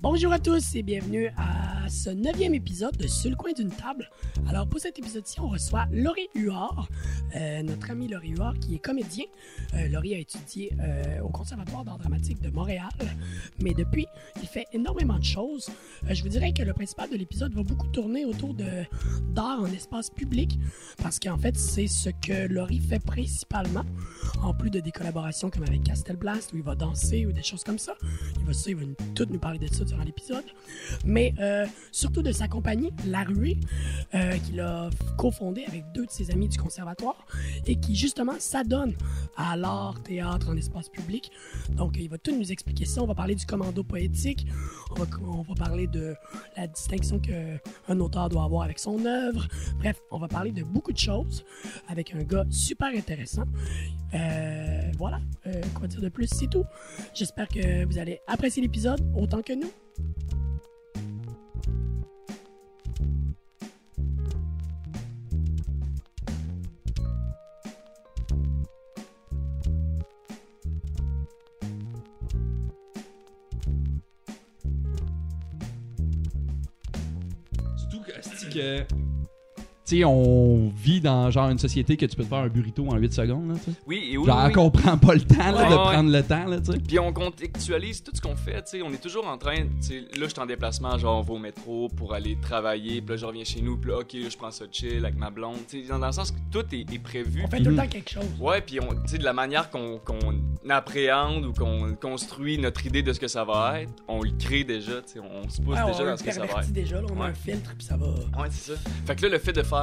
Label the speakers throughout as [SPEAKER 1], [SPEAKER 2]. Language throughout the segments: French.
[SPEAKER 1] Bonjour à tous et bienvenue à ce neuvième épisode de Sur le coin d'une table. Alors pour cet épisode-ci, on reçoit Laurie Huard, euh, notre ami Laurie Huard qui est comédien. Euh, Laurie a étudié euh, au Conservatoire d'art dramatique de Montréal, mais depuis, il fait énormément de choses. Euh, je vous dirais que le principal de l'épisode va beaucoup tourner autour de d'art en espace public, parce qu'en fait, c'est ce que Laurie fait principalement, en plus de des collaborations comme avec Castelblast, où il va danser ou des choses comme ça. Il va, ça, il va nous- tout nous parler de ça durant l'épisode. Mais euh, surtout de sa compagnie, La Ruée, euh, qu'il a cofondée avec deux de ses amis du conservatoire et qui justement s'adonne à l'art, théâtre en espace public. Donc il va tout nous expliquer ça. On va parler du commando poétique, on va, on va parler de la distinction qu'un auteur doit avoir avec son œuvre. Bref, on va parler de beaucoup de choses avec un gars super intéressant. Euh, voilà, Euh, quoi dire de plus, c'est tout. J'espère que vous allez apprécier l'épisode autant que nous.
[SPEAKER 2] Surtout que, asti, que- Tu sais, on vit dans genre une société que tu peux te faire un burrito en 8 secondes, là, tu sais.
[SPEAKER 3] Oui, et oui,
[SPEAKER 2] Genre,
[SPEAKER 3] oui, oui.
[SPEAKER 2] qu'on prend pas le temps, là,
[SPEAKER 3] Ouais,
[SPEAKER 2] de
[SPEAKER 3] ouais.
[SPEAKER 2] prendre le temps, là, tu sais.
[SPEAKER 3] Puis on contextualise tout ce qu'on fait, tu sais, on est toujours en train, tu sais, là je suis en déplacement, genre on va au métro pour aller travailler, puis là je reviens chez nous, puis là, ok, là, je prends ça chill avec ma blonde, tu sais, dans, dans le sens que tout est, est prévu.
[SPEAKER 1] On fait tout le
[SPEAKER 2] Mhm.
[SPEAKER 1] temps quelque chose.
[SPEAKER 3] Ouais, puis on, tu sais, de la manière qu'on qu'on appréhende ou qu'on construit notre idée de ce que ça va être, on le crée déjà, tu sais, on se pousse
[SPEAKER 1] Ouais,
[SPEAKER 3] déjà
[SPEAKER 1] Ah, on
[SPEAKER 3] dans
[SPEAKER 1] le
[SPEAKER 3] ce que ça va
[SPEAKER 1] pervertit
[SPEAKER 3] être.
[SPEAKER 1] déjà, là, on a
[SPEAKER 3] Ouais.
[SPEAKER 1] un filtre puis ça va.
[SPEAKER 3] Ouais, c'est ça. Fait que là, le fait de faire,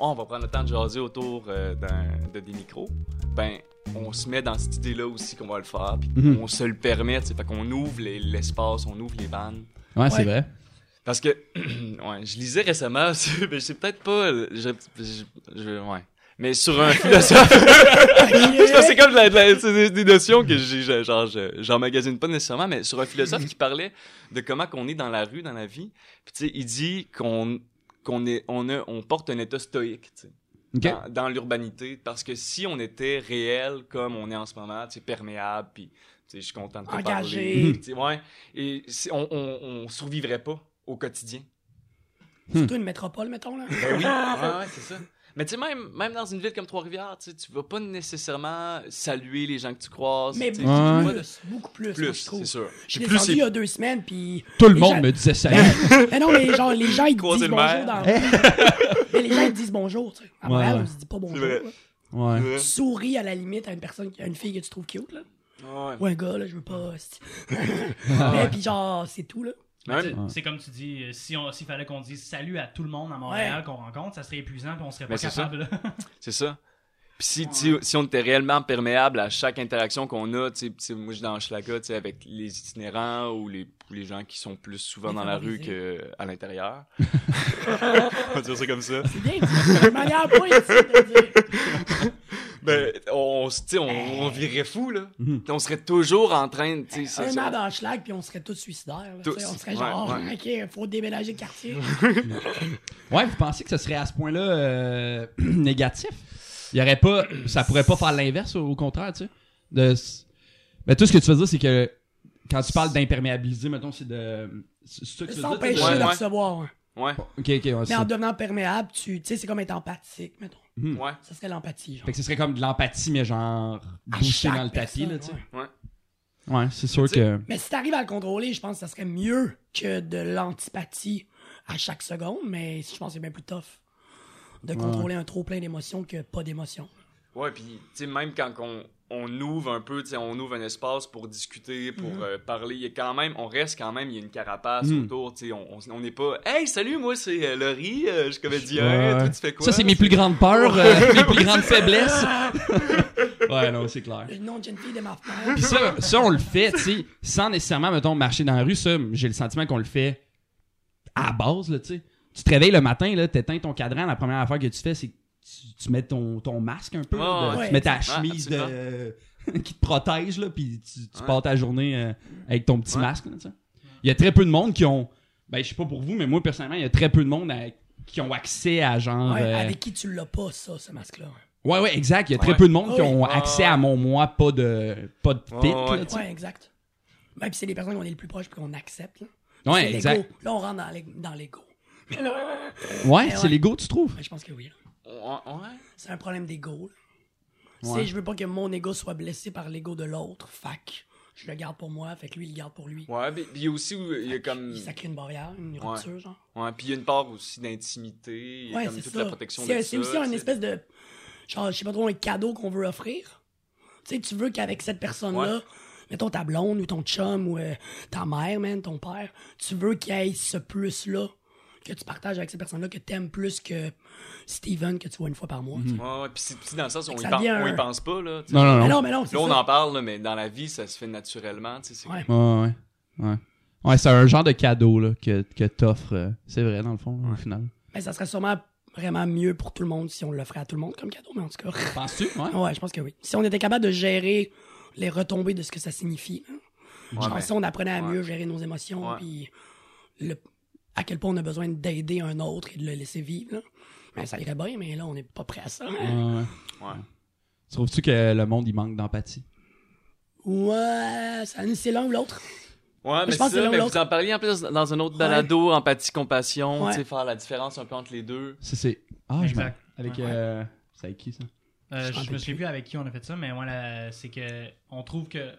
[SPEAKER 3] Oh, on va prendre le temps de jaser autour euh, d'un- de des micros, ben, on se met dans cette idée-là aussi qu'on va le faire, puis
[SPEAKER 2] Mhm.
[SPEAKER 3] on se le permet, tu sais. Fait qu'on ouvre les- l'espace, on ouvre les vannes.
[SPEAKER 2] Ouais,
[SPEAKER 1] Ouais.
[SPEAKER 2] c'est vrai.
[SPEAKER 3] Parce que, ouais, je lisais récemment, sur- mais je sais peut-être pas, je, je- je- ouais. Mais sur un philosophe, Parce que c'est comme de la- de la- c'est des- des notions que j'ai, j'ai- genre, je- j'emmagasine pas nécessairement, mais sur un philosophe qui parlait de comment qu'on est dans la rue, dans la vie, puis tu sais, il dit qu'on qu'on est, on a, on porte un état stoïque, tu sais,
[SPEAKER 2] Ok.
[SPEAKER 3] dans, dans l'urbanité, parce que si on était réel comme on est en ce moment, tu sais, perméable, puis tu sais, je suis content de te
[SPEAKER 1] Engagé.
[SPEAKER 3] parler, tu sais, ouais, et si- on, on, on survivrait pas au quotidien.
[SPEAKER 1] Surtout une métropole, mettons là.
[SPEAKER 3] Ben oui, ouais, ouais, c'est ça. Mais tu sais, même, même dans une ville comme Trois-Rivières, tu sais, tu vas pas nécessairement saluer les gens que tu croises.
[SPEAKER 1] Mais
[SPEAKER 3] tu
[SPEAKER 1] beaucoup
[SPEAKER 3] sais.
[SPEAKER 2] Ouais.
[SPEAKER 1] plus, beaucoup plus, moi,
[SPEAKER 3] plus,
[SPEAKER 1] je trouve.
[SPEAKER 3] c'est sûr.
[SPEAKER 1] Je
[SPEAKER 3] Puis
[SPEAKER 1] l'ai
[SPEAKER 3] plus
[SPEAKER 1] entendu il y a deux semaines, puis.
[SPEAKER 2] Tout le
[SPEAKER 1] les
[SPEAKER 2] monde
[SPEAKER 1] gens-
[SPEAKER 2] me disait ça.
[SPEAKER 1] Mais non, mais genre, les gens, ils
[SPEAKER 3] Croiser
[SPEAKER 1] disent
[SPEAKER 3] le
[SPEAKER 1] bonjour
[SPEAKER 3] maire.
[SPEAKER 1] dans. mais les gens, ils disent bonjour, tu sais. À
[SPEAKER 2] Ouais,
[SPEAKER 1] Montréal,
[SPEAKER 2] ouais.
[SPEAKER 1] on se dit pas bonjour.
[SPEAKER 3] vrai.
[SPEAKER 1] là.
[SPEAKER 2] Ouais.
[SPEAKER 3] Ouais.
[SPEAKER 1] Tu souris à la limite à une personne, à une fille que tu trouves cute, là.
[SPEAKER 3] Ouais.
[SPEAKER 1] Ou un gars, là, je veux pas. c'est-
[SPEAKER 3] Ah ouais.
[SPEAKER 1] Mais puis genre, c'est tout, là.
[SPEAKER 3] Ouais.
[SPEAKER 4] C'est- C'est comme tu dis, euh, si on, s'il fallait qu'on dise salut à tout le monde à Montréal qu'on rencontre, ça serait épuisant puis on serait
[SPEAKER 3] Mais
[SPEAKER 4] pas
[SPEAKER 3] Ben, c'est ça.
[SPEAKER 4] capable. là.
[SPEAKER 3] C'est ça. Puis si, tu sais, si on était réellement perméable à chaque interaction qu'on a, tu sais, tu sais, moi je suis dans Schlaga, tu sais, avec les itinérants ou les, ou les gens qui sont plus souvent dans la rue qu'à l'intérieur. On va dire ça comme ça.
[SPEAKER 1] C'est bien, dit, c'est une manière poétique de dire.
[SPEAKER 3] Ben, on, se- tu sais, on, on virait fou, là.
[SPEAKER 2] Mhm.
[SPEAKER 3] On serait toujours en train de. tu sais, ça-
[SPEAKER 1] un
[SPEAKER 3] ça-
[SPEAKER 1] an dans le schlag, puis Mm. on serait tous suicidaires. là,
[SPEAKER 3] Tous.
[SPEAKER 1] tu sais, On serait
[SPEAKER 3] Ouais,
[SPEAKER 1] genre,
[SPEAKER 3] ouais.
[SPEAKER 1] ok, faut déménager de quartier.
[SPEAKER 2] Ouais, vous pensez que ce serait à ce point-là euh, négatif? Il y aurait pas... Ça pourrait pas faire l'inverse, au au contraire, tu sais. De... s- Mais tout ce que tu veux dire, c'est que quand tu parles d'imperméabiliser, mettons, c'est de... C'est ça que tu veux dire?
[SPEAKER 1] S'empêcher
[SPEAKER 3] Ouais,
[SPEAKER 1] de
[SPEAKER 3] ouais.
[SPEAKER 1] recevoir. hein.
[SPEAKER 3] Ouais,
[SPEAKER 2] Ok, ok, ouais, c'est
[SPEAKER 1] Mais en
[SPEAKER 2] ça.
[SPEAKER 1] devenant perméable, tu tu sais, c'est comme être empathique, mettons.
[SPEAKER 3] ouais.
[SPEAKER 1] Ça serait l'empathie, genre.
[SPEAKER 2] Fait que ce serait comme de l'empathie, mais genre
[SPEAKER 1] À
[SPEAKER 2] bouché
[SPEAKER 1] chaque
[SPEAKER 2] dans le tapis,
[SPEAKER 1] personne,
[SPEAKER 2] là, tu sais.
[SPEAKER 1] ouais.
[SPEAKER 2] Ouais, c'est sûr
[SPEAKER 3] Tu sais,
[SPEAKER 2] que.
[SPEAKER 1] Mais si t'arrives à le contrôler, je pense que ça serait mieux que de l'antipathie à chaque seconde, mais je pense que c'est bien plus tough de contrôler un trop plein d'émotions que pas d'émotions.
[SPEAKER 3] Ouais, puis tu sais, même quand on, on ouvre un peu, tu sais, on ouvre un espace pour discuter, pour
[SPEAKER 1] Mhm.
[SPEAKER 3] euh, parler, il y a quand même, on reste quand même, il y a une carapace
[SPEAKER 2] Mhm.
[SPEAKER 3] autour, tu sais, on on- on n'est pas « Hey, salut, moi, c'est euh, Laurie, euh, je suis comédien,
[SPEAKER 2] Ouais.
[SPEAKER 3] toi, tu fais quoi? »
[SPEAKER 2] Ça, c'est mes plus grandes peurs, euh, mes plus grandes faiblesses. ouais, non, c'est clair.
[SPEAKER 1] Le nom de jeune fille de ma
[SPEAKER 2] Puis ça, ça, on le fait, tu sais, sans nécessairement, mettons, marcher dans la rue. Ça, j'ai le sentiment qu'on le fait à la base, là, tu sais. Tu te réveilles le matin, là, t'éteins ton cadran, la première affaire que tu fais, c'est que tu, tu mets ton, ton masque un peu,
[SPEAKER 3] Ouais,
[SPEAKER 2] là, de-
[SPEAKER 1] ouais.
[SPEAKER 2] tu mets ta
[SPEAKER 3] Ouais,
[SPEAKER 2] chemise de-
[SPEAKER 3] absolument.
[SPEAKER 2] qui te protège, là, puis tu, tu
[SPEAKER 3] Ouais.
[SPEAKER 2] pars ta journée euh, avec ton petit
[SPEAKER 3] Ouais.
[SPEAKER 2] masque, là, tu sais. Il y a très peu de monde qui ont, ben, je sais pas pour vous, mais moi, personnellement, il y a très peu de monde à- qui ont accès à genre.
[SPEAKER 1] Ouais,
[SPEAKER 2] euh,
[SPEAKER 1] Avec qui tu l'as pas, ça, ce masque-là.
[SPEAKER 5] Ouais, ouais, exact. Il y a très
[SPEAKER 3] Ouais.
[SPEAKER 5] peu de monde qui
[SPEAKER 1] Ah oui.
[SPEAKER 5] ont
[SPEAKER 3] Ouais,
[SPEAKER 5] accès
[SPEAKER 3] ouais.
[SPEAKER 5] à mon moi, pas de, pas de titre.
[SPEAKER 3] Ouais, ouais.
[SPEAKER 5] là, tu sais.
[SPEAKER 1] Ouais, exact. Ben, puis c'est les personnes qu'on est le plus proche puis qu'on accepte. Là.
[SPEAKER 5] Ouais,
[SPEAKER 1] C'est
[SPEAKER 5] exact.
[SPEAKER 1] l'ego. Là, on rentre dans l'ég- dans l'ego. Là,
[SPEAKER 5] Ouais,
[SPEAKER 1] ouais.
[SPEAKER 5] c'est l'ego, tu trouves?
[SPEAKER 1] ben, je pense que oui. là.
[SPEAKER 3] Ouais.
[SPEAKER 1] C'est un problème d'ego. là. Tu
[SPEAKER 5] Ouais.
[SPEAKER 1] sais, je veux pas que mon ego soit blessé par l'ego de l'autre. Fac. Je le garde pour moi, fait que lui, il le garde pour lui.
[SPEAKER 3] Ouais, mais puis il y a aussi, où il y a comme.
[SPEAKER 1] Ça crée une barrière, une
[SPEAKER 3] Ouais.
[SPEAKER 1] rupture, genre.
[SPEAKER 3] Ouais, puis il y a une part aussi d'intimité. Il y a
[SPEAKER 1] Ouais,
[SPEAKER 3] comme
[SPEAKER 1] c'est
[SPEAKER 3] toute
[SPEAKER 1] ça.
[SPEAKER 3] la protection de
[SPEAKER 1] C'est
[SPEAKER 3] ça.
[SPEAKER 1] c'est aussi un
[SPEAKER 3] tu sais.
[SPEAKER 1] espèce de. Genre, je sais pas trop, un cadeau qu'on veut offrir. Tu sais, tu veux qu'avec cette personne-là,
[SPEAKER 3] Ouais.
[SPEAKER 1] mettons ta blonde ou ton chum ou euh, ta mère, man, ton père, tu veux qu'il y ait ce plus-là que tu partages avec cette personne-là que t'aimes plus que Steven que tu vois une fois par mois. tu sais.
[SPEAKER 3] Ouais, ouais, puis c'est petit dans le sens où on, y
[SPEAKER 1] Ça
[SPEAKER 3] pense,
[SPEAKER 1] devient
[SPEAKER 3] on y
[SPEAKER 1] un-
[SPEAKER 3] pense pas, là. tu sais.
[SPEAKER 5] Non, non,
[SPEAKER 1] Mais
[SPEAKER 5] non.
[SPEAKER 1] non, mais non, c'est
[SPEAKER 3] Là, on
[SPEAKER 1] ça.
[SPEAKER 3] en parle, là, mais dans la vie, ça se fait naturellement, tu sais. c'est-
[SPEAKER 1] Ouais.
[SPEAKER 5] Ouais, ouais. Ouais, ouais c'est un genre de cadeau là, que, que t'offres. euh, C'est vrai, dans le fond, au final.
[SPEAKER 1] Mais ça serait sûrement vraiment mieux pour tout le monde si on l'offrait à tout le monde comme cadeau, mais en tout cas.
[SPEAKER 5] Penses-tu? Ouais.
[SPEAKER 1] Ouais, je pense que oui. Si on était capable de gérer les retombées de ce que ça signifie, hein, je
[SPEAKER 3] Ouais,
[SPEAKER 1] pense
[SPEAKER 3] mais-
[SPEAKER 1] qu'on apprenait à
[SPEAKER 3] ouais.
[SPEAKER 1] mieux gérer nos émotions,
[SPEAKER 3] Ouais.
[SPEAKER 1] puis le- à quel point on a besoin d'aider un autre et de le laisser vivre. là. Ben, ça irait bien, mais là, on n'est pas prêt à ça. hein.
[SPEAKER 5] Ouais, ouais.
[SPEAKER 3] Ouais.
[SPEAKER 5] Trouves-tu que le monde, il manque d'empathie?
[SPEAKER 1] Ouais, ça, c'est l'un ou l'autre.
[SPEAKER 3] Ouais, mais
[SPEAKER 1] je pense que c'est
[SPEAKER 3] ça,
[SPEAKER 1] l'un
[SPEAKER 3] mais
[SPEAKER 1] ou l'autre.
[SPEAKER 3] vous en parliez en plus dans un autre
[SPEAKER 1] Ouais.
[SPEAKER 3] balado, empathie, compassion,
[SPEAKER 1] Ouais.
[SPEAKER 3] tu sais, faire la différence un peu entre les deux.
[SPEAKER 5] Ça, c'est. Ah, je
[SPEAKER 4] Exact.
[SPEAKER 5] m'en- Avec.
[SPEAKER 1] Ouais.
[SPEAKER 5] euh, C'est avec qui ça?
[SPEAKER 4] Euh,
[SPEAKER 1] Je
[SPEAKER 4] je
[SPEAKER 1] m'en
[SPEAKER 4] me souviens plus avec qui on a fait ça, mais voilà, c'est que on trouve que euh,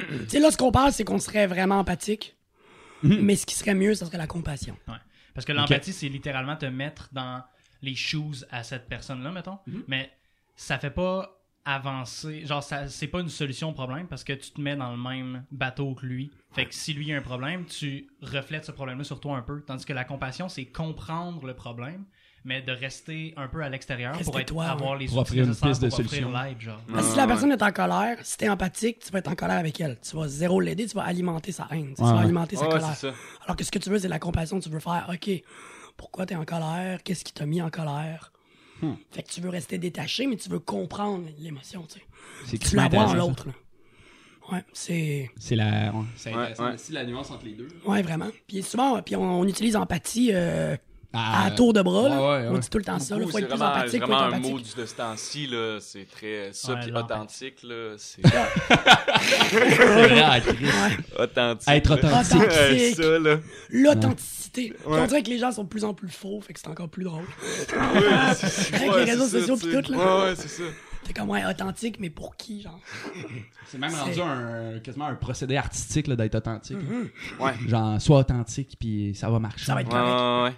[SPEAKER 3] Hmm.
[SPEAKER 1] Tu sais, là, ce qu'on parle, c'est qu'on serait vraiment empathique,
[SPEAKER 5] Mhm.
[SPEAKER 1] mais ce qui serait mieux, ce serait la compassion.
[SPEAKER 4] parce que l'empathie c'est littéralement te mettre dans les shoes à cette personne là, mettons,
[SPEAKER 5] Mhm.
[SPEAKER 4] mais ça fait pas avancer, genre ça c'est pas une solution au problème parce que tu te mets dans le même bateau que lui. Fait que si lui a un problème, tu reflètes ce problème là sur toi un peu, tandis que la compassion c'est comprendre le problème. Mais de rester un peu à l'extérieur pour
[SPEAKER 1] Rester
[SPEAKER 4] être,
[SPEAKER 1] toi,
[SPEAKER 4] avoir les
[SPEAKER 5] Pour
[SPEAKER 4] outils
[SPEAKER 5] offrir une
[SPEAKER 4] nécessaires
[SPEAKER 5] piste de
[SPEAKER 4] pour offrir
[SPEAKER 5] solution.
[SPEAKER 4] l'aide, genre.
[SPEAKER 1] Parce que si
[SPEAKER 3] Ouais,
[SPEAKER 1] la
[SPEAKER 3] Ah, ouais.
[SPEAKER 1] personne est en colère, si t'es empathique, tu vas être en colère avec elle. Tu vas zéro l'aider, tu vas alimenter sa haine, tu sais, tu
[SPEAKER 5] Ouais,
[SPEAKER 1] vas
[SPEAKER 5] ouais.
[SPEAKER 1] alimenter sa
[SPEAKER 3] Ouais, ouais,
[SPEAKER 1] colère.
[SPEAKER 3] c'est ça.
[SPEAKER 1] Alors que ce que tu veux, c'est de la compassion. Tu veux faire, OK, pourquoi t'es en colère? Qu'est-ce qui t'a mis en colère?
[SPEAKER 3] Hmm.
[SPEAKER 1] Fait que tu veux rester détaché, mais tu veux comprendre l'émotion, tu sais.
[SPEAKER 5] C'est
[SPEAKER 1] Tu la vois en l'autre,
[SPEAKER 3] hein.
[SPEAKER 1] là. Ouais, c'est...
[SPEAKER 5] C'est la. ouais. C'est
[SPEAKER 3] Ouais,
[SPEAKER 5] intéressant
[SPEAKER 3] ouais.
[SPEAKER 5] aussi, la nuance entre les deux.
[SPEAKER 1] Ouais, vraiment. Puis souvent, puis on, on utilise empathie euh,
[SPEAKER 5] Ah,
[SPEAKER 1] à tour de bras,
[SPEAKER 5] ouais,
[SPEAKER 1] là.
[SPEAKER 5] ouais,
[SPEAKER 1] On
[SPEAKER 5] ouais.
[SPEAKER 1] dit tout le temps ça, là.
[SPEAKER 3] Beaucoup,
[SPEAKER 1] Faut
[SPEAKER 3] c'est
[SPEAKER 1] être plus
[SPEAKER 3] vraiment,
[SPEAKER 1] empathique, faut
[SPEAKER 3] vraiment
[SPEAKER 1] être
[SPEAKER 3] un mot
[SPEAKER 1] empathique.
[SPEAKER 3] du- de ce temps-ci, là. C'est très ça,
[SPEAKER 4] Ouais,
[SPEAKER 3] puis
[SPEAKER 4] l'empathie.
[SPEAKER 3] authentique, là. C'est
[SPEAKER 5] C'est vrai, ah, Chris.
[SPEAKER 3] authentique.
[SPEAKER 5] Être
[SPEAKER 3] là.
[SPEAKER 5] authentique.
[SPEAKER 3] Ouais, ça, là.
[SPEAKER 1] L'authenticité. Puis On
[SPEAKER 3] Ouais.
[SPEAKER 1] dirait que les gens sont de plus en plus faux, fait que c'est encore plus drôle.
[SPEAKER 3] Ouais, c'est-
[SPEAKER 1] Ah,
[SPEAKER 3] c'est-
[SPEAKER 1] Avec
[SPEAKER 3] ouais,
[SPEAKER 1] les réseaux
[SPEAKER 3] c'est ça,
[SPEAKER 1] sociaux
[SPEAKER 3] tu
[SPEAKER 1] pis
[SPEAKER 3] sais.
[SPEAKER 1] tout, là.
[SPEAKER 3] Ouais, ouais, c'est ça.
[SPEAKER 1] T'es comme, ouais, authentique, mais pour qui, genre?
[SPEAKER 5] C'est même rendu
[SPEAKER 1] C'est-
[SPEAKER 5] un, quasiment un procédé artistique là, d'être authentique.
[SPEAKER 3] Ouais.
[SPEAKER 5] Genre, sois authentique, puis ça va marcher.
[SPEAKER 1] Ça va être
[SPEAKER 3] Ouais, ouais, ouais.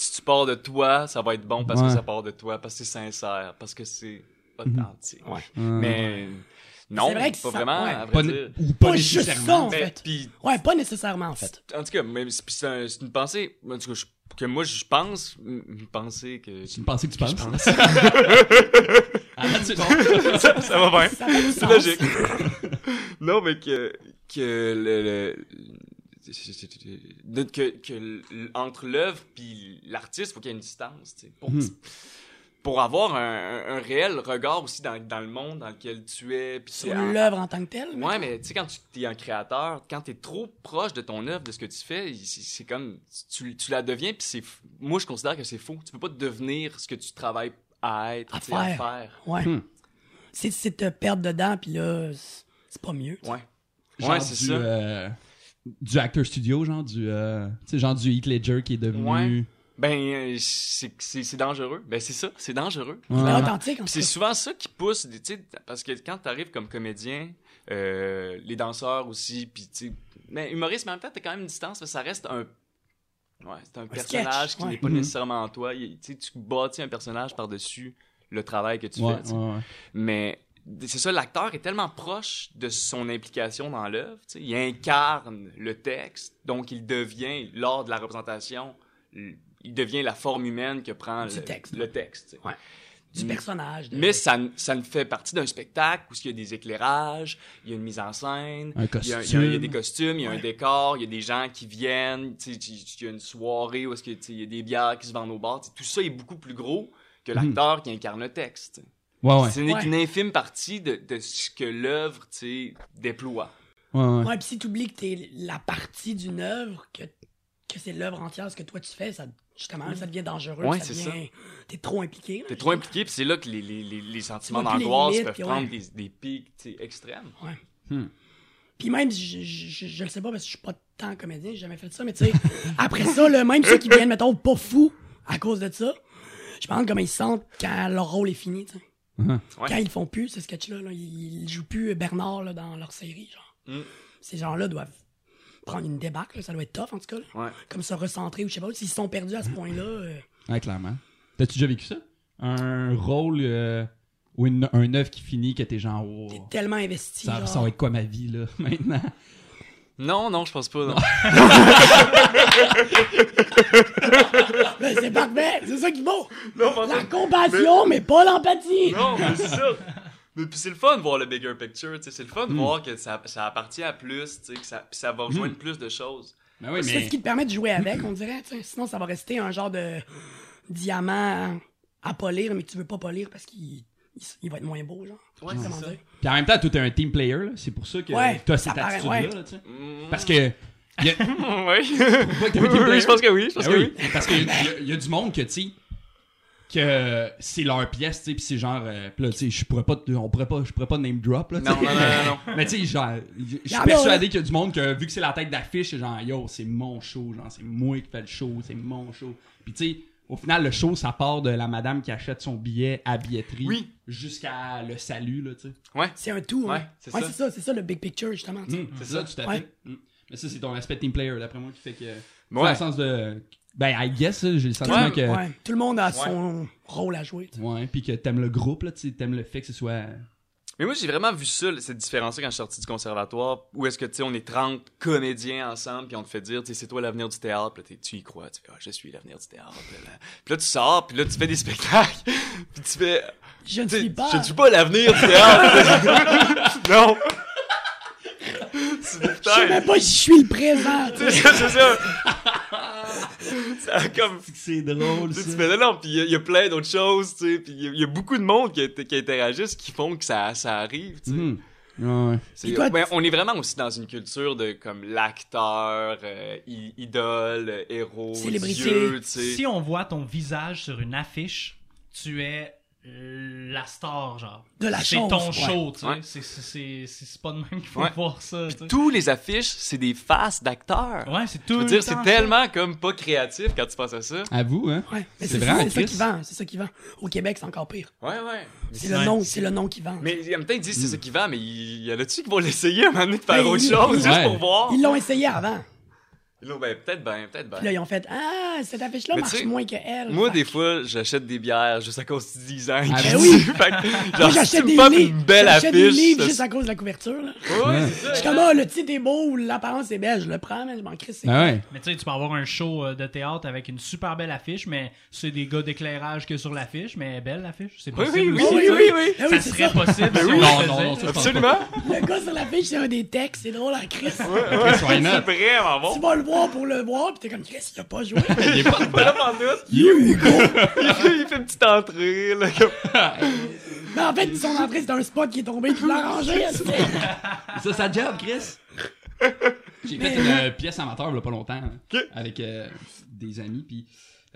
[SPEAKER 3] Si tu pars de toi, ça va être bon parce
[SPEAKER 5] Ouais.
[SPEAKER 3] que ça part de toi, parce que c'est sincère, parce que c'est authentique.
[SPEAKER 1] Mhm. Ouais.
[SPEAKER 5] Hum.
[SPEAKER 3] Mais non,
[SPEAKER 1] C'est vrai que ça-
[SPEAKER 3] pas vraiment,
[SPEAKER 1] ouais.
[SPEAKER 3] à vrai
[SPEAKER 5] Pas né-
[SPEAKER 3] dire.
[SPEAKER 5] ou
[SPEAKER 1] Pas juste ça, en
[SPEAKER 5] nécessairement.
[SPEAKER 3] Mais,
[SPEAKER 1] fait.
[SPEAKER 3] puis,
[SPEAKER 1] Ouais, pas nécessairement, en fait.
[SPEAKER 3] en tout cas, mais c'est- puis c'est un- c'est une pensée, en tout cas, je- que moi, je pense, une pensée que...
[SPEAKER 5] C'est une pensée que tu penses.
[SPEAKER 3] Ah,
[SPEAKER 5] Arrête, c'est bon.
[SPEAKER 3] ça, ça va bien.
[SPEAKER 1] Ça fait du
[SPEAKER 3] C'est
[SPEAKER 1] sens.
[SPEAKER 3] logique. non, mais que, que le, le- de- que, que l- entre l'œuvre puis l'artiste, faut qu'il y ait une distance, tu sais, pour,
[SPEAKER 5] Mhm.
[SPEAKER 3] pour avoir un, un- un réel regard aussi dans, dans le monde dans lequel tu es. Puis
[SPEAKER 1] Sur
[SPEAKER 3] c'est en-
[SPEAKER 1] l'œuvre en tant que telle.
[SPEAKER 3] Ouais, mais tu sais, quand tu es un créateur, quand tu es trop proche de ton œuvre, de ce que tu fais, il- c'est c'est comme, tu, tu la deviens, puis c'est, f- moi, je considère que c'est faux. Tu peux pas devenir ce que tu travailles à être,
[SPEAKER 1] À
[SPEAKER 3] tu sais, à
[SPEAKER 1] faire.
[SPEAKER 3] faire.
[SPEAKER 1] Ouais.
[SPEAKER 5] Hmm.
[SPEAKER 1] C'est c'est te perdre dedans, puis là, c'est- c'est pas mieux.
[SPEAKER 3] Ouais.
[SPEAKER 5] Genre
[SPEAKER 3] ouais, c'est
[SPEAKER 5] du,
[SPEAKER 3] ça.
[SPEAKER 5] euh, du Actor Studio, genre du. euh, tu sais, genre du Heath Ledger qui est devenu.
[SPEAKER 3] Ben, euh, c'est c'est- c'est dangereux. Ben, c'est ça, c'est dangereux.
[SPEAKER 5] Ouais.
[SPEAKER 1] Mais authentique, en
[SPEAKER 3] Puis
[SPEAKER 1] tout
[SPEAKER 3] c'est
[SPEAKER 1] cas.
[SPEAKER 3] souvent ça qui pousse, des- tu sais, parce que quand t'arrives comme comédien, euh, les danseurs aussi, puis tu sais, mais humoriste, mais en même temps, t'as quand même une distance, parce que ça reste un, ouais, c'est un, personnage
[SPEAKER 1] sketch,
[SPEAKER 3] qui
[SPEAKER 1] ouais.
[SPEAKER 3] n'est pas
[SPEAKER 5] Mhm.
[SPEAKER 3] nécessairement en toi. Il- Tu sais, tu bâtis un personnage par-dessus le travail que tu
[SPEAKER 5] Ouais,
[SPEAKER 3] fais. tu sais.
[SPEAKER 5] ouais, ouais.
[SPEAKER 3] Mais c'est ça, l'acteur est tellement proche de son implication dans l'œuvre. tu sais. Il incarne le texte, donc il devient, lors de la représentation, l- il devient la forme humaine que prend
[SPEAKER 1] Du
[SPEAKER 3] le
[SPEAKER 1] texte.
[SPEAKER 3] le texte, tu sais.
[SPEAKER 1] Ouais. Du personnage. de-
[SPEAKER 3] Mais ça, ne- ça ne fait partie d'un spectacle où il y a des éclairages, il y a une mise en scène,
[SPEAKER 5] Un
[SPEAKER 3] il y a- il y a- il y a des
[SPEAKER 5] costume.
[SPEAKER 3] costumes, il y a un
[SPEAKER 1] Ouais.
[SPEAKER 3] décor, il y a des gens qui viennent, tu sais, tu- il y a une soirée où est-ce que, tu sais, il y a des bières qui se vendent au bar. tu sais, Tout ça est beaucoup plus gros que l'acteur qui incarne le texte. tu sais.
[SPEAKER 5] Ouais, ouais.
[SPEAKER 3] Ce n'est
[SPEAKER 1] Ouais.
[SPEAKER 3] qu'une infime partie de, de ce que l'œuvre tu sais, déploie.
[SPEAKER 5] ouais, ouais.
[SPEAKER 1] Ouais, puis si t'oublies que t'es la partie d'une œuvre, que, que c'est l'œuvre entière, ce que toi tu fais, ça, Justement, ça devient dangereux.
[SPEAKER 3] Ouais,
[SPEAKER 1] ça
[SPEAKER 3] c'est
[SPEAKER 1] devient... T'es trop impliqué. là,
[SPEAKER 3] T'es trop impliqué, puis c'est là que les, les, les, les sentiments
[SPEAKER 1] Tu vois plus les
[SPEAKER 3] d'angoisse
[SPEAKER 1] limites,
[SPEAKER 3] peuvent
[SPEAKER 1] puis ouais.
[SPEAKER 3] prendre des, des pics tu sais, extrêmes.
[SPEAKER 1] Ouais.
[SPEAKER 2] Hmm.
[SPEAKER 1] Puis même, je, je, je- je le sais pas parce que je suis pas tant comédien, j'ai jamais fait ça, mais tu sais, après ça, là, même ceux qui viennent, mettons, pas fous à cause de ça, je me demande comment ils se sentent quand leur rôle est fini, tu sais.
[SPEAKER 2] Mhm.
[SPEAKER 3] Ouais.
[SPEAKER 1] Quand ils font plus ce sketch-là, là, ils, ils jouent plus Bernard là, dans leur série, genre.
[SPEAKER 3] Mm.
[SPEAKER 1] Ces gens-là doivent prendre une débarque, là, ça doit être tough en tout cas. là.
[SPEAKER 3] Ouais.
[SPEAKER 1] Comme se recentrer ou je sais pas, s'ils se sont perdus à ce point-là. euh,
[SPEAKER 2] Ouais, clairement. T'as-tu déjà vécu ça? Un rôle euh, ou une- un œuvre qui finit que t'es genre, oh,
[SPEAKER 1] T'es tellement investi.
[SPEAKER 2] ça,
[SPEAKER 1] genre.
[SPEAKER 2] ça va être quoi ma vie là maintenant?
[SPEAKER 3] Non, non, je pense pas. non.
[SPEAKER 1] Ben, c'est parfait, c'est ça qui est beau.
[SPEAKER 3] Non, pas
[SPEAKER 1] La compassion, mais pas l'empathie.
[SPEAKER 3] Non, mais c'est ça. Mais puis c'est le fun de voir le bigger picture, tu sais, c'est le fun de
[SPEAKER 2] Hmm.
[SPEAKER 3] voir que ça, ça appartient à plus, tu sais, que ça, puis ça va rejoindre plus de choses.
[SPEAKER 2] Ben oui,
[SPEAKER 1] C'est
[SPEAKER 2] mais.
[SPEAKER 1] ce qui te permet de jouer avec, on dirait. tu sais. Sinon, ça va rester un genre de diamant à polir, mais que tu veux pas polir parce qu'il il, il va être moins beau, genre.
[SPEAKER 3] Ouais,
[SPEAKER 1] Je sais
[SPEAKER 3] c'est
[SPEAKER 1] comment
[SPEAKER 3] ça.
[SPEAKER 1] dire.
[SPEAKER 2] Puis en même temps, toi, t'es un team player, là. c'est pour ça que
[SPEAKER 1] Ouais,
[SPEAKER 2] t'as
[SPEAKER 1] ça
[SPEAKER 2] cette
[SPEAKER 1] paraît,
[SPEAKER 2] attitude-là.
[SPEAKER 1] ouais.
[SPEAKER 2] là, tu sais.
[SPEAKER 3] Mm.
[SPEAKER 2] Parce que. y a-
[SPEAKER 3] oui.
[SPEAKER 2] t'es un
[SPEAKER 3] Oui,
[SPEAKER 2] team
[SPEAKER 3] oui,
[SPEAKER 2] player?
[SPEAKER 3] je pense que oui, je pense
[SPEAKER 2] Ah
[SPEAKER 3] que
[SPEAKER 2] oui,
[SPEAKER 3] oui.
[SPEAKER 2] parce qu'il y, a- y a du monde que, tu sais, que c'est leur pièce, tu sais, pis c'est genre, euh, pis là, tu sais, je pourrais pas, te- on pourrait pas, je pourrais pas name drop, là, tu sais.
[SPEAKER 3] Non, non, non, non,
[SPEAKER 2] Mais tu sais, genre, je je
[SPEAKER 1] Y en
[SPEAKER 2] suis
[SPEAKER 1] a,
[SPEAKER 2] persuadé qu'il y a du monde que, vu que c'est la tête d'affiche, c'est genre, yo, c'est mon show, genre, c'est moi qui fais le show, c'est mon show. Puis tu sais, au final, le show, ça part de la madame qui achète son billet à billetterie
[SPEAKER 3] Oui.
[SPEAKER 2] jusqu'à le salut, là, tu sais.
[SPEAKER 3] non. Ouais.
[SPEAKER 1] C'est un tout. hein.
[SPEAKER 3] Ouais, c'est ça.
[SPEAKER 1] c'est ça, c'est ça le big picture, justement. tu sais.
[SPEAKER 2] Mm, c'est ça, tout à fait.
[SPEAKER 1] Ouais.
[SPEAKER 2] Mm. Mais ça, c'est ton aspect team player, d'après moi, qui fait que.
[SPEAKER 3] Ouais.
[SPEAKER 2] Dans le sens de. Ben, I guess, là, j'ai le sentiment
[SPEAKER 3] Ouais,
[SPEAKER 2] que.
[SPEAKER 1] Ouais, Tout le monde a son rôle à jouer. tu sais.
[SPEAKER 2] Ouais, puis que t'aimes le groupe, là, tu sais, t'aimes le fait que ce soit.
[SPEAKER 3] Mais moi, j'ai vraiment vu ça, là, cette différence-là quand je suis sorti du conservatoire, où est-ce que, tu sais, on est 30 comédiens ensemble, puis on te fait dire, tu sais, c'est toi l'avenir du théâtre, puis là, t'es- tu y crois, tu fais, ah, je suis l'avenir du théâtre, là, là. Puis là, tu sors, puis là, tu fais des spectacles, puis tu fais,
[SPEAKER 1] Je ne
[SPEAKER 3] tu sais,
[SPEAKER 1] suis pas.
[SPEAKER 3] je ne suis pas l'avenir du théâtre. non. C'est
[SPEAKER 1] Je sais
[SPEAKER 3] putain.
[SPEAKER 1] même pas si je suis le présent. tu
[SPEAKER 3] C'est
[SPEAKER 1] sais.
[SPEAKER 3] ça, c'est ça. Ça a comme
[SPEAKER 2] C'est drôle,
[SPEAKER 3] tu sais, tu fais, non, non, puis il y a- il y, a plein d'autres choses, tu sais, puis il y a- il y, a beaucoup de monde qui, qui interagissent qui font que ça, ça arrive, tu sais.
[SPEAKER 4] Mm-hmm.
[SPEAKER 2] Ouais.
[SPEAKER 3] C'est-
[SPEAKER 1] Puis toi,
[SPEAKER 3] ben, on est vraiment aussi dans une culture de comme l'acteur, euh, i- idole, euh, héros,
[SPEAKER 1] Célébrité.
[SPEAKER 3] dieu, tu sais.
[SPEAKER 4] Si on voit ton visage sur une affiche, tu es euh, la star, genre.
[SPEAKER 1] De la
[SPEAKER 4] C'est
[SPEAKER 1] chose,
[SPEAKER 4] ton
[SPEAKER 1] ouais.
[SPEAKER 4] show, tu sais.
[SPEAKER 3] Ouais.
[SPEAKER 4] C'est- c'est- C'est c'est pas de même qu'il faut
[SPEAKER 3] Ouais.
[SPEAKER 4] voir ça, tu sais.
[SPEAKER 3] Tous les affiches, c'est des faces d'acteurs.
[SPEAKER 4] Ouais, c'est
[SPEAKER 3] Je
[SPEAKER 4] tout.
[SPEAKER 3] veux
[SPEAKER 4] le
[SPEAKER 3] dire,
[SPEAKER 4] temps ça.
[SPEAKER 3] c'est tellement comme pas créatif quand tu penses à ça.
[SPEAKER 2] À vous, hein.
[SPEAKER 1] Ouais, mais
[SPEAKER 2] C'est
[SPEAKER 1] c'est
[SPEAKER 2] vrai,
[SPEAKER 1] ça, c'est ça
[SPEAKER 2] Chris.
[SPEAKER 1] qui vend. C'est ça qui vend. Au Québec, c'est encore pire.
[SPEAKER 3] Ouais, ouais.
[SPEAKER 1] C'est le
[SPEAKER 4] Ouais.
[SPEAKER 1] nom, c'est le nom qui vend.
[SPEAKER 3] Mais en même temps, ils disent c'est ça
[SPEAKER 2] Hmm.
[SPEAKER 3] qui vend, mais il y en a-tu qui vont l'essayer à un moment donné de faire
[SPEAKER 1] Ben,
[SPEAKER 3] autre
[SPEAKER 1] ils-
[SPEAKER 3] chose juste
[SPEAKER 2] Ouais.
[SPEAKER 3] pour voir?
[SPEAKER 1] Ils l'ont essayé avant.
[SPEAKER 3] Ils l'ont- Ben, peut-être ben, peut-être ben.
[SPEAKER 1] Puis là, ils ont fait Ah, cette affiche-là
[SPEAKER 3] Mais tu
[SPEAKER 1] marche
[SPEAKER 3] sais,
[SPEAKER 1] moins que elle.
[SPEAKER 3] Moi,
[SPEAKER 1] Fait
[SPEAKER 3] des fois, j'achète des bières juste à cause du design.
[SPEAKER 2] Ah,
[SPEAKER 3] qui
[SPEAKER 2] ben
[SPEAKER 1] oui.
[SPEAKER 3] dit. fait que, genre,
[SPEAKER 1] Moi,
[SPEAKER 3] si tu
[SPEAKER 1] j'achète
[SPEAKER 3] me
[SPEAKER 1] des
[SPEAKER 3] pop
[SPEAKER 1] livres.
[SPEAKER 3] une belle
[SPEAKER 1] j'achète
[SPEAKER 3] affiche.
[SPEAKER 1] des livres
[SPEAKER 3] ça-
[SPEAKER 1] juste à cause de la couverture. Là.
[SPEAKER 3] Ouais, ouais, c'est
[SPEAKER 1] Je suis
[SPEAKER 3] ça.
[SPEAKER 1] comme, ah, le titre est beau ou l'apparence est belle, je le prends, mais je m'en crisse. c'est-
[SPEAKER 2] Ah ouais.
[SPEAKER 4] Mais tu sais, tu peux avoir un show euh, de théâtre avec une super belle affiche, mais c'est des gars d'éclairage que sur l'affiche, mais belle l'affiche, c'est
[SPEAKER 3] Oui,
[SPEAKER 4] possible.
[SPEAKER 3] oui, oui,
[SPEAKER 4] aussi,
[SPEAKER 3] oui,
[SPEAKER 4] tu sais.
[SPEAKER 3] oui, oui. Ben
[SPEAKER 1] Ah
[SPEAKER 4] Ça
[SPEAKER 1] c'est
[SPEAKER 4] serait possible. si
[SPEAKER 2] oui.
[SPEAKER 4] on
[SPEAKER 2] Non,
[SPEAKER 4] le
[SPEAKER 2] non, non,
[SPEAKER 4] faisait.
[SPEAKER 2] ça,
[SPEAKER 3] Absolument.
[SPEAKER 1] Le gars sur l'affiche, c'est un des textes, c'est drôle à Chris.
[SPEAKER 2] Chris, why
[SPEAKER 3] C'est
[SPEAKER 2] not?
[SPEAKER 3] vraiment
[SPEAKER 1] Tu
[SPEAKER 3] bon.
[SPEAKER 1] vas le voir pour le voir, pis t'es comme, Chris, il a pas joué.
[SPEAKER 2] Il est pas
[SPEAKER 3] Pas
[SPEAKER 2] dedans.
[SPEAKER 3] là, en doute.
[SPEAKER 1] You, Hugo.
[SPEAKER 3] Il fait- il fait une petite entrée, là, comme-
[SPEAKER 1] Mais en fait, son entrée, c'est un spot qui est tombé, pis il l'a rangé. est-ce que-
[SPEAKER 2] Ça, sa job, Chris. J'ai fait une euh, pièce amateur, il pas longtemps, hein,
[SPEAKER 3] Ok.
[SPEAKER 2] avec euh, des amis. Puis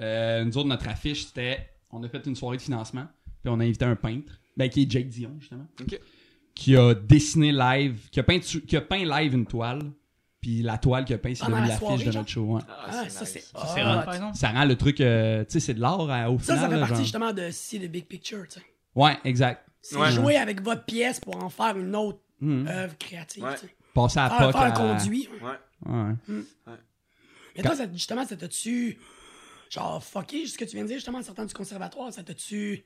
[SPEAKER 2] euh, nous autres, notre affiche, c'était. On a fait une soirée de financement, puis on a invité un peintre, ben, qui est Jake Dion, justement.
[SPEAKER 3] Ok.
[SPEAKER 2] Qui a dessiné live, qui a peint, su- qui a peint live une toile, puis la toile qu'il a peint, c'est
[SPEAKER 1] Pendant
[SPEAKER 2] devenu
[SPEAKER 1] Ah, la
[SPEAKER 2] l'affiche
[SPEAKER 1] soirée,
[SPEAKER 2] de
[SPEAKER 1] genre?
[SPEAKER 2] notre show. ouais.
[SPEAKER 1] Ah, ça, c'est.
[SPEAKER 4] Ça, c'est
[SPEAKER 1] hot.
[SPEAKER 4] hot, par exemple.
[SPEAKER 2] Ça rend le truc. euh, tu sais, c'est de l'art
[SPEAKER 5] hein,
[SPEAKER 2] euh, au
[SPEAKER 1] Ça,
[SPEAKER 2] final.
[SPEAKER 1] ça fait
[SPEAKER 2] là,
[SPEAKER 1] partie
[SPEAKER 2] genre.
[SPEAKER 1] justement de si de Big Picture, tu sais.
[SPEAKER 2] Ouais, exact.
[SPEAKER 1] C'est
[SPEAKER 3] Ouais.
[SPEAKER 1] jouer avec votre pièce pour en faire une autre
[SPEAKER 3] Hmm.
[SPEAKER 2] Mhm.
[SPEAKER 1] œuvre créative,
[SPEAKER 3] Ouais.
[SPEAKER 1] tu sais.
[SPEAKER 2] Passer à
[SPEAKER 1] Faire,
[SPEAKER 2] POC.
[SPEAKER 1] faire un
[SPEAKER 2] à-
[SPEAKER 1] conduit. hein.
[SPEAKER 3] Ouais.
[SPEAKER 2] Ouais.
[SPEAKER 1] Mais toi, ça, justement, ça t'a-tu. Genre, fucké, ce que tu viens de dire, justement, en sortant du conservatoire, ça t'a-tu.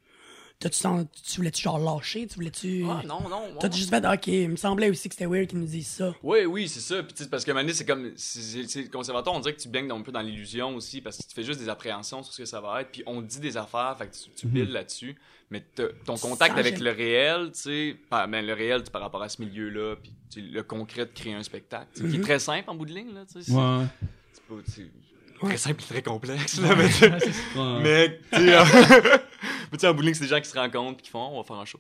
[SPEAKER 1] T'as-tu sent- Tu voulais-tu, genre, lâcher Tu voulais-tu.
[SPEAKER 3] Ah, non, non.
[SPEAKER 1] T'as
[SPEAKER 3] non.
[SPEAKER 1] juste fait, ok, il me semblait aussi que c'était weird qu'ils nous disent ça.
[SPEAKER 3] Oui, oui, c'est ça. Puis, tu sais, parce que Mané, c'est comme. c'est- C'est c'est le conservatoire, on dirait que tu baignes un peu dans l'illusion aussi, parce que tu fais juste des appréhensions sur ce que ça va être. Puis, on dit des affaires, fait que tu,
[SPEAKER 2] Mhm.
[SPEAKER 3] tu builds là-dessus. Mais t'as- ton contact
[SPEAKER 1] Ça,
[SPEAKER 3] avec
[SPEAKER 1] j'aime.
[SPEAKER 3] le réel, tu sais, par- ben, le réel tu- par rapport à ce milieu-là, puis tu sais, le concret de créer un spectacle, tu sais, qui est très simple en bout de ligne, là, tu sais. c'est-
[SPEAKER 2] Mhm. Ouais, ouais.
[SPEAKER 3] c'est pas- c'est
[SPEAKER 1] Ouais.
[SPEAKER 3] Très simple et très complexe, là, mais tu-
[SPEAKER 2] Ouais.
[SPEAKER 3] Mais, tu sais, en- mais tu sais, en bout de ligne, c'est des gens qui se rencontrent, puis qui font, on va faire un show.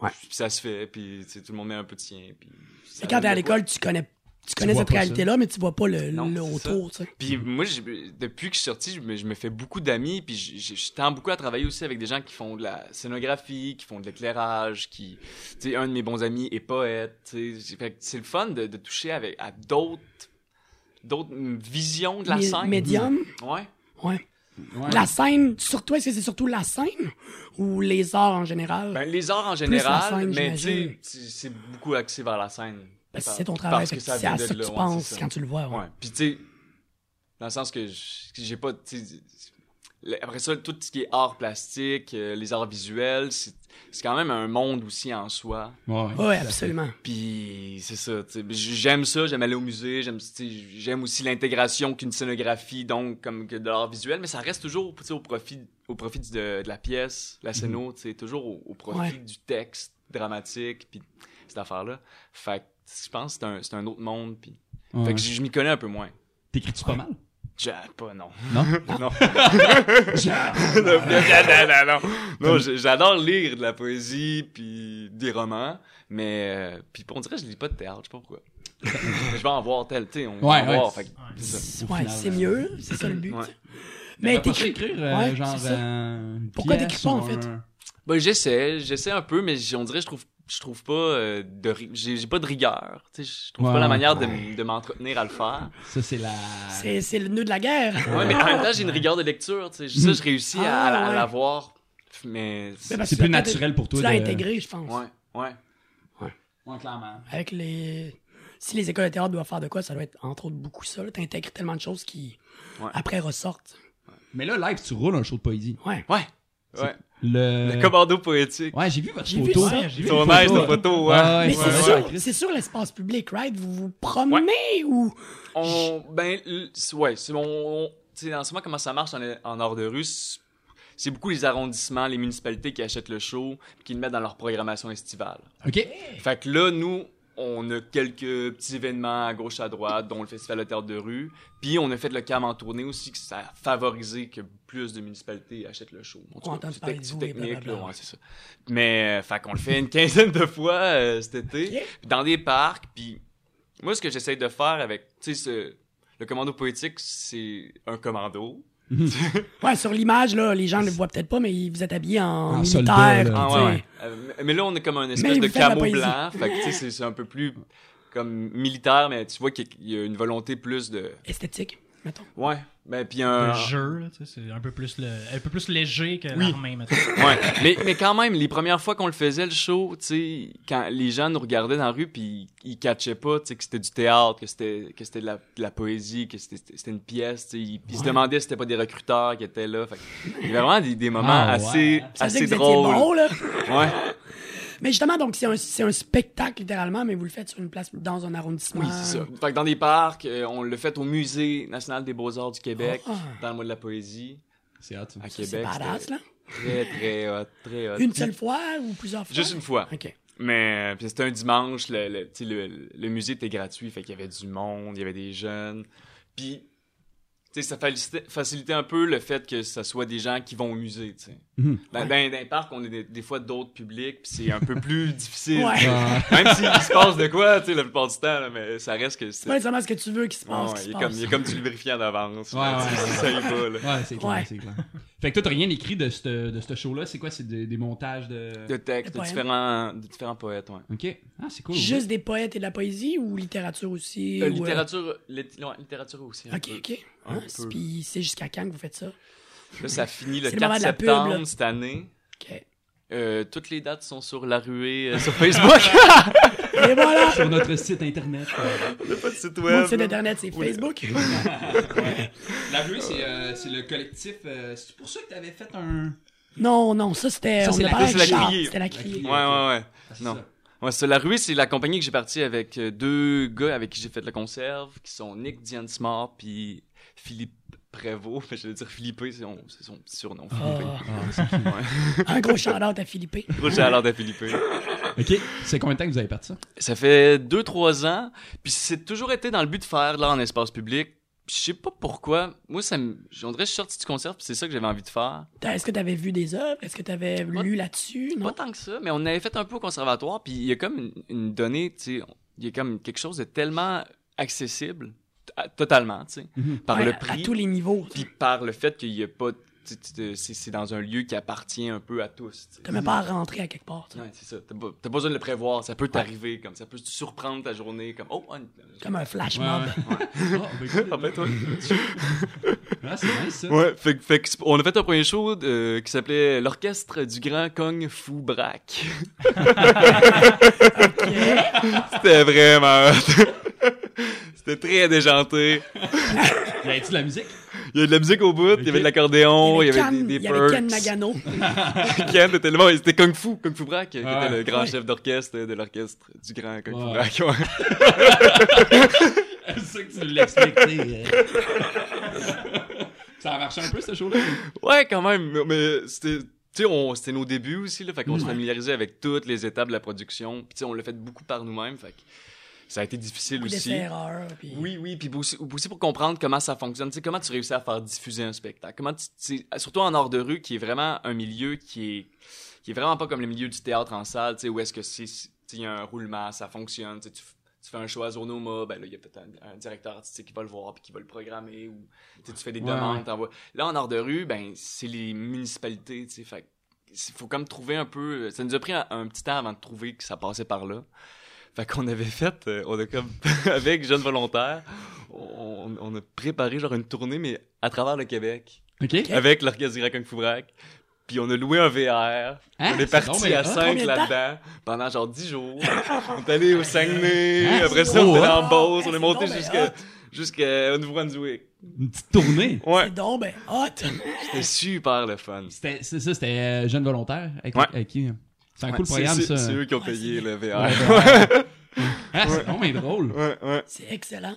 [SPEAKER 1] Ouais.
[SPEAKER 3] Puis ça se fait, puis tu sais, tout le monde met un peu de sien. Puis ça
[SPEAKER 1] C'est quand t'es
[SPEAKER 3] donne
[SPEAKER 1] à
[SPEAKER 3] de quoi.
[SPEAKER 1] l'école, tu connais Tu connais
[SPEAKER 5] vois
[SPEAKER 1] cette
[SPEAKER 5] pas ça.
[SPEAKER 1] réalité-là, mais tu vois pas le,
[SPEAKER 3] Non,
[SPEAKER 1] le
[SPEAKER 3] c'est ça.
[SPEAKER 1] autour, tu sais.
[SPEAKER 3] Puis moi, j'ai- depuis que je suis sorti, je me, je me fais beaucoup d'amis, puis je, je- je tends beaucoup à travailler aussi avec des gens qui font de la scénographie, qui font de l'éclairage, qui... Tu sais, un de mes bons amis est poète, tu sais. Fait que c'est le fun de, de toucher avec, à d'autres d'autres mm, visions de la
[SPEAKER 1] Mé-
[SPEAKER 3] scène.
[SPEAKER 1] Médium,
[SPEAKER 3] Ouais.
[SPEAKER 1] ouais.
[SPEAKER 5] Ouais.
[SPEAKER 1] La scène, surtout, est-ce que c'est surtout la scène ou les arts en général?
[SPEAKER 3] Ben, les arts en
[SPEAKER 1] la
[SPEAKER 3] général,
[SPEAKER 1] scène,
[SPEAKER 3] mais tu
[SPEAKER 1] j'imagine.
[SPEAKER 3] sais, c'est c'est beaucoup axé vers la scène.
[SPEAKER 1] Parce que
[SPEAKER 3] Par-
[SPEAKER 1] Ben, c'est ton
[SPEAKER 3] parce
[SPEAKER 1] travail,
[SPEAKER 3] que
[SPEAKER 1] fait que
[SPEAKER 3] ça
[SPEAKER 1] c'est à
[SPEAKER 3] vient de
[SPEAKER 1] ça que
[SPEAKER 3] là,
[SPEAKER 1] tu
[SPEAKER 3] ouais,
[SPEAKER 1] penses
[SPEAKER 3] c'est ça.
[SPEAKER 1] quand tu le vois. ouais.
[SPEAKER 3] Ouais. Puis tu sais, dans le sens que j- que j'ai pas, tu sais, le- après ça, tout ce qui est art plastique, euh, les arts visuels, c'est c'est quand même un monde aussi en soi.
[SPEAKER 5] Ouais,
[SPEAKER 1] Ouais, absolument.
[SPEAKER 3] Puis c'est ça, tu sais, j- j'aime ça, j'aime aller au musée, j'aime tu sais, j'aime aussi l'intégration qu'une scénographie, donc comme que de l'art visuel, mais ça reste toujours tu sais, au profit, au profit de, de la pièce, la scéno, tu sais, toujours au, au profit
[SPEAKER 1] Mhm. Ouais.
[SPEAKER 3] du texte dramatique, puis cette affaire-là. Fait que je pense que c'est un, c'est un autre monde, puis...
[SPEAKER 5] Ouais.
[SPEAKER 3] Fait que j- je m'y connais un peu moins.
[SPEAKER 5] T'écris-tu pas mal?
[SPEAKER 3] J'ai pas, non.
[SPEAKER 5] Non?
[SPEAKER 3] Non. non, non, non, non. Non, j- j'adore lire de la poésie puis des romans, mais euh, puis on dirait que je lis pas de théâtre, je sais pas pourquoi. je vais en voir tel, tu sais, on va
[SPEAKER 5] Ouais,
[SPEAKER 3] en
[SPEAKER 5] ouais.
[SPEAKER 3] voir. Fait que
[SPEAKER 4] Ouais.
[SPEAKER 3] c'est ça.
[SPEAKER 1] C'est-
[SPEAKER 5] Au
[SPEAKER 1] Ouais,
[SPEAKER 5] final,
[SPEAKER 1] c'est
[SPEAKER 5] euh,
[SPEAKER 1] mieux, c'est ça le but.
[SPEAKER 3] Ouais.
[SPEAKER 1] tu sais. Mais
[SPEAKER 5] T'as pas
[SPEAKER 1] t'écris.
[SPEAKER 5] écrire, euh,
[SPEAKER 1] Ouais,
[SPEAKER 5] genre.
[SPEAKER 1] c'est ça.
[SPEAKER 5] euh, une
[SPEAKER 1] Pourquoi
[SPEAKER 5] pièce
[SPEAKER 1] t'écris pas,
[SPEAKER 5] ou
[SPEAKER 1] en fait?
[SPEAKER 5] un-
[SPEAKER 3] Ben, j'essaie, j'essaie un peu, mais j- on dirait que je trouve je trouve pas euh, de ri- j'ai j'ai pas de rigueur, tu sais, je trouve
[SPEAKER 5] Ouais,
[SPEAKER 3] pas la
[SPEAKER 5] ouais.
[SPEAKER 3] manière de, m- de m'entretenir à le faire.
[SPEAKER 5] Ça, c'est la.
[SPEAKER 1] C'est c'est le nœud de la guerre.
[SPEAKER 3] Ouais, mais en même temps, j'ai une rigueur de lecture, tu sais, ça je réussis à,
[SPEAKER 1] Ah,
[SPEAKER 3] à
[SPEAKER 1] ouais.
[SPEAKER 3] l'avoir,
[SPEAKER 1] Mais
[SPEAKER 3] mais
[SPEAKER 1] parce
[SPEAKER 5] C'est
[SPEAKER 1] que tu
[SPEAKER 5] plus
[SPEAKER 1] l'as-
[SPEAKER 5] naturel pour toi.
[SPEAKER 1] Tu l'as
[SPEAKER 5] de-
[SPEAKER 1] intégré, je pense.
[SPEAKER 3] ouais, Ben, ouais.
[SPEAKER 5] Ouais, clairement.
[SPEAKER 1] Avec les. Si les écoles de théâtre doivent faire de quoi, ça doit être entre autres beaucoup ça. là. T'intègres tellement de choses qui
[SPEAKER 3] Ouais.
[SPEAKER 1] après ressortent.
[SPEAKER 5] Mais là, live, tu roules un show de poésie.
[SPEAKER 1] Ouais.
[SPEAKER 3] Ouais. Ouais.
[SPEAKER 5] Le.
[SPEAKER 3] Le commando poétique.
[SPEAKER 5] Ouais, j'ai vu votre
[SPEAKER 1] J'ai
[SPEAKER 5] photo.
[SPEAKER 1] vu ça,
[SPEAKER 5] Ouais,
[SPEAKER 4] j'ai
[SPEAKER 5] j'ai
[SPEAKER 4] vu
[SPEAKER 5] vu
[SPEAKER 3] Ton
[SPEAKER 5] les
[SPEAKER 3] aise,
[SPEAKER 5] photos.
[SPEAKER 3] tes photos, ouais.
[SPEAKER 5] Ah Ouais,
[SPEAKER 1] Mais
[SPEAKER 5] ouais,
[SPEAKER 1] c'est
[SPEAKER 5] ouais.
[SPEAKER 1] sûr,
[SPEAKER 3] Chris.
[SPEAKER 1] c'est sur l'espace public, right? Vous vous promenez ou.
[SPEAKER 3] On, ben, l- c'est- ouais, c'est mon, on- tu sais, en ce moment, comment ça marche en, en hors de rue, c'est- c'est beaucoup les arrondissements, les municipalités qui achètent le show, puis qui le mettent dans leur programmation estivale.
[SPEAKER 5] Ok.
[SPEAKER 3] Fait que là, nous, on a quelques petits événements à gauche, à droite, dont le Festival de Théâtre de Rue, puis on a fait le CAM en tournée aussi, que ça a favorisé que plus de municipalités achètent le show. En tout
[SPEAKER 1] On
[SPEAKER 3] cas,
[SPEAKER 1] entend
[SPEAKER 3] c'est
[SPEAKER 1] parler
[SPEAKER 3] tec-
[SPEAKER 1] de
[SPEAKER 3] c'est
[SPEAKER 1] vous et
[SPEAKER 3] technique,
[SPEAKER 1] blablabla.
[SPEAKER 3] là, ouais, c'est ça. Mais, euh, fait qu'on le fait une quinzaine de fois euh, cet été
[SPEAKER 1] Ok.
[SPEAKER 3] dans des parcs. Puis moi, ce que j'essaie de faire avec, tu sais, ce- le commando poétique, c'est un commando.
[SPEAKER 1] Ouais, sur l'image, là, les gens ne le voient peut-être pas, mais ils- vous êtes habillés en,
[SPEAKER 5] En
[SPEAKER 1] militaire.
[SPEAKER 5] soldat, là.
[SPEAKER 1] tu
[SPEAKER 3] Ah,
[SPEAKER 1] sais.
[SPEAKER 3] ouais, ouais. Euh, mais là, on est comme un
[SPEAKER 1] Mais
[SPEAKER 3] espèce de
[SPEAKER 1] vous faites la
[SPEAKER 3] camo
[SPEAKER 1] poésie.
[SPEAKER 3] blanc. Fait que, tu sais, c'est- c'est un peu plus comme militaire, mais tu vois qu'il y a- il y a une volonté plus de.
[SPEAKER 1] Esthétique, mettons.
[SPEAKER 3] Ouais. Ben, puis
[SPEAKER 4] Le
[SPEAKER 3] un.
[SPEAKER 4] jeu, là, tu sais, c'est un peu plus le, un peu plus léger que
[SPEAKER 3] Oui.
[SPEAKER 4] l'armée, mettons.
[SPEAKER 3] Ouais. Mais, mais quand même, les premières fois qu'on le faisait, le show, tu sais, quand les gens nous regardaient dans la rue, puis ils, ils catchaient pas, tu sais, que c'était du théâtre, que c'était, que c'était de la, de la poésie, que c'était, c'était une pièce, tu sais. Ils, ils se demandaient si c'était pas des recruteurs qui étaient là. Fait que il y avait vraiment des, des moments
[SPEAKER 5] Ah, ouais.
[SPEAKER 3] assez,
[SPEAKER 1] Ça veut
[SPEAKER 3] assez
[SPEAKER 1] dire que vous étiez
[SPEAKER 3] drôles.
[SPEAKER 1] bons, là.
[SPEAKER 3] Ouais.
[SPEAKER 1] Mais justement, donc, c'est un, c'est un spectacle, littéralement, mais vous le faites sur une place, dans un arrondissement. Ah,
[SPEAKER 3] Oui, c'est ça. Fait que dans des parcs, euh, on le fait au Musée national des beaux-arts du Québec,
[SPEAKER 1] Ah.
[SPEAKER 3] dans le mois de la poésie,
[SPEAKER 5] C'est hot. ça.
[SPEAKER 3] à
[SPEAKER 1] Ça, C'est
[SPEAKER 3] Québec.
[SPEAKER 1] badass,
[SPEAKER 3] c'était
[SPEAKER 1] là.
[SPEAKER 3] Très, très hot, très hot.
[SPEAKER 1] Une seule fois ou plusieurs fois?
[SPEAKER 3] Juste une fois.
[SPEAKER 1] OK.
[SPEAKER 3] Mais euh, puis c'était un dimanche, le, le, tu sais, le- le musée était gratuit, fait qu'il y avait du monde, il y avait des jeunes. Puis, tu sais, ça facilitait, facilitait un peu le fait que ça soit des gens qui vont au musée, tu sais.
[SPEAKER 5] Mhm.
[SPEAKER 3] Dans, dans- dans les parcs, on a des, des fois d'autres publics, puis c'est un peu plus difficile.
[SPEAKER 1] Ouais.
[SPEAKER 5] Ah,
[SPEAKER 3] Même s'il se passe de quoi, tu sais, la plupart du temps, là, mais ça reste que
[SPEAKER 1] C'est
[SPEAKER 3] c'est...
[SPEAKER 1] pas nécessairement ce que tu veux qui se
[SPEAKER 3] Ouais,
[SPEAKER 1] passe.
[SPEAKER 3] ouais,
[SPEAKER 1] qui
[SPEAKER 3] il,
[SPEAKER 1] se
[SPEAKER 3] est comme,
[SPEAKER 1] passe.
[SPEAKER 3] il est comme du lubrifiant d'avance.
[SPEAKER 5] Ouais,
[SPEAKER 3] là,
[SPEAKER 5] ouais,
[SPEAKER 3] tu sais,
[SPEAKER 5] ouais.
[SPEAKER 3] ça y va, là.
[SPEAKER 5] Ouais, c'est clair,
[SPEAKER 1] Ouais.
[SPEAKER 5] c'est clair. Fait que toi, t'as rien écrit de ce de ce show-là. C'est quoi C'est des, des montages de.
[SPEAKER 3] De textes,
[SPEAKER 1] Le
[SPEAKER 3] de
[SPEAKER 1] poème.
[SPEAKER 3] différents, de différents poètes, ouais.
[SPEAKER 5] Ok. Ah, c'est cool.
[SPEAKER 1] Juste des poètes et de la poésie ou littérature aussi?
[SPEAKER 3] Euh,
[SPEAKER 1] ou, euh,
[SPEAKER 3] littérature, lit- ouais, littérature aussi. un
[SPEAKER 1] OK,
[SPEAKER 3] peu.
[SPEAKER 1] OK.
[SPEAKER 3] Un
[SPEAKER 1] Ah, c'est-
[SPEAKER 3] peu.
[SPEAKER 1] Puis c'est jusqu'à quand que vous faites ça?
[SPEAKER 3] Là, ça finit le
[SPEAKER 1] C'est le moment
[SPEAKER 3] 4
[SPEAKER 1] de la pub, là.
[SPEAKER 3] septembre cette année.
[SPEAKER 1] OK.
[SPEAKER 3] Euh, toutes les dates sont sur la ruée euh, sur Facebook.
[SPEAKER 1] Et voilà!
[SPEAKER 5] Sur notre site internet.
[SPEAKER 3] On n'a pas de site
[SPEAKER 1] Mon
[SPEAKER 3] web.
[SPEAKER 1] site
[SPEAKER 3] là.
[SPEAKER 1] internet, c'est
[SPEAKER 3] Oui.
[SPEAKER 1] Facebook.
[SPEAKER 5] La rue, c'est le collectif. euh, c'est pour ça que t'avais fait un.
[SPEAKER 1] Non, non, ça c'était.
[SPEAKER 5] Ça,
[SPEAKER 1] on
[SPEAKER 5] c'est
[SPEAKER 1] est
[SPEAKER 5] la-
[SPEAKER 1] parlé
[SPEAKER 3] ça,
[SPEAKER 1] avec
[SPEAKER 3] c'est la
[SPEAKER 1] Charles,
[SPEAKER 3] criée.
[SPEAKER 1] C'était la
[SPEAKER 5] La
[SPEAKER 1] criée.
[SPEAKER 5] criée.
[SPEAKER 3] Ouais, ouais, ouais. Non.
[SPEAKER 5] Ah, Ça.
[SPEAKER 3] Ouais, c'est la ruée, c'est la compagnie que j'ai partie avec euh, deux gars avec qui j'ai fait la conserve, qui sont Nick Diane Smart puis Philippe Prévost. Je vais dire Philippe, c'est son, c'est son petit surnom. Philippe.
[SPEAKER 1] Ah,
[SPEAKER 5] Ah, c'est cool.
[SPEAKER 1] un gros shout-out à Philippe.
[SPEAKER 3] Gros shout-out à Philippe.
[SPEAKER 5] ok. C'est combien de temps que vous avez parti ça
[SPEAKER 3] Ça fait 2-3 ans, puis c'est toujours été dans le but de faire là en espace public. Puis Je sais pas pourquoi. Moi, ça me. On dirait que je suis sorti du concert, puis c'est ça que j'avais envie de faire.
[SPEAKER 1] T'as- Est-ce que t'avais vu des œuvres? Est-ce que t'avais
[SPEAKER 3] Pas-
[SPEAKER 1] lu là-dessus?
[SPEAKER 3] Pas
[SPEAKER 1] Non?
[SPEAKER 3] tant que ça, mais on avait fait un peu au conservatoire, puis il y a comme une, une donnée, tu sais, on- il y a comme quelque chose de tellement accessible t- à- totalement, tu sais,
[SPEAKER 5] Mhm.
[SPEAKER 3] par
[SPEAKER 1] Ouais,
[SPEAKER 3] le
[SPEAKER 1] à-
[SPEAKER 3] prix,
[SPEAKER 1] À tous les niveaux.
[SPEAKER 3] puis par le fait qu'il y a pas, tu- tu- tu- c'est c'est dans un lieu qui appartient un peu à tous. tu sais.
[SPEAKER 1] T'as même pas à rentrer à quelque part. tu sais.
[SPEAKER 3] Ouais, c'est ça. T'as pas, t'as pas besoin de le prévoir. Ça peut t'arriver, comme ça peut te surprendre ta journée, comme oh, ah, une-
[SPEAKER 1] Comme un flash
[SPEAKER 5] Ouais,
[SPEAKER 1] mob.
[SPEAKER 5] ouais. Ah, ben, cool.
[SPEAKER 3] Ah ben, toi.
[SPEAKER 5] Ah, c'est nice, ça.
[SPEAKER 3] Ouais, fait, que- fait que c'est- on a fait un premier show euh, qui s'appelait l'orchestre du grand Kong Fu Braque. C'était vraiment. C'était très déjanté.
[SPEAKER 5] Y avait-tu de la musique?
[SPEAKER 3] Il y avait de la musique au bout, il y avait de l'accordéon, Oh, il y avait,
[SPEAKER 1] Ken-
[SPEAKER 3] des,
[SPEAKER 1] il
[SPEAKER 3] des
[SPEAKER 1] y avait Ken
[SPEAKER 3] perks.
[SPEAKER 1] Nagano.
[SPEAKER 3] Ken était le bon, c'était Kung Fu, Kung Fu Braque, qui
[SPEAKER 5] Ouais.
[SPEAKER 3] était le grand
[SPEAKER 1] Ouais.
[SPEAKER 3] chef d'orchestre de l'orchestre du grand Kung
[SPEAKER 5] Ouais.
[SPEAKER 3] Fu Braque. ouais.
[SPEAKER 5] C'est ça que tu euh. l'expliquais. ça a marché un peu, ce show-là?
[SPEAKER 3] Ouais, quand même, mais- mais c'était. Tu sais, on- c'était nos débuts aussi, là, fait qu'on
[SPEAKER 5] Mm.
[SPEAKER 3] se familiarisait avec toutes les étapes de la production. Puis, tu sais, on l'a fait beaucoup par nous-mêmes, fait que ça a été difficile
[SPEAKER 1] Des
[SPEAKER 3] aussi.
[SPEAKER 1] erreurs. puis-
[SPEAKER 3] Oui, oui, puis aussi, aussi pour comprendre comment ça fonctionne, tu sais, comment tu réussis à faire diffuser un spectacle, comment tu, tu sais, surtout en art de rue, qui est vraiment un milieu qui est, qui est vraiment pas comme le milieu du théâtre en salle, tu sais, où est-ce que c'est, tu sais, il y a un roulement, ça fonctionne, tu sais, tu, f- tu fais un choix à Zonoma, ben là, il y a peut-être un, un directeur artistique qui va le voir, puis qui va le programmer, ou tu sais, tu fais des
[SPEAKER 5] Ouais, ouais.
[SPEAKER 3] demandes, t'envoies. Là, en art de rue, ben, c'est les municipalités, tu sais, fait que il faut comme trouver un peu. Ça nous a pris un, un petit temps avant de trouver que ça passait par là. Fait qu'on avait fait, euh, on a comme, avec Jeunes Volontaires, on, on a préparé genre une tournée, mais à travers le Québec,
[SPEAKER 5] OK.
[SPEAKER 3] avec l'Orchestre du Kung Fu Braque. Puis on a loué un VR.
[SPEAKER 5] Hein?
[SPEAKER 3] on
[SPEAKER 5] C'est
[SPEAKER 3] est parti
[SPEAKER 5] bon, mais
[SPEAKER 3] à
[SPEAKER 5] hot.
[SPEAKER 3] 5
[SPEAKER 1] Combien de
[SPEAKER 3] là-dedans pendant genre 10 jours. on est allé au Saguenay.
[SPEAKER 5] Hein,
[SPEAKER 3] après
[SPEAKER 5] c'est
[SPEAKER 3] ça,
[SPEAKER 5] trop
[SPEAKER 3] on est allé en
[SPEAKER 1] hot.
[SPEAKER 3] Beauce.
[SPEAKER 1] Hey,
[SPEAKER 3] On
[SPEAKER 1] c'est
[SPEAKER 3] est monté
[SPEAKER 1] donc bien
[SPEAKER 3] jusqu'à
[SPEAKER 1] hot.
[SPEAKER 3] jusqu'à Nouveau-Brunswick.
[SPEAKER 5] Une petite tournée.
[SPEAKER 1] C'est
[SPEAKER 3] Ouais,
[SPEAKER 1] donc ben hot.
[SPEAKER 3] c'était super le fun.
[SPEAKER 5] C'était, c'est ça, c'était euh, Jeunes Volontaires. Avec,
[SPEAKER 3] Ouais.
[SPEAKER 5] avec qui? C'est un
[SPEAKER 3] Ouais,
[SPEAKER 5] cool
[SPEAKER 3] c'est-
[SPEAKER 5] programme,
[SPEAKER 3] c'est-
[SPEAKER 5] ça.
[SPEAKER 3] C'est eux qui ont
[SPEAKER 1] Ouais,
[SPEAKER 3] payé
[SPEAKER 1] c'est-
[SPEAKER 3] le VR.
[SPEAKER 5] Ah, c'est bon, mais drôle.
[SPEAKER 3] Ouais, ouais.
[SPEAKER 1] C'est excellent.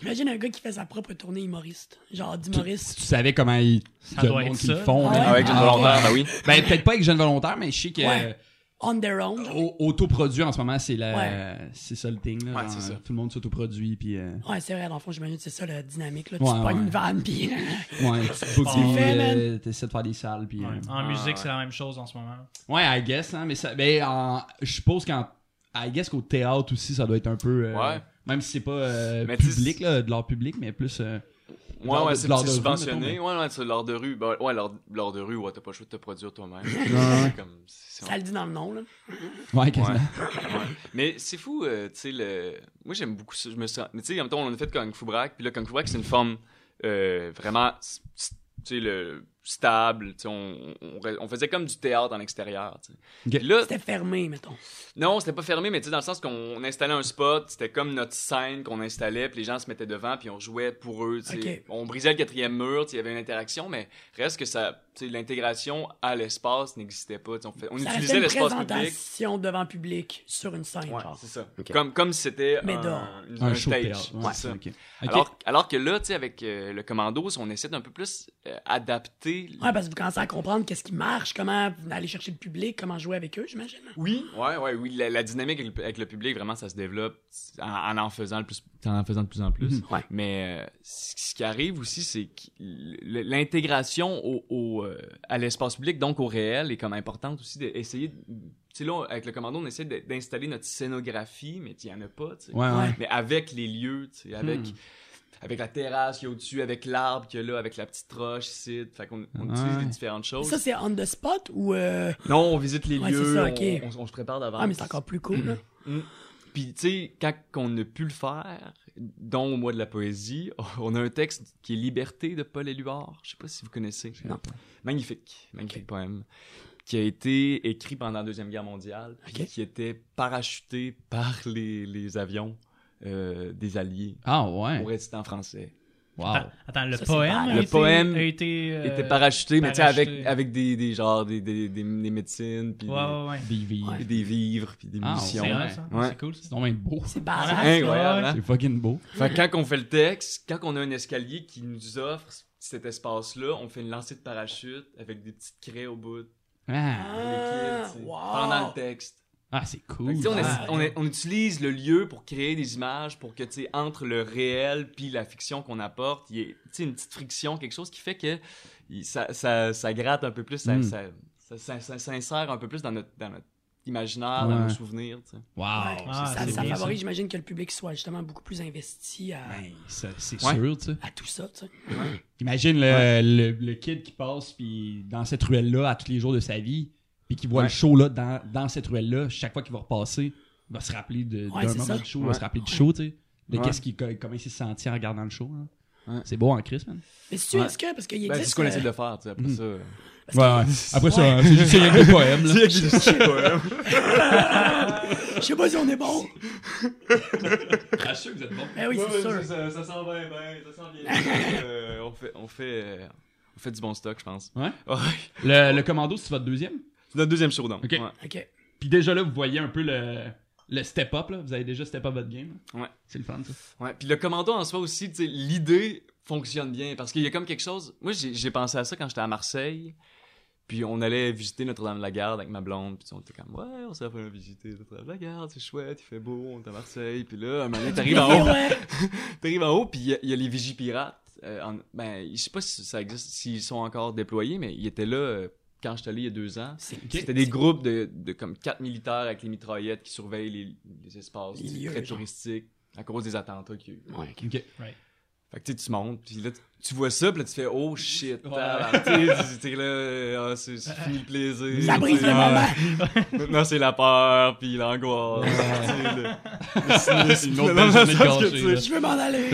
[SPEAKER 1] J'imagine un gars qui fait sa propre tournée humoriste. Genre d'humoriste.
[SPEAKER 5] Tu savais comment ils,
[SPEAKER 4] Ça
[SPEAKER 5] le
[SPEAKER 4] doit
[SPEAKER 5] monde
[SPEAKER 4] être
[SPEAKER 5] qu'ils
[SPEAKER 4] ça.
[SPEAKER 5] font.
[SPEAKER 1] Ah
[SPEAKER 5] mais-
[SPEAKER 1] ouais?
[SPEAKER 3] Avec Jeunes
[SPEAKER 1] Ah, ok.
[SPEAKER 3] Volontaires, ben oui.
[SPEAKER 5] Ben, peut-être pas avec Jeunes Volontaires, mais je sais que
[SPEAKER 1] Ouais.
[SPEAKER 5] euh,
[SPEAKER 1] On their own.
[SPEAKER 5] au- autoproduit en ce moment, c'est, la, c'est ça le thing. Là,
[SPEAKER 3] Ouais,
[SPEAKER 5] genre,
[SPEAKER 3] c'est ça.
[SPEAKER 5] Tout le monde s'autoproduit, puis... euh,
[SPEAKER 1] Ouais, c'est vrai, dans le fond, j'imagine que c'est ça la dynamique. Là.
[SPEAKER 5] Ouais,
[SPEAKER 1] tu te pognes
[SPEAKER 5] ouais.
[SPEAKER 1] une vanne, puis
[SPEAKER 5] Ouais, tu bookes
[SPEAKER 4] Tu
[SPEAKER 5] des-
[SPEAKER 1] fais,
[SPEAKER 5] euh, t'essaies de faire des salles, puis... euh,
[SPEAKER 4] Ouais. En
[SPEAKER 3] Ah,
[SPEAKER 4] musique,
[SPEAKER 3] ouais.
[SPEAKER 4] c'est la même chose en ce moment.
[SPEAKER 5] Ouais, I guess, hein, mais ça, ben, en- je suppose qu'en, I guess qu'au théâtre aussi, ça doit être un peu, euh,
[SPEAKER 3] Ouais.
[SPEAKER 5] même si c'est pas euh,
[SPEAKER 3] Mais
[SPEAKER 5] public,
[SPEAKER 3] tu-
[SPEAKER 5] là, de l'art public, mais plus, euh,
[SPEAKER 3] Ouais,
[SPEAKER 5] L'art
[SPEAKER 3] ouais,
[SPEAKER 5] de-
[SPEAKER 3] c'est
[SPEAKER 5] l'art
[SPEAKER 3] c'est
[SPEAKER 5] de rue,
[SPEAKER 3] subventionné.
[SPEAKER 5] mettons,
[SPEAKER 3] Ouais, ouais, c'est l'art de rue. Ben, ouais, l'art l'art de rue, ouais, t'as pas le choix de te produire toi-même.
[SPEAKER 5] Ouais.
[SPEAKER 3] C'est comme- c'est-
[SPEAKER 1] ça le dit dans le nom. Là.
[SPEAKER 5] ouais,
[SPEAKER 3] Ouais.
[SPEAKER 5] quasiment.
[SPEAKER 3] Ouais. Mais c'est fou, euh, tu sais, le... moi j'aime beaucoup ça. Je me sens... Mais tu sais, en même temps, on a fait Kung Fu Braque, puis là, Kung Fu Braque, c'est une forme euh, vraiment s- s- tu sais, le... stable. Tu sais, on... on- on faisait comme du théâtre en extérieur. tu sais.
[SPEAKER 5] Ok.
[SPEAKER 3] Puis là,
[SPEAKER 1] C'était fermé, mettons.
[SPEAKER 3] Non, c'était pas fermé, mais tu sais, dans le sens qu'on installait un spot, c'était comme notre scène qu'on installait, puis les gens se mettaient devant, puis on jouait pour eux, tu
[SPEAKER 1] Ok.
[SPEAKER 3] sais. On brisait le quatrième mur, tu sais, il y avait une interaction, mais reste que ça, tu sais, l'intégration à l'espace n'existait pas, tu sais, on, fait- on
[SPEAKER 1] Ça
[SPEAKER 3] utilisait
[SPEAKER 1] restait une
[SPEAKER 3] l'espace public.
[SPEAKER 1] présentation devant public sur une scène.
[SPEAKER 3] Ouais,
[SPEAKER 1] genre.
[SPEAKER 3] c'est ça.
[SPEAKER 5] Ok.
[SPEAKER 3] Comme, comme si c'était
[SPEAKER 1] Mais
[SPEAKER 3] un,
[SPEAKER 1] dehors.
[SPEAKER 3] une-
[SPEAKER 5] Un
[SPEAKER 3] un
[SPEAKER 5] show de
[SPEAKER 3] stage,
[SPEAKER 5] théâtre.
[SPEAKER 3] c'est
[SPEAKER 5] Ouais,
[SPEAKER 3] ça.
[SPEAKER 5] ok.
[SPEAKER 3] Alors, alors que là, tu sais, avec euh, le Commandos, on essaie d'un peu plus euh, adapter.
[SPEAKER 1] Ouais, parce que vous commencez à comprendre qu'est-ce qui marche, comment aller chercher le public, comment jouer avec eux, j'imagine.
[SPEAKER 3] Oui, ouais, ouais, oui, la, la dynamique avec le, avec le public, vraiment, ça se développe en, en en faisant le plus, en en faisant de plus en plus.
[SPEAKER 5] Mhm.
[SPEAKER 1] Ouais.
[SPEAKER 3] Mais euh, ce ce qui arrive aussi, c'est que l- l'intégration au, au, euh, à l'espace public, donc au réel, est comme importante aussi d'essayer. de- Tu sais, là, on- avec le commando, on essaie de- d'installer notre scénographie, mais il n'y en a pas, tu sais.
[SPEAKER 5] ouais, ouais.
[SPEAKER 1] Ouais.
[SPEAKER 3] Mais avec les lieux, tu sais, avec.
[SPEAKER 5] Hmm.
[SPEAKER 3] Avec la terrasse qui est au-dessus, avec l'arbre qu'il y a là, avec la petite roche ici. Fait qu'on on
[SPEAKER 5] Ouais.
[SPEAKER 3] utilise les différentes choses.
[SPEAKER 1] Ça, c'est on the spot ou. euh,
[SPEAKER 3] non, on visite les
[SPEAKER 1] Ouais, c'est
[SPEAKER 3] lieux,
[SPEAKER 1] ça,
[SPEAKER 3] on-
[SPEAKER 1] ok.
[SPEAKER 3] on, on se prépare d'avance.
[SPEAKER 1] Ah, mais c'est encore plus cool. là.
[SPEAKER 3] Puis, tu sais, quand on a pu le faire, dont au mois de la poésie, on a un texte qui est Liberté de Paul Éluard. Je sais pas si vous connaissez.
[SPEAKER 1] Non.
[SPEAKER 3] Magnifique, magnifique poème. Qui a été écrit pendant la Deuxième Guerre mondiale, puis
[SPEAKER 1] Ok.
[SPEAKER 3] qui était parachuté par les, les avions euh, des Alliés
[SPEAKER 5] Ah, ouais.
[SPEAKER 3] aux résistants français.
[SPEAKER 5] Wow.
[SPEAKER 4] Attends, attends, le
[SPEAKER 1] Ça, c'est
[SPEAKER 4] poème.
[SPEAKER 1] bad.
[SPEAKER 4] a
[SPEAKER 3] Le
[SPEAKER 4] été-
[SPEAKER 3] poème
[SPEAKER 4] a été.
[SPEAKER 3] Il était
[SPEAKER 4] euh,
[SPEAKER 3] parachuté, mais tu sais, avec,
[SPEAKER 4] parachuté.
[SPEAKER 3] avec des, des genres, des, des, des, des médecines, puis
[SPEAKER 4] Ouais, ouais, ouais.
[SPEAKER 5] BV.
[SPEAKER 1] Ouais.
[SPEAKER 3] des, des vivres, puis des
[SPEAKER 5] Ah,
[SPEAKER 3] munitions.
[SPEAKER 4] C'est
[SPEAKER 5] ouais.
[SPEAKER 4] vrai, ça.
[SPEAKER 3] Ouais.
[SPEAKER 4] C'est cool, ça. Ah,
[SPEAKER 5] C'est donc bien beau.
[SPEAKER 1] Ah, C'est badass.
[SPEAKER 4] Ouais.
[SPEAKER 3] Incroyable, hein?
[SPEAKER 5] C'est fucking beau.
[SPEAKER 3] Fait que quand on fait le texte, quand on a un escalier qui nous offre cet espace-là, on fait une lancée de parachute avec des petites craies au bout.
[SPEAKER 5] Ah,
[SPEAKER 3] pour les
[SPEAKER 1] Ah,
[SPEAKER 3] kids, euh, tu sais,
[SPEAKER 1] wow.
[SPEAKER 3] Pendant le texte.
[SPEAKER 5] Ah, c'est
[SPEAKER 3] Fait que,
[SPEAKER 5] cool.
[SPEAKER 3] tu sais, on,
[SPEAKER 1] ouais.
[SPEAKER 3] est- on est- on utilise le lieu pour créer des images, pour que, tu sais, entre le réel puis la fiction qu'on apporte, il y ait, tu sais, une petite friction, quelque chose qui fait que il- ça, ça, ça gratte un peu plus, ça,
[SPEAKER 5] Mm.
[SPEAKER 2] Hmm.
[SPEAKER 3] ça, ça- ça- ça s'insère un peu plus dans notre, dans notre imaginaire
[SPEAKER 2] Ouais.
[SPEAKER 3] dans nos souvenirs. tu sais.
[SPEAKER 2] Wow.
[SPEAKER 4] Ah,
[SPEAKER 1] ça
[SPEAKER 4] c'est
[SPEAKER 1] ça
[SPEAKER 4] bien,
[SPEAKER 1] favorise,
[SPEAKER 4] ça.
[SPEAKER 1] j'imagine, que le public soit justement beaucoup plus investi à,
[SPEAKER 2] Ben, ça- c'est
[SPEAKER 3] Ouais.
[SPEAKER 2] sûr, tu sais.
[SPEAKER 1] à tout ça. tu sais.
[SPEAKER 2] Imagine le,
[SPEAKER 3] Ouais.
[SPEAKER 2] le, le kid qui passe puis dans cette ruelle-là à tous les jours de sa vie, puis qui voit
[SPEAKER 3] Ouais.
[SPEAKER 2] le show là, dans, dans cette ruelle-là, chaque fois qu'il va repasser, il va se rappeler de,
[SPEAKER 1] Ouais,
[SPEAKER 2] d'un
[SPEAKER 1] c'est
[SPEAKER 2] moment
[SPEAKER 1] ça.
[SPEAKER 2] du show, il
[SPEAKER 3] Ouais.
[SPEAKER 2] va se rappeler du show, tu sais. De
[SPEAKER 3] Ouais.
[SPEAKER 2] qu'est-ce qu'il, comment il s'est senti en regardant le show. là.
[SPEAKER 3] Ouais.
[SPEAKER 2] C'est beau en Chris, man.
[SPEAKER 1] Mais si tu
[SPEAKER 3] Ouais.
[SPEAKER 1] est-ce que, parce qu'il
[SPEAKER 3] Ben, c'est
[SPEAKER 1] existe.
[SPEAKER 3] ce qu'on
[SPEAKER 1] euh,
[SPEAKER 3] essaie de faire, tu sais, après
[SPEAKER 2] Mhm.
[SPEAKER 3] ça. euh.
[SPEAKER 1] parce qu'il-
[SPEAKER 2] Après
[SPEAKER 1] ça,
[SPEAKER 2] hein, c'est juste avec des poèmes.
[SPEAKER 3] C'est juste-
[SPEAKER 2] euh,
[SPEAKER 1] Je sais pas si on est bon.
[SPEAKER 2] que vous êtes bon.
[SPEAKER 1] Ben oui, c'est
[SPEAKER 3] Ouais,
[SPEAKER 1] sûr.
[SPEAKER 3] ouais, Ça, ça sent bien, bien, ça sent bien. Euh, on fait, on fait, euh, on fait du bon stock, je pense.
[SPEAKER 2] Ouais?
[SPEAKER 3] Ouais.
[SPEAKER 2] Le, le commando, c'est votre deuxième.
[SPEAKER 3] C'est notre deuxième show, donc.
[SPEAKER 2] Ok.
[SPEAKER 3] Ouais.
[SPEAKER 1] Ok.
[SPEAKER 2] Puis déjà là, vous voyez un peu le, le step-up, là. Vous avez déjà step-up votre game. là.
[SPEAKER 3] Ouais.
[SPEAKER 2] C'est le fun, ça.
[SPEAKER 3] Ouais, puis le commando en soi aussi, tu sais, l'idée fonctionne bien parce qu'il y a comme quelque chose. Moi, j'ai j'ai pensé à ça quand j'étais à Marseille. Puis on allait visiter Notre-Dame-la-Garde avec ma blonde. Puis on était comme, ouais, on s'est fait visiter Notre-Dame-la-Garde, c'est chouette, il fait beau, on est à Marseille. Puis là, un moment donné, t'arrives en haut,
[SPEAKER 1] Ouais.
[SPEAKER 3] t'arrives en haut, puis il y a- il y, a les Vigipirates. euh, en- ben, je sais pas si ça existe, s'ils sont encore déployés, mais ils étaient là euh, quand j'étais allé il y a deux ans.
[SPEAKER 1] C'est
[SPEAKER 3] C'était des groupes de, de comme quatre militaires avec les mitraillettes qui surveillent les, les espaces
[SPEAKER 1] Les
[SPEAKER 3] tu sais,
[SPEAKER 1] lieux,
[SPEAKER 3] très
[SPEAKER 1] genre.
[SPEAKER 3] touristiques à cause des attentats qu'il y a eu.
[SPEAKER 1] Ouais, ok.
[SPEAKER 3] Fait que tu sais, tu montes, puis là, tu- tu vois ça, puis là, tu fais « Oh shit!
[SPEAKER 2] Ouais.
[SPEAKER 3] tabarnak, tu sais, T'es là, euh, ah, c'est c'est fini le plaisir.
[SPEAKER 1] Ça brise
[SPEAKER 3] tu
[SPEAKER 1] le
[SPEAKER 3] sais,
[SPEAKER 1] moment.
[SPEAKER 3] ah, Maintenant, c'est la peur, puis l'angoisse.
[SPEAKER 2] Ouais.
[SPEAKER 3] tu sais, le-
[SPEAKER 2] une autre belle
[SPEAKER 3] Non, non,
[SPEAKER 2] journée de
[SPEAKER 3] parce que,
[SPEAKER 2] gâchée,
[SPEAKER 3] tu
[SPEAKER 2] là.
[SPEAKER 3] sais,
[SPEAKER 1] Je veux m'en aller.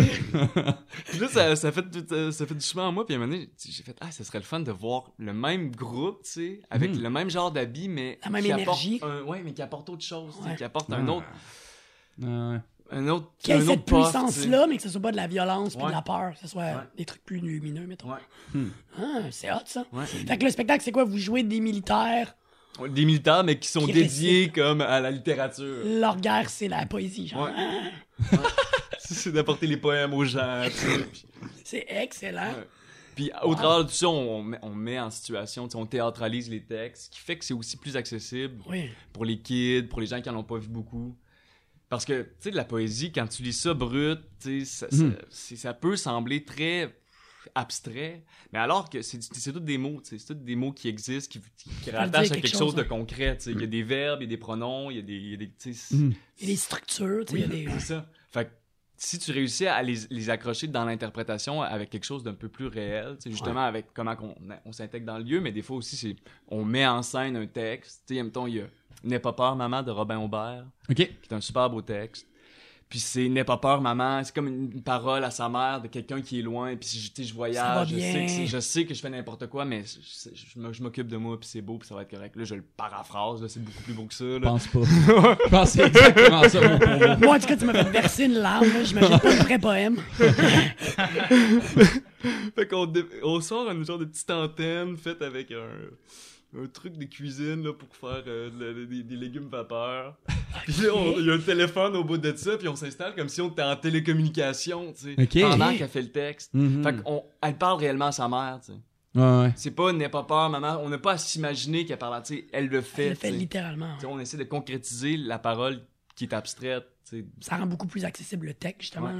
[SPEAKER 3] Puis là, ça, ça, fait, tout- euh, ça fait du chemin en moi. Puis à un moment donné, tu- j'ai fait, ah, ça serait le fun de voir le même groupe, tu sais, avec
[SPEAKER 2] Mhm.
[SPEAKER 3] le même genre d'habits, mais.
[SPEAKER 1] Hmm. La même
[SPEAKER 3] qui apporte
[SPEAKER 1] énergie.
[SPEAKER 3] un- ouais, mais qui apporte autre chose, tu sais,
[SPEAKER 1] Ouais.
[SPEAKER 3] qui apporte un autre.
[SPEAKER 2] Ouais.
[SPEAKER 3] Un autre.
[SPEAKER 1] Qu'il y ait
[SPEAKER 3] un
[SPEAKER 1] cette
[SPEAKER 3] autre poste, tu sais.
[SPEAKER 1] puissance-là, mais que ce soit pas de la violence puis
[SPEAKER 3] Ouais.
[SPEAKER 1] de la peur, que ce soit
[SPEAKER 3] Ouais.
[SPEAKER 1] des trucs plus lumineux, mettons.
[SPEAKER 3] Ouais.
[SPEAKER 2] Hmm.
[SPEAKER 1] Ah, c'est hot, ça.
[SPEAKER 3] Ouais.
[SPEAKER 1] Fait que le spectacle, c'est quoi? Vous jouez des militaires,
[SPEAKER 3] Des militaires, mais qui sont
[SPEAKER 1] Qui
[SPEAKER 3] dédiés comme à la littérature.
[SPEAKER 1] leur guerre, c'est la poésie, genre.
[SPEAKER 3] Ouais. C'est d'apporter les poèmes aux gens, tu sais. Puis-
[SPEAKER 1] C'est excellent.
[SPEAKER 3] Ouais. Puis au travers de tout ça, on, met- on met en situation, tu sais, on théâtralise les textes, ce qui fait que c'est aussi plus accessible.
[SPEAKER 1] Oui.
[SPEAKER 3] pour les kids, pour les gens qui en ont pas vu beaucoup. Parce que, tu sais, de la poésie, quand tu lis ça brut, tu sais, ça, ça-
[SPEAKER 1] Hmm.
[SPEAKER 2] Mm.
[SPEAKER 3] c'est- ça peut sembler très abstrait, mais alors que c'est c'est tout des mots, tu sais, c'est tout des mots qui existent, qui, qui- qui
[SPEAKER 1] veulent
[SPEAKER 3] rattachent
[SPEAKER 1] dire
[SPEAKER 3] à
[SPEAKER 1] quelque
[SPEAKER 3] quelque chose,
[SPEAKER 1] chose,
[SPEAKER 3] de
[SPEAKER 1] ouais. Hmm.
[SPEAKER 3] concret, tu sais. Il y a des verbes, il y a des pronoms, il y a des... il y a des- tu sais, c'est-
[SPEAKER 2] Mm.
[SPEAKER 1] Il y a des structures, tu sais, il y a des...
[SPEAKER 3] c'est ça. Fait que si tu réussis à les, les accrocher dans l'interprétation avec quelque chose d'un peu plus réel, tu sais, justement avec comment qu'on- ben, on, s'intègre dans le lieu, mais des fois aussi, c'est on met en scène un texte. Tu sais, mettons, il y a N'aie pas peur, maman de Robin Aubert,
[SPEAKER 2] Ok.
[SPEAKER 3] qui est un super beau texte. Puis c'est N'aie pas peur, maman. C'est comme une, une parole à sa mère de quelqu'un qui est loin. Puis je, tu sais,
[SPEAKER 1] Ça
[SPEAKER 3] je
[SPEAKER 1] va
[SPEAKER 3] voyage, je
[SPEAKER 1] bien.
[SPEAKER 3] sais, que c'est- je sais que je fais n'importe quoi, mais je, je- je me- je m'occupe de moi, puis c'est beau, puis ça va être correct. Là, je le paraphrase, là, c'est beaucoup plus beau que ça. là.
[SPEAKER 2] Je pense pas. Je pense que c'est exactement ça, mon pauvre.
[SPEAKER 1] Moi, en tout cas, tu m'as fait verser une larme, là. J'imagine pas le vrai poème.
[SPEAKER 3] Fait qu'on dé- on sort un genre de petite antenne faite avec un, un truc de cuisine là, pour faire euh, de la- des, des légumes vapeur. Puis là, on- il y a un téléphone au bout de ça, puis on s'installe comme si on était en télécommunication, tu sais,
[SPEAKER 2] Ok.
[SPEAKER 3] pendant
[SPEAKER 1] Ok.
[SPEAKER 3] qu'elle fait le texte.
[SPEAKER 2] Mhm.
[SPEAKER 3] Fait qu'on, elle parle réellement à sa mère, tu sais.
[SPEAKER 2] Ouais, ouais.
[SPEAKER 3] C'est pas « n'aie pas peur, maman », on n'a pas à s'imaginer qu'elle parle, à- tu sais, elle le
[SPEAKER 1] Il
[SPEAKER 3] fait,
[SPEAKER 1] le fait
[SPEAKER 3] tu sais.
[SPEAKER 1] littéralement.
[SPEAKER 3] Tu sais,
[SPEAKER 1] ouais.
[SPEAKER 3] On essaie de concrétiser la parole qui est abstraite, tu sais.
[SPEAKER 1] Ça rend beaucoup plus accessible le texte, justement.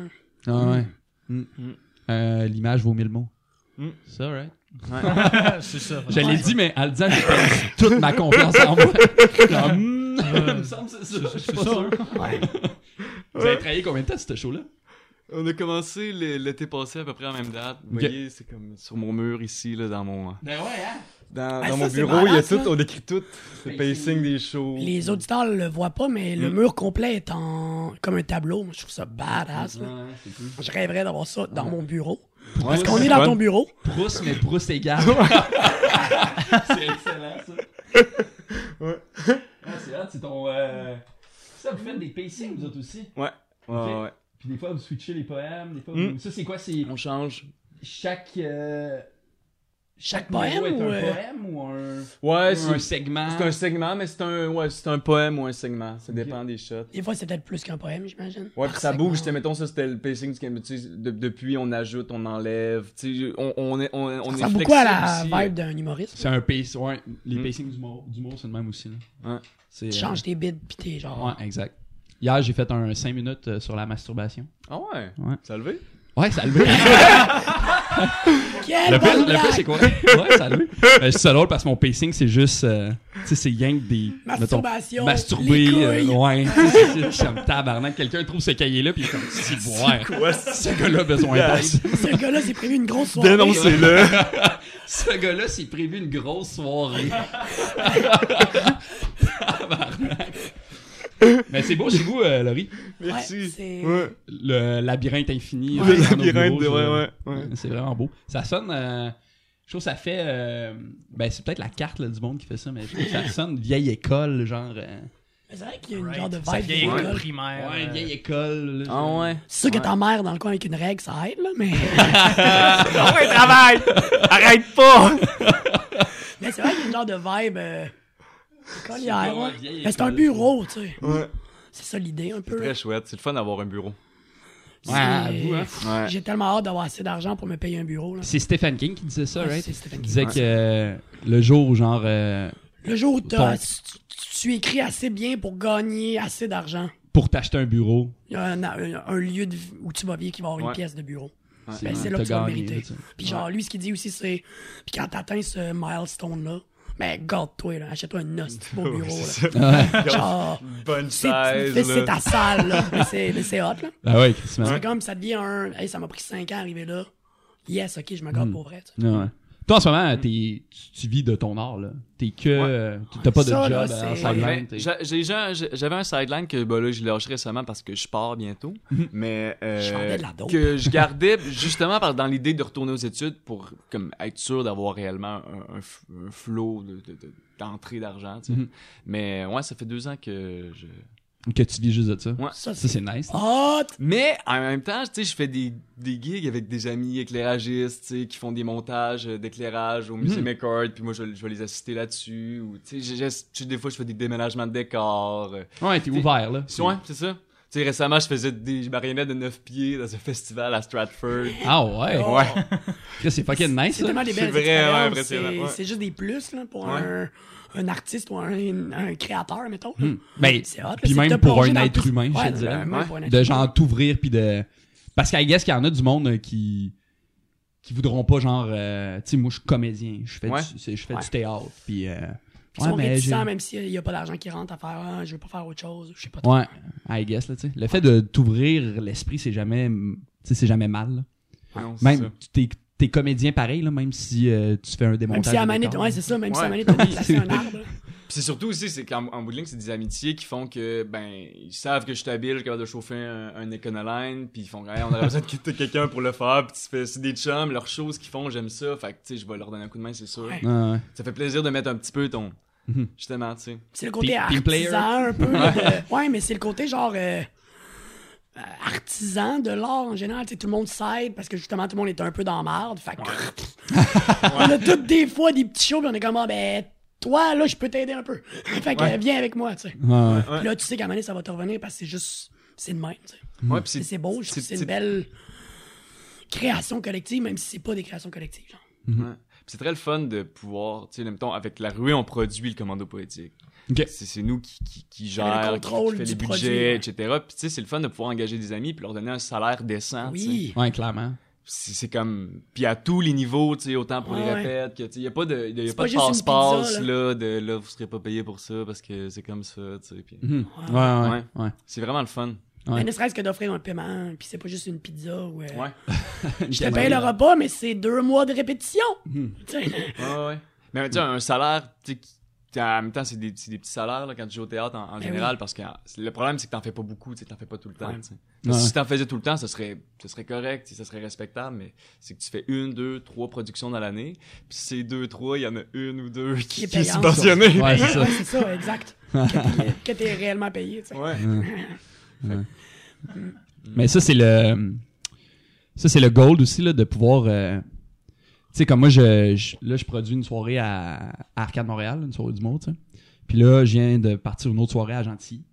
[SPEAKER 2] Ah ouais. Mm.
[SPEAKER 3] Mm.
[SPEAKER 2] Euh, L'image vaut mille mots.
[SPEAKER 3] Mm.
[SPEAKER 2] C'est right.
[SPEAKER 4] c'est ça.
[SPEAKER 2] Je
[SPEAKER 1] Ouais.
[SPEAKER 2] l'ai dit, mais en le disant, j'ai perdu toute ma confiance en moi. Comme,
[SPEAKER 4] Euh,
[SPEAKER 2] il me semble que c'est ça. Je suis
[SPEAKER 4] c'est
[SPEAKER 2] pas
[SPEAKER 4] ça,
[SPEAKER 2] sûr. Vous avez travaillé combien de temps sur ce show-là?
[SPEAKER 3] On a commencé le- l'été passé à peu près en même date. Vous
[SPEAKER 2] Ok.
[SPEAKER 3] voyez, c'est comme sur mon mur ici, là, dans mon...
[SPEAKER 2] Ben ouais, hein?
[SPEAKER 3] Dans,
[SPEAKER 1] Ah,
[SPEAKER 3] dans
[SPEAKER 1] ça,
[SPEAKER 3] mon
[SPEAKER 1] c'est
[SPEAKER 3] bureau,
[SPEAKER 1] malade,
[SPEAKER 3] il y a
[SPEAKER 1] ça.
[SPEAKER 3] tout, on écrit tout. Le pacing des shows.
[SPEAKER 1] Les auditeurs le voient pas, mais le mur complet est en... comme un tableau. Moi, je trouve ça badass, là. Je rêverais d'avoir ça dans mon bureau. Parce qu'on est dans ton bureau.
[SPEAKER 2] Proust, mais Proust égal. c'est excellent, ça.
[SPEAKER 3] Ouais.
[SPEAKER 2] Ah, c'est hot, c'est ton. euh, Ça, vous faites des pacings, vous autres aussi.
[SPEAKER 3] Ouais, ouais.
[SPEAKER 2] Puis des fois, vous switchez les poèmes. Des fois,
[SPEAKER 3] Mm.
[SPEAKER 2] vous- Ça, c'est quoi? C'est
[SPEAKER 3] On change.
[SPEAKER 2] chaque. euh,
[SPEAKER 1] Chaque
[SPEAKER 2] numéro
[SPEAKER 1] poème ou...
[SPEAKER 2] est un
[SPEAKER 1] euh,
[SPEAKER 2] poème ou un.
[SPEAKER 3] Ouais,
[SPEAKER 2] ou un
[SPEAKER 3] c'est
[SPEAKER 2] segment.
[SPEAKER 3] c'est un segment, mais c'est un, ouais, c'est un poème ou un segment. Ça
[SPEAKER 2] Ok.
[SPEAKER 3] dépend des shots.
[SPEAKER 1] Des fois, c'est peut-être plus qu'un poème, j'imagine.
[SPEAKER 3] Ouais,
[SPEAKER 1] Par
[SPEAKER 3] puis ça
[SPEAKER 1] segment.
[SPEAKER 3] bouge. tu sais, Mettons, ça, c'était le pacing du Cambodge. Tu sais, de- depuis, on ajoute, on enlève. Tu sais, on, on est, on, on
[SPEAKER 1] Ça
[SPEAKER 3] est
[SPEAKER 1] ressemble beaucoup à la
[SPEAKER 3] flexible aussi. euh,
[SPEAKER 1] vibe d'un humoriste.
[SPEAKER 2] C'est un pacing. Ouais, les
[SPEAKER 3] Mm.
[SPEAKER 2] pacings du mot, du mot, c'est le même aussi. Là.
[SPEAKER 3] Ouais.
[SPEAKER 2] C'est,
[SPEAKER 1] Tu
[SPEAKER 2] euh,
[SPEAKER 1] changes tes bides pis t'es genre.
[SPEAKER 2] Ouais, exact. Hier, j'ai fait un 5 minutes euh, sur la masturbation.
[SPEAKER 3] Ah ouais?
[SPEAKER 2] Ouais.
[SPEAKER 3] Ça a levé?
[SPEAKER 2] Ouais, ça le
[SPEAKER 1] Quelle
[SPEAKER 2] Le pire,
[SPEAKER 1] bonne
[SPEAKER 2] le pire,
[SPEAKER 1] blague!
[SPEAKER 2] c'est quoi? Ouais, salut. Ben, c'est ça drôle parce que mon pacing, c'est juste. euh, tu sais, c'est yank des. mettons,
[SPEAKER 1] Masturbation, les
[SPEAKER 2] Masturbé.
[SPEAKER 1] couilles.
[SPEAKER 2] euh, ouais. Tu sais, c'est- c'est- Je suis comme tabarnak. Quelqu'un trouve ce cahier-là, puis il est comme, c'est boire.
[SPEAKER 3] Quoi?
[SPEAKER 2] Ce gars-là a besoin d'aide.
[SPEAKER 1] Ce gars-là s'est prévu une grosse soirée.
[SPEAKER 3] Dénoncez-le.
[SPEAKER 2] Ce gars-là s'est prévu une grosse soirée. Tabarnak. Mais c'est beau chez vous, euh, Laurie.
[SPEAKER 1] Ouais,
[SPEAKER 3] Merci.
[SPEAKER 1] c'est-
[SPEAKER 3] Ouais.
[SPEAKER 2] Le labyrinthe infini.
[SPEAKER 3] Le
[SPEAKER 2] euh, dans nos
[SPEAKER 3] labyrinthe,
[SPEAKER 2] bureaux, je-
[SPEAKER 3] ouais, ouais, ouais.
[SPEAKER 2] C'est vraiment beau. Ça sonne. euh, je trouve que ça fait. euh, ben, c'est peut-être la carte là, du monde qui fait ça, mais je trouve que ça sonne vieille école, genre. euh,
[SPEAKER 1] Mais C'est vrai qu'il y a une
[SPEAKER 4] Right.
[SPEAKER 1] genre de
[SPEAKER 4] Ça
[SPEAKER 1] vibe.
[SPEAKER 4] vieille
[SPEAKER 1] d'école.
[SPEAKER 4] école
[SPEAKER 3] Ouais.
[SPEAKER 4] primaire.
[SPEAKER 2] ouais,
[SPEAKER 4] euh,
[SPEAKER 2] vieille école. là,
[SPEAKER 3] Ah
[SPEAKER 2] genre.
[SPEAKER 3] ouais.
[SPEAKER 1] C'est sûr que ta mère dans le coin avec une règle, ça aide, là, mais.
[SPEAKER 3] Ah ouais, travaille! Arrête pas!
[SPEAKER 1] mais c'est vrai qu'il y a une genre de vibe. euh, écolière,
[SPEAKER 2] Ouais,
[SPEAKER 1] ouais.
[SPEAKER 2] vieille
[SPEAKER 1] Mais c'est un
[SPEAKER 2] école.
[SPEAKER 1] bureau, tu sais.
[SPEAKER 3] Ouais.
[SPEAKER 1] C'est ça l'idée, un peu.
[SPEAKER 3] Très chouette. C'est le fun d'avoir un bureau.
[SPEAKER 1] C'est-
[SPEAKER 2] Ouais, avoue, hein.
[SPEAKER 3] Ouais.
[SPEAKER 1] J'ai tellement hâte d'avoir assez d'argent pour me payer un bureau, là.
[SPEAKER 2] C'est Stephen King qui disait ça,
[SPEAKER 1] Ouais,
[SPEAKER 2] right?
[SPEAKER 1] c'est Stephen
[SPEAKER 2] Il
[SPEAKER 1] King.
[SPEAKER 2] disait que euh, le jour où, genre. euh,
[SPEAKER 1] Le jour où
[SPEAKER 2] Ton-
[SPEAKER 1] t'as- tu, tu- tu écris assez bien pour gagner assez d'argent,
[SPEAKER 2] pour t'acheter un bureau,
[SPEAKER 1] il y a un, un- un lieu de- où tu vas vivre qui va avoir
[SPEAKER 3] Ouais.
[SPEAKER 1] une pièce de bureau.
[SPEAKER 2] c'est
[SPEAKER 1] Ben, c'est là
[SPEAKER 2] t'as
[SPEAKER 1] que tu vas le
[SPEAKER 2] gagné, là,
[SPEAKER 1] mériter.
[SPEAKER 2] tu sais.
[SPEAKER 1] Puis genre, lui, ce qu'il dit aussi, c'est... Puis quand t'atteins ce milestone-là, ben, garde-toi, là. Achète-toi un hostie beau
[SPEAKER 3] Ouais,
[SPEAKER 1] bureau,
[SPEAKER 3] c'est ça.
[SPEAKER 2] Ouais.
[SPEAKER 1] là. Genre...
[SPEAKER 3] Bonne
[SPEAKER 1] C'est c'est-
[SPEAKER 3] size,
[SPEAKER 1] c'est
[SPEAKER 3] là.
[SPEAKER 1] ta salle, là. Mais c'est- mais c'est hot, là.
[SPEAKER 2] Ah ouais, Christmas.
[SPEAKER 1] C'est comme, ça devient un... Hey, ça m'a pris 5 ans à arriver là. Yes, OK, je me
[SPEAKER 2] Mm.
[SPEAKER 1] garde pour vrai, tu sais.
[SPEAKER 2] Ah Ouais, ouais. Toi, en ce moment, t'es- tu, tu vis de ton art, là. T'es que.
[SPEAKER 3] Ouais.
[SPEAKER 2] euh, T'as pas de
[SPEAKER 1] Ça,
[SPEAKER 2] job
[SPEAKER 1] là,
[SPEAKER 2] en
[SPEAKER 1] c'est-
[SPEAKER 2] sideline,
[SPEAKER 3] Ben,
[SPEAKER 2] t'es-
[SPEAKER 3] j'a- j'ai- j'ai- j'ai- J'avais un sideline que bah là, je lâché récemment parce que je pars bientôt. mais euh,
[SPEAKER 1] Je vendais de la dope.
[SPEAKER 3] que je gardais justement par- dans l'idée de retourner aux études pour comme être sûr d'avoir réellement un, un f- un flow de- de- de- d'entrée d'argent. tu sais.
[SPEAKER 2] Mhm.
[SPEAKER 3] Mais ouais, ça fait deux ans que je.
[SPEAKER 2] Que tu vis juste de ça.
[SPEAKER 3] Ouais.
[SPEAKER 1] Ça,
[SPEAKER 2] Ça,
[SPEAKER 1] c'est
[SPEAKER 2] c'est nice.
[SPEAKER 1] hot!
[SPEAKER 3] Mais en même temps, tu sais, je fais des, des gigs avec des amis éclairagistes, tu sais, qui font des montages euh, d'éclairage au musée
[SPEAKER 2] Mhm.
[SPEAKER 3] McCord, puis moi je, je vais les assister là-dessus. Ou tu sais, j'ai- j'ai- tu sais, des fois je fais des déménagements de décors. euh,
[SPEAKER 2] Ouais, t'es ouvert, là.
[SPEAKER 3] Ouais, c'est ça. Tu sais, récemment, je faisais des marionnettes de 9 pieds dans un festival à Stratford.
[SPEAKER 2] Ah ouais.
[SPEAKER 1] Oh,
[SPEAKER 3] Ouais.
[SPEAKER 2] Chris, c'est fucking nice,
[SPEAKER 1] C'est
[SPEAKER 2] ça.
[SPEAKER 1] tellement des
[SPEAKER 3] C'est
[SPEAKER 1] belles expériences,
[SPEAKER 3] vraiment impressionnant,
[SPEAKER 1] c'est-
[SPEAKER 3] ouais.
[SPEAKER 1] C'est juste des plus là, pour
[SPEAKER 3] Ouais.
[SPEAKER 1] un, un artiste ou un, un créateur, mettons. là.
[SPEAKER 2] Hmm. Ben,
[SPEAKER 1] C'est hot, là,
[SPEAKER 2] puis
[SPEAKER 1] c'est
[SPEAKER 2] même
[SPEAKER 1] de
[SPEAKER 2] pour
[SPEAKER 1] plonger
[SPEAKER 2] un
[SPEAKER 1] dans
[SPEAKER 2] être
[SPEAKER 1] tout-
[SPEAKER 2] humain, je
[SPEAKER 1] Ouais,
[SPEAKER 2] te dirais.
[SPEAKER 1] ben, même pour un être
[SPEAKER 2] de
[SPEAKER 1] humain.
[SPEAKER 2] genre t'ouvrir puis de parce qu'à guess qu'il y en a du monde euh, qui qui voudront pas genre euh, tu sais moi je suis comédien je fais
[SPEAKER 3] Ouais.
[SPEAKER 2] du, c'est- je fais
[SPEAKER 1] Ouais.
[SPEAKER 2] du théâtre puis euh,
[SPEAKER 1] Ils sont
[SPEAKER 2] j'ai-
[SPEAKER 1] réticents, même s'il n'y a pas d'argent qui rentre à faire, Ah, je veux pas faire autre chose, je sais pas. trop.
[SPEAKER 2] ouais I guess là tu sais le fait de t'ouvrir l'esprit c'est jamais tu sais c'est jamais mal là.
[SPEAKER 3] Non, c'est ça.
[SPEAKER 2] même tu- t'es t'es comédien pareil là même si euh, tu fais un
[SPEAKER 1] Même
[SPEAKER 2] démontage
[SPEAKER 1] si à la
[SPEAKER 2] de
[SPEAKER 1] manette,
[SPEAKER 2] décor.
[SPEAKER 1] ouais, c'est ça, même si à la
[SPEAKER 3] Ouais.
[SPEAKER 1] manette, on va placer un arbre.
[SPEAKER 3] Puis c'est surtout aussi, c'est qu'en en bout de ligne, c'est des amitiés qui font que, ben, ils savent que je suis habile, je suis capable de chauffer un, un Econoline, puis ils font, hey, on aurait besoin de quitter quelqu'un pour le faire, puis tu fais, c'est des chums, leurs choses qu'ils font, j'aime ça, fait que, tu sais, je vais leur donner un coup de main, c'est sûr.
[SPEAKER 1] Ouais.
[SPEAKER 2] Ouais, ouais.
[SPEAKER 3] Ça fait plaisir de mettre un petit peu ton.
[SPEAKER 2] Mhm.
[SPEAKER 3] Justement, tu sais.
[SPEAKER 1] C'est le côté
[SPEAKER 2] Team- team player.
[SPEAKER 1] artisan un peu. là, de- Ouais, mais c'est le côté genre euh, euh, artisan de l'art en général. Tu sais, tout le monde s'aide parce que justement tout le monde est un peu dans la marde. Fait que- on a toutes des fois des petits shows, puis on est comme ah, ben toi là je peux t'aider un peu. fait que
[SPEAKER 3] Ouais.
[SPEAKER 1] viens avec moi, tu sais.
[SPEAKER 2] Ouais, ouais.
[SPEAKER 1] Puis là tu sais qu'à un moment donné, ça va te revenir parce que c'est juste c'est de même. tu sais.
[SPEAKER 3] Ouais, puis
[SPEAKER 1] Puis C'est beau, je trouve que c'est une belle création collective, même si c'est pas des créations collectives. genre.
[SPEAKER 3] Ouais. Puis C'est très le fun de pouvoir, tu sais, mettons, avec la ruée, on produit le commando poétique.
[SPEAKER 2] Ok.
[SPEAKER 3] C'est c'est nous qui, qui, qui
[SPEAKER 1] On a le
[SPEAKER 3] gère, qui-
[SPEAKER 1] contrôle
[SPEAKER 3] qui fait
[SPEAKER 1] du
[SPEAKER 3] les
[SPEAKER 1] produit,
[SPEAKER 3] budgets,
[SPEAKER 1] ouais.
[SPEAKER 3] etc. Puis tu sais, c'est le fun de pouvoir engager des amis puis leur donner un salaire décent. Ah, tu sais.
[SPEAKER 1] Oui.
[SPEAKER 2] Ouais, clairement
[SPEAKER 3] C'est c'est comme, puis à tous les niveaux, tu sais, autant pour les
[SPEAKER 1] Ouais.
[SPEAKER 3] répètes que, tu sais, il y a pas de, y a- y a
[SPEAKER 1] C'est
[SPEAKER 3] pas
[SPEAKER 1] pas
[SPEAKER 3] de
[SPEAKER 1] juste une
[SPEAKER 3] passe-passe
[SPEAKER 1] pizza,
[SPEAKER 3] là, de là, vous serez pas payé pour ça parce que c'est comme ça, tu sais. puis
[SPEAKER 2] Mhm. ouais ouais ouais,
[SPEAKER 3] C'est vraiment le fun.
[SPEAKER 2] Ouais.
[SPEAKER 1] Mais ne serait-ce que d'offrir un paiement, puis c'est pas juste une pizza ou. euh,
[SPEAKER 3] Ouais.
[SPEAKER 1] Je te paye le repas, mais c'est deux mois de répétition.
[SPEAKER 2] Hmm.
[SPEAKER 1] Tu sais,
[SPEAKER 3] Ouais, ouais. Mais tu sais, un salaire, tu sais, qui- t'sais, en même temps, c'est des, c'est des petits salaires là, quand tu joues au théâtre en, en
[SPEAKER 1] Ben
[SPEAKER 3] général, parce que en- le problème, c'est que t'en fais pas beaucoup, tu sais, t'en fais pas tout le temps.
[SPEAKER 1] Ouais.
[SPEAKER 3] tu sais. Parce que
[SPEAKER 2] Ouais.
[SPEAKER 3] Si t'en faisais tout le temps, ce serait, ce serait correct, tu sais, ce serait respectable, mais c'est que tu fais une, deux, trois productions dans l'année, puis ces deux, trois, il y en a une ou deux
[SPEAKER 1] Qui
[SPEAKER 3] qui,
[SPEAKER 1] est
[SPEAKER 3] qui est
[SPEAKER 1] payante.
[SPEAKER 3] subventionnée.
[SPEAKER 2] Ouais, c'est ça.
[SPEAKER 1] ouais, c'est ça, exact. que, t'es, que t'es réellement payé. tu sais.
[SPEAKER 3] Ouais.
[SPEAKER 2] Mais ça, c'est le. Ça, c'est le goal aussi, là, de pouvoir. euh, tu sais, comme moi, je, je- là, je produis une soirée à, à Arcade Montréal, une soirée du monde, tu sais. Puis là, je viens de partir une autre soirée à Gentilly.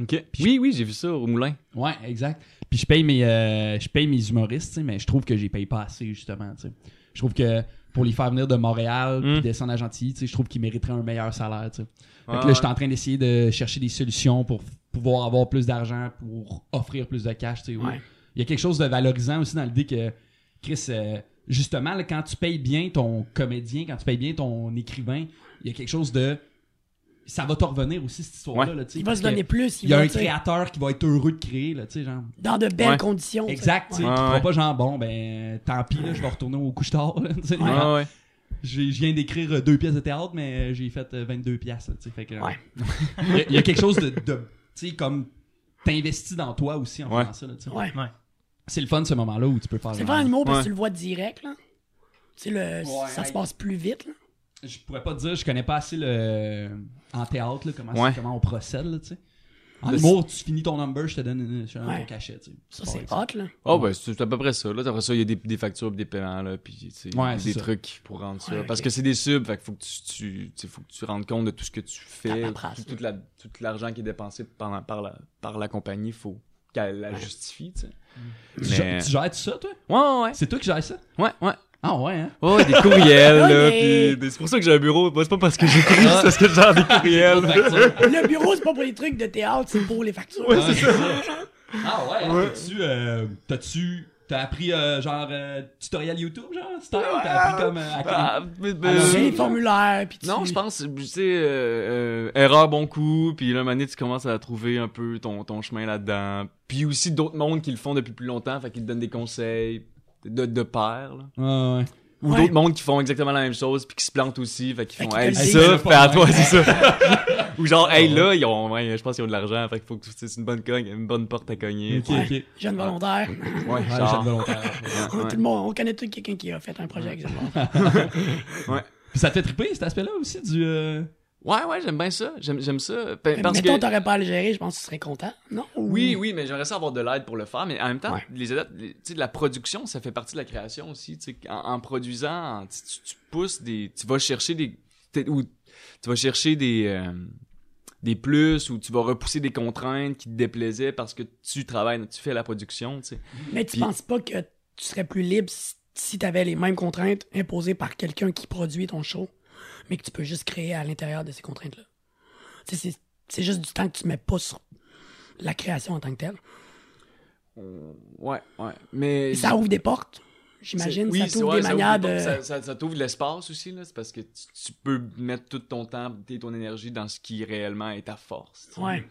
[SPEAKER 3] Ok. Oui, oui, j'ai vu ça au moulin.
[SPEAKER 2] Ouais, exact. Puis je paye mes, euh, je paye mes humoristes, tu sais, mais je trouve que j'ai paye pas assez, justement, tu sais. Je trouve que pour les faire venir de Montréal puis
[SPEAKER 3] Mm.
[SPEAKER 2] descendre à Gentilly, tu sais, je trouve qu'ils mériteraient un meilleur salaire, tu sais. Fait que
[SPEAKER 3] Ouais,
[SPEAKER 2] là, je suis en train d'essayer de chercher des solutions pour f- pouvoir avoir plus d'argent, pour offrir plus de cash, tu sais. oui.
[SPEAKER 1] Ouais.
[SPEAKER 2] Il y a quelque chose de valorisant aussi dans l'idée que, Chris, euh, justement, là, quand tu payes bien ton comédien, quand tu payes bien ton écrivain, il y a quelque chose de. Ça va te revenir aussi, cette histoire-là.
[SPEAKER 3] Ouais.
[SPEAKER 2] là, tu sais,
[SPEAKER 1] Il va
[SPEAKER 2] parce
[SPEAKER 1] se
[SPEAKER 2] que
[SPEAKER 1] donner plus.
[SPEAKER 2] Il y a
[SPEAKER 1] va,
[SPEAKER 2] un
[SPEAKER 1] tu sais,
[SPEAKER 2] créateur qui va être heureux de créer, là, tu sais, genre.
[SPEAKER 1] Dans de belles
[SPEAKER 3] Ouais.
[SPEAKER 1] conditions. tu sais.
[SPEAKER 2] Exact, tu sais,
[SPEAKER 1] Ouais.
[SPEAKER 2] qui
[SPEAKER 3] Ouais,
[SPEAKER 2] fera
[SPEAKER 3] ouais.
[SPEAKER 2] pas genre, ben, tant pis, là, je vais retourner au couche-tard, là, tu sais,
[SPEAKER 3] Ouais, Ah,
[SPEAKER 2] genre,
[SPEAKER 3] ouais.
[SPEAKER 2] j'ai- Je viens d'écrire euh, deux pièces de théâtre, mais j'ai fait euh, 22 pièces, tu sais, fait que, euh,
[SPEAKER 1] Ouais.
[SPEAKER 2] il y a- il y, a quelque chose de, de- tu sais, comme, t'investis dans toi aussi en
[SPEAKER 3] Ouais.
[SPEAKER 2] faisant ça, là, tu sais.
[SPEAKER 1] Ouais.
[SPEAKER 2] C'est le fun, ce moment-là, où tu peux faire...
[SPEAKER 1] C'est pas
[SPEAKER 2] genre,
[SPEAKER 1] un mot parce que
[SPEAKER 3] Ouais.
[SPEAKER 1] tu le vois direct, là. Tu sais, le,
[SPEAKER 2] Ouais,
[SPEAKER 1] ça se
[SPEAKER 2] hey.
[SPEAKER 1] passe plus vite, là.
[SPEAKER 2] Je pourrais pas te dire, je connais pas assez le... En théâtre, là, comment,
[SPEAKER 3] Ouais.
[SPEAKER 2] comment on procède, là, tu sais. En
[SPEAKER 3] Le-
[SPEAKER 2] humour, tu finis ton number, je te donne, une- je te donne
[SPEAKER 1] Ouais.
[SPEAKER 2] ton cachet, tu sais.
[SPEAKER 1] Ça,
[SPEAKER 2] Pas
[SPEAKER 1] c'est
[SPEAKER 2] vrai, ça.
[SPEAKER 1] hot, là.
[SPEAKER 3] Oh, ben, c'est c'est à peu près ça. Là, après ça, il y a des, des factures, pis des paiements, là, puis tu sais,
[SPEAKER 2] Ouais, c'est
[SPEAKER 3] des
[SPEAKER 2] ça.
[SPEAKER 3] trucs pour rendre ça.
[SPEAKER 1] Ouais,
[SPEAKER 3] Parce
[SPEAKER 1] ok.
[SPEAKER 3] que c'est des subs, fait que faut que tu, tu, tu sais, faut que tu rendes compte de tout ce que tu fais,
[SPEAKER 1] paperasse,
[SPEAKER 3] tout, toute la- tout l'argent qui est dépensé par la, par la, par la compagnie, faut qu'elle la justifie, tu sais.
[SPEAKER 2] Tu, gères-
[SPEAKER 3] Mais-
[SPEAKER 2] tu gères tout ça, toi?
[SPEAKER 3] Ouais, ouais, ouais.
[SPEAKER 2] C'est toi qui gères ça?
[SPEAKER 3] Ouais, ouais.
[SPEAKER 2] Ah ouais, hein?
[SPEAKER 3] Ouais, des courriels, là,
[SPEAKER 1] Ouais.
[SPEAKER 3] pis des- c'est pour ça que j'ai un bureau. Moi, C'est pas parce que j'écris, c'est parce que j'ai des courriels.
[SPEAKER 1] Le bureau, c'est pas pour les trucs de théâtre, c'est pour les factures.
[SPEAKER 2] Ouais, c'est ça. Ah ouais, t'as-tu, euh, t'as-tu, t'as appris euh, genre euh, tutoriel YouTube, genre, style, t'as appris comme euh, à
[SPEAKER 3] Ah, mais- mais-
[SPEAKER 2] Alors,
[SPEAKER 1] C'est les
[SPEAKER 2] Euh,
[SPEAKER 1] formulaires, puis tu...
[SPEAKER 3] Non, je pense, tu sais, euh, euh, erreur, bon coup, puis là, un moment donné, tu commences à trouver un peu ton, ton chemin là-dedans. Puis aussi d'autres mondes qui le font depuis plus longtemps, fait qu'ils te donnent des conseils de, de pairs, là.
[SPEAKER 2] Ouais, ouais.
[SPEAKER 3] Ou
[SPEAKER 1] Ouais.
[SPEAKER 3] d'autres mondes qui font exactement la même chose, puis qui se plantent aussi, fait
[SPEAKER 1] Fait
[SPEAKER 3] qu'ils font,
[SPEAKER 1] qu'ils
[SPEAKER 3] hey,
[SPEAKER 1] te le
[SPEAKER 3] ça,
[SPEAKER 2] disent.
[SPEAKER 3] fais à toi,
[SPEAKER 2] Ouais.
[SPEAKER 3] c'est ça. Ou genre, hey,
[SPEAKER 2] Ouais.
[SPEAKER 3] là, ils ont, ouais, je pense qu'ils ont de l'argent, fait qu'il faut que tu sais, c'est une bonne cogne, une bonne porte à cogner.
[SPEAKER 2] Ok,
[SPEAKER 3] tu sais.
[SPEAKER 2] ok. Ouais,
[SPEAKER 1] Jeune volontaire.
[SPEAKER 3] Ouais,
[SPEAKER 2] j'ai
[SPEAKER 3] genre.
[SPEAKER 2] de volontaire.
[SPEAKER 1] On,
[SPEAKER 3] Ouais.
[SPEAKER 1] tout le monde, on connaît tout quelqu'un qui a fait un projet avec ça.
[SPEAKER 2] Puis ça te fait triper, cet aspect-là aussi du. euh,
[SPEAKER 3] Ouais, ouais, j'aime bien ça. J'aime j'aime ça. Pa-
[SPEAKER 1] Mais
[SPEAKER 3] Parce
[SPEAKER 1] Mettons,
[SPEAKER 3] que...
[SPEAKER 1] t'aurais pas à le gérer, je pense que tu serais content, non?
[SPEAKER 3] Oui, oui, mais j'aimerais ça avoir de l'aide pour le faire. Mais en même temps,
[SPEAKER 1] Ouais.
[SPEAKER 3] les adaptes- les- tu sais, de la production, ça fait partie de la création aussi. tu sais, En, en produisant, en- tu, tu- tu pousses des. Tu vas chercher des. t'es- Ou tu vas chercher des. euh, des plus ou tu vas repousser des contraintes qui te déplaisaient parce que tu travailles, tu fais la production, tu sais.
[SPEAKER 1] Mais tu
[SPEAKER 3] Puis-
[SPEAKER 1] penses pas que tu serais plus libre si- si t'avais les mêmes contraintes imposées par quelqu'un qui produit ton show, mais que tu peux juste créer à l'intérieur de ces contraintes-là? Tu sais, C'est c'est juste du temps que tu mets pas sur la création en tant que telle.
[SPEAKER 3] Euh, Ouais, ouais. Mais
[SPEAKER 1] Et ça ouvre des portes, j'imagine.
[SPEAKER 3] Oui,
[SPEAKER 1] ça
[SPEAKER 3] c'est-
[SPEAKER 1] t'ouvre
[SPEAKER 3] ouais,
[SPEAKER 1] des
[SPEAKER 3] ça
[SPEAKER 1] manières
[SPEAKER 3] ouvre
[SPEAKER 1] de...
[SPEAKER 3] des portes. Ça, ça- ça t'ouvre de l'espace aussi, là. C'est parce que tu, tu peux mettre tout ton temps et ton énergie dans ce qui réellement est ta force. tu sais.
[SPEAKER 1] Ouais.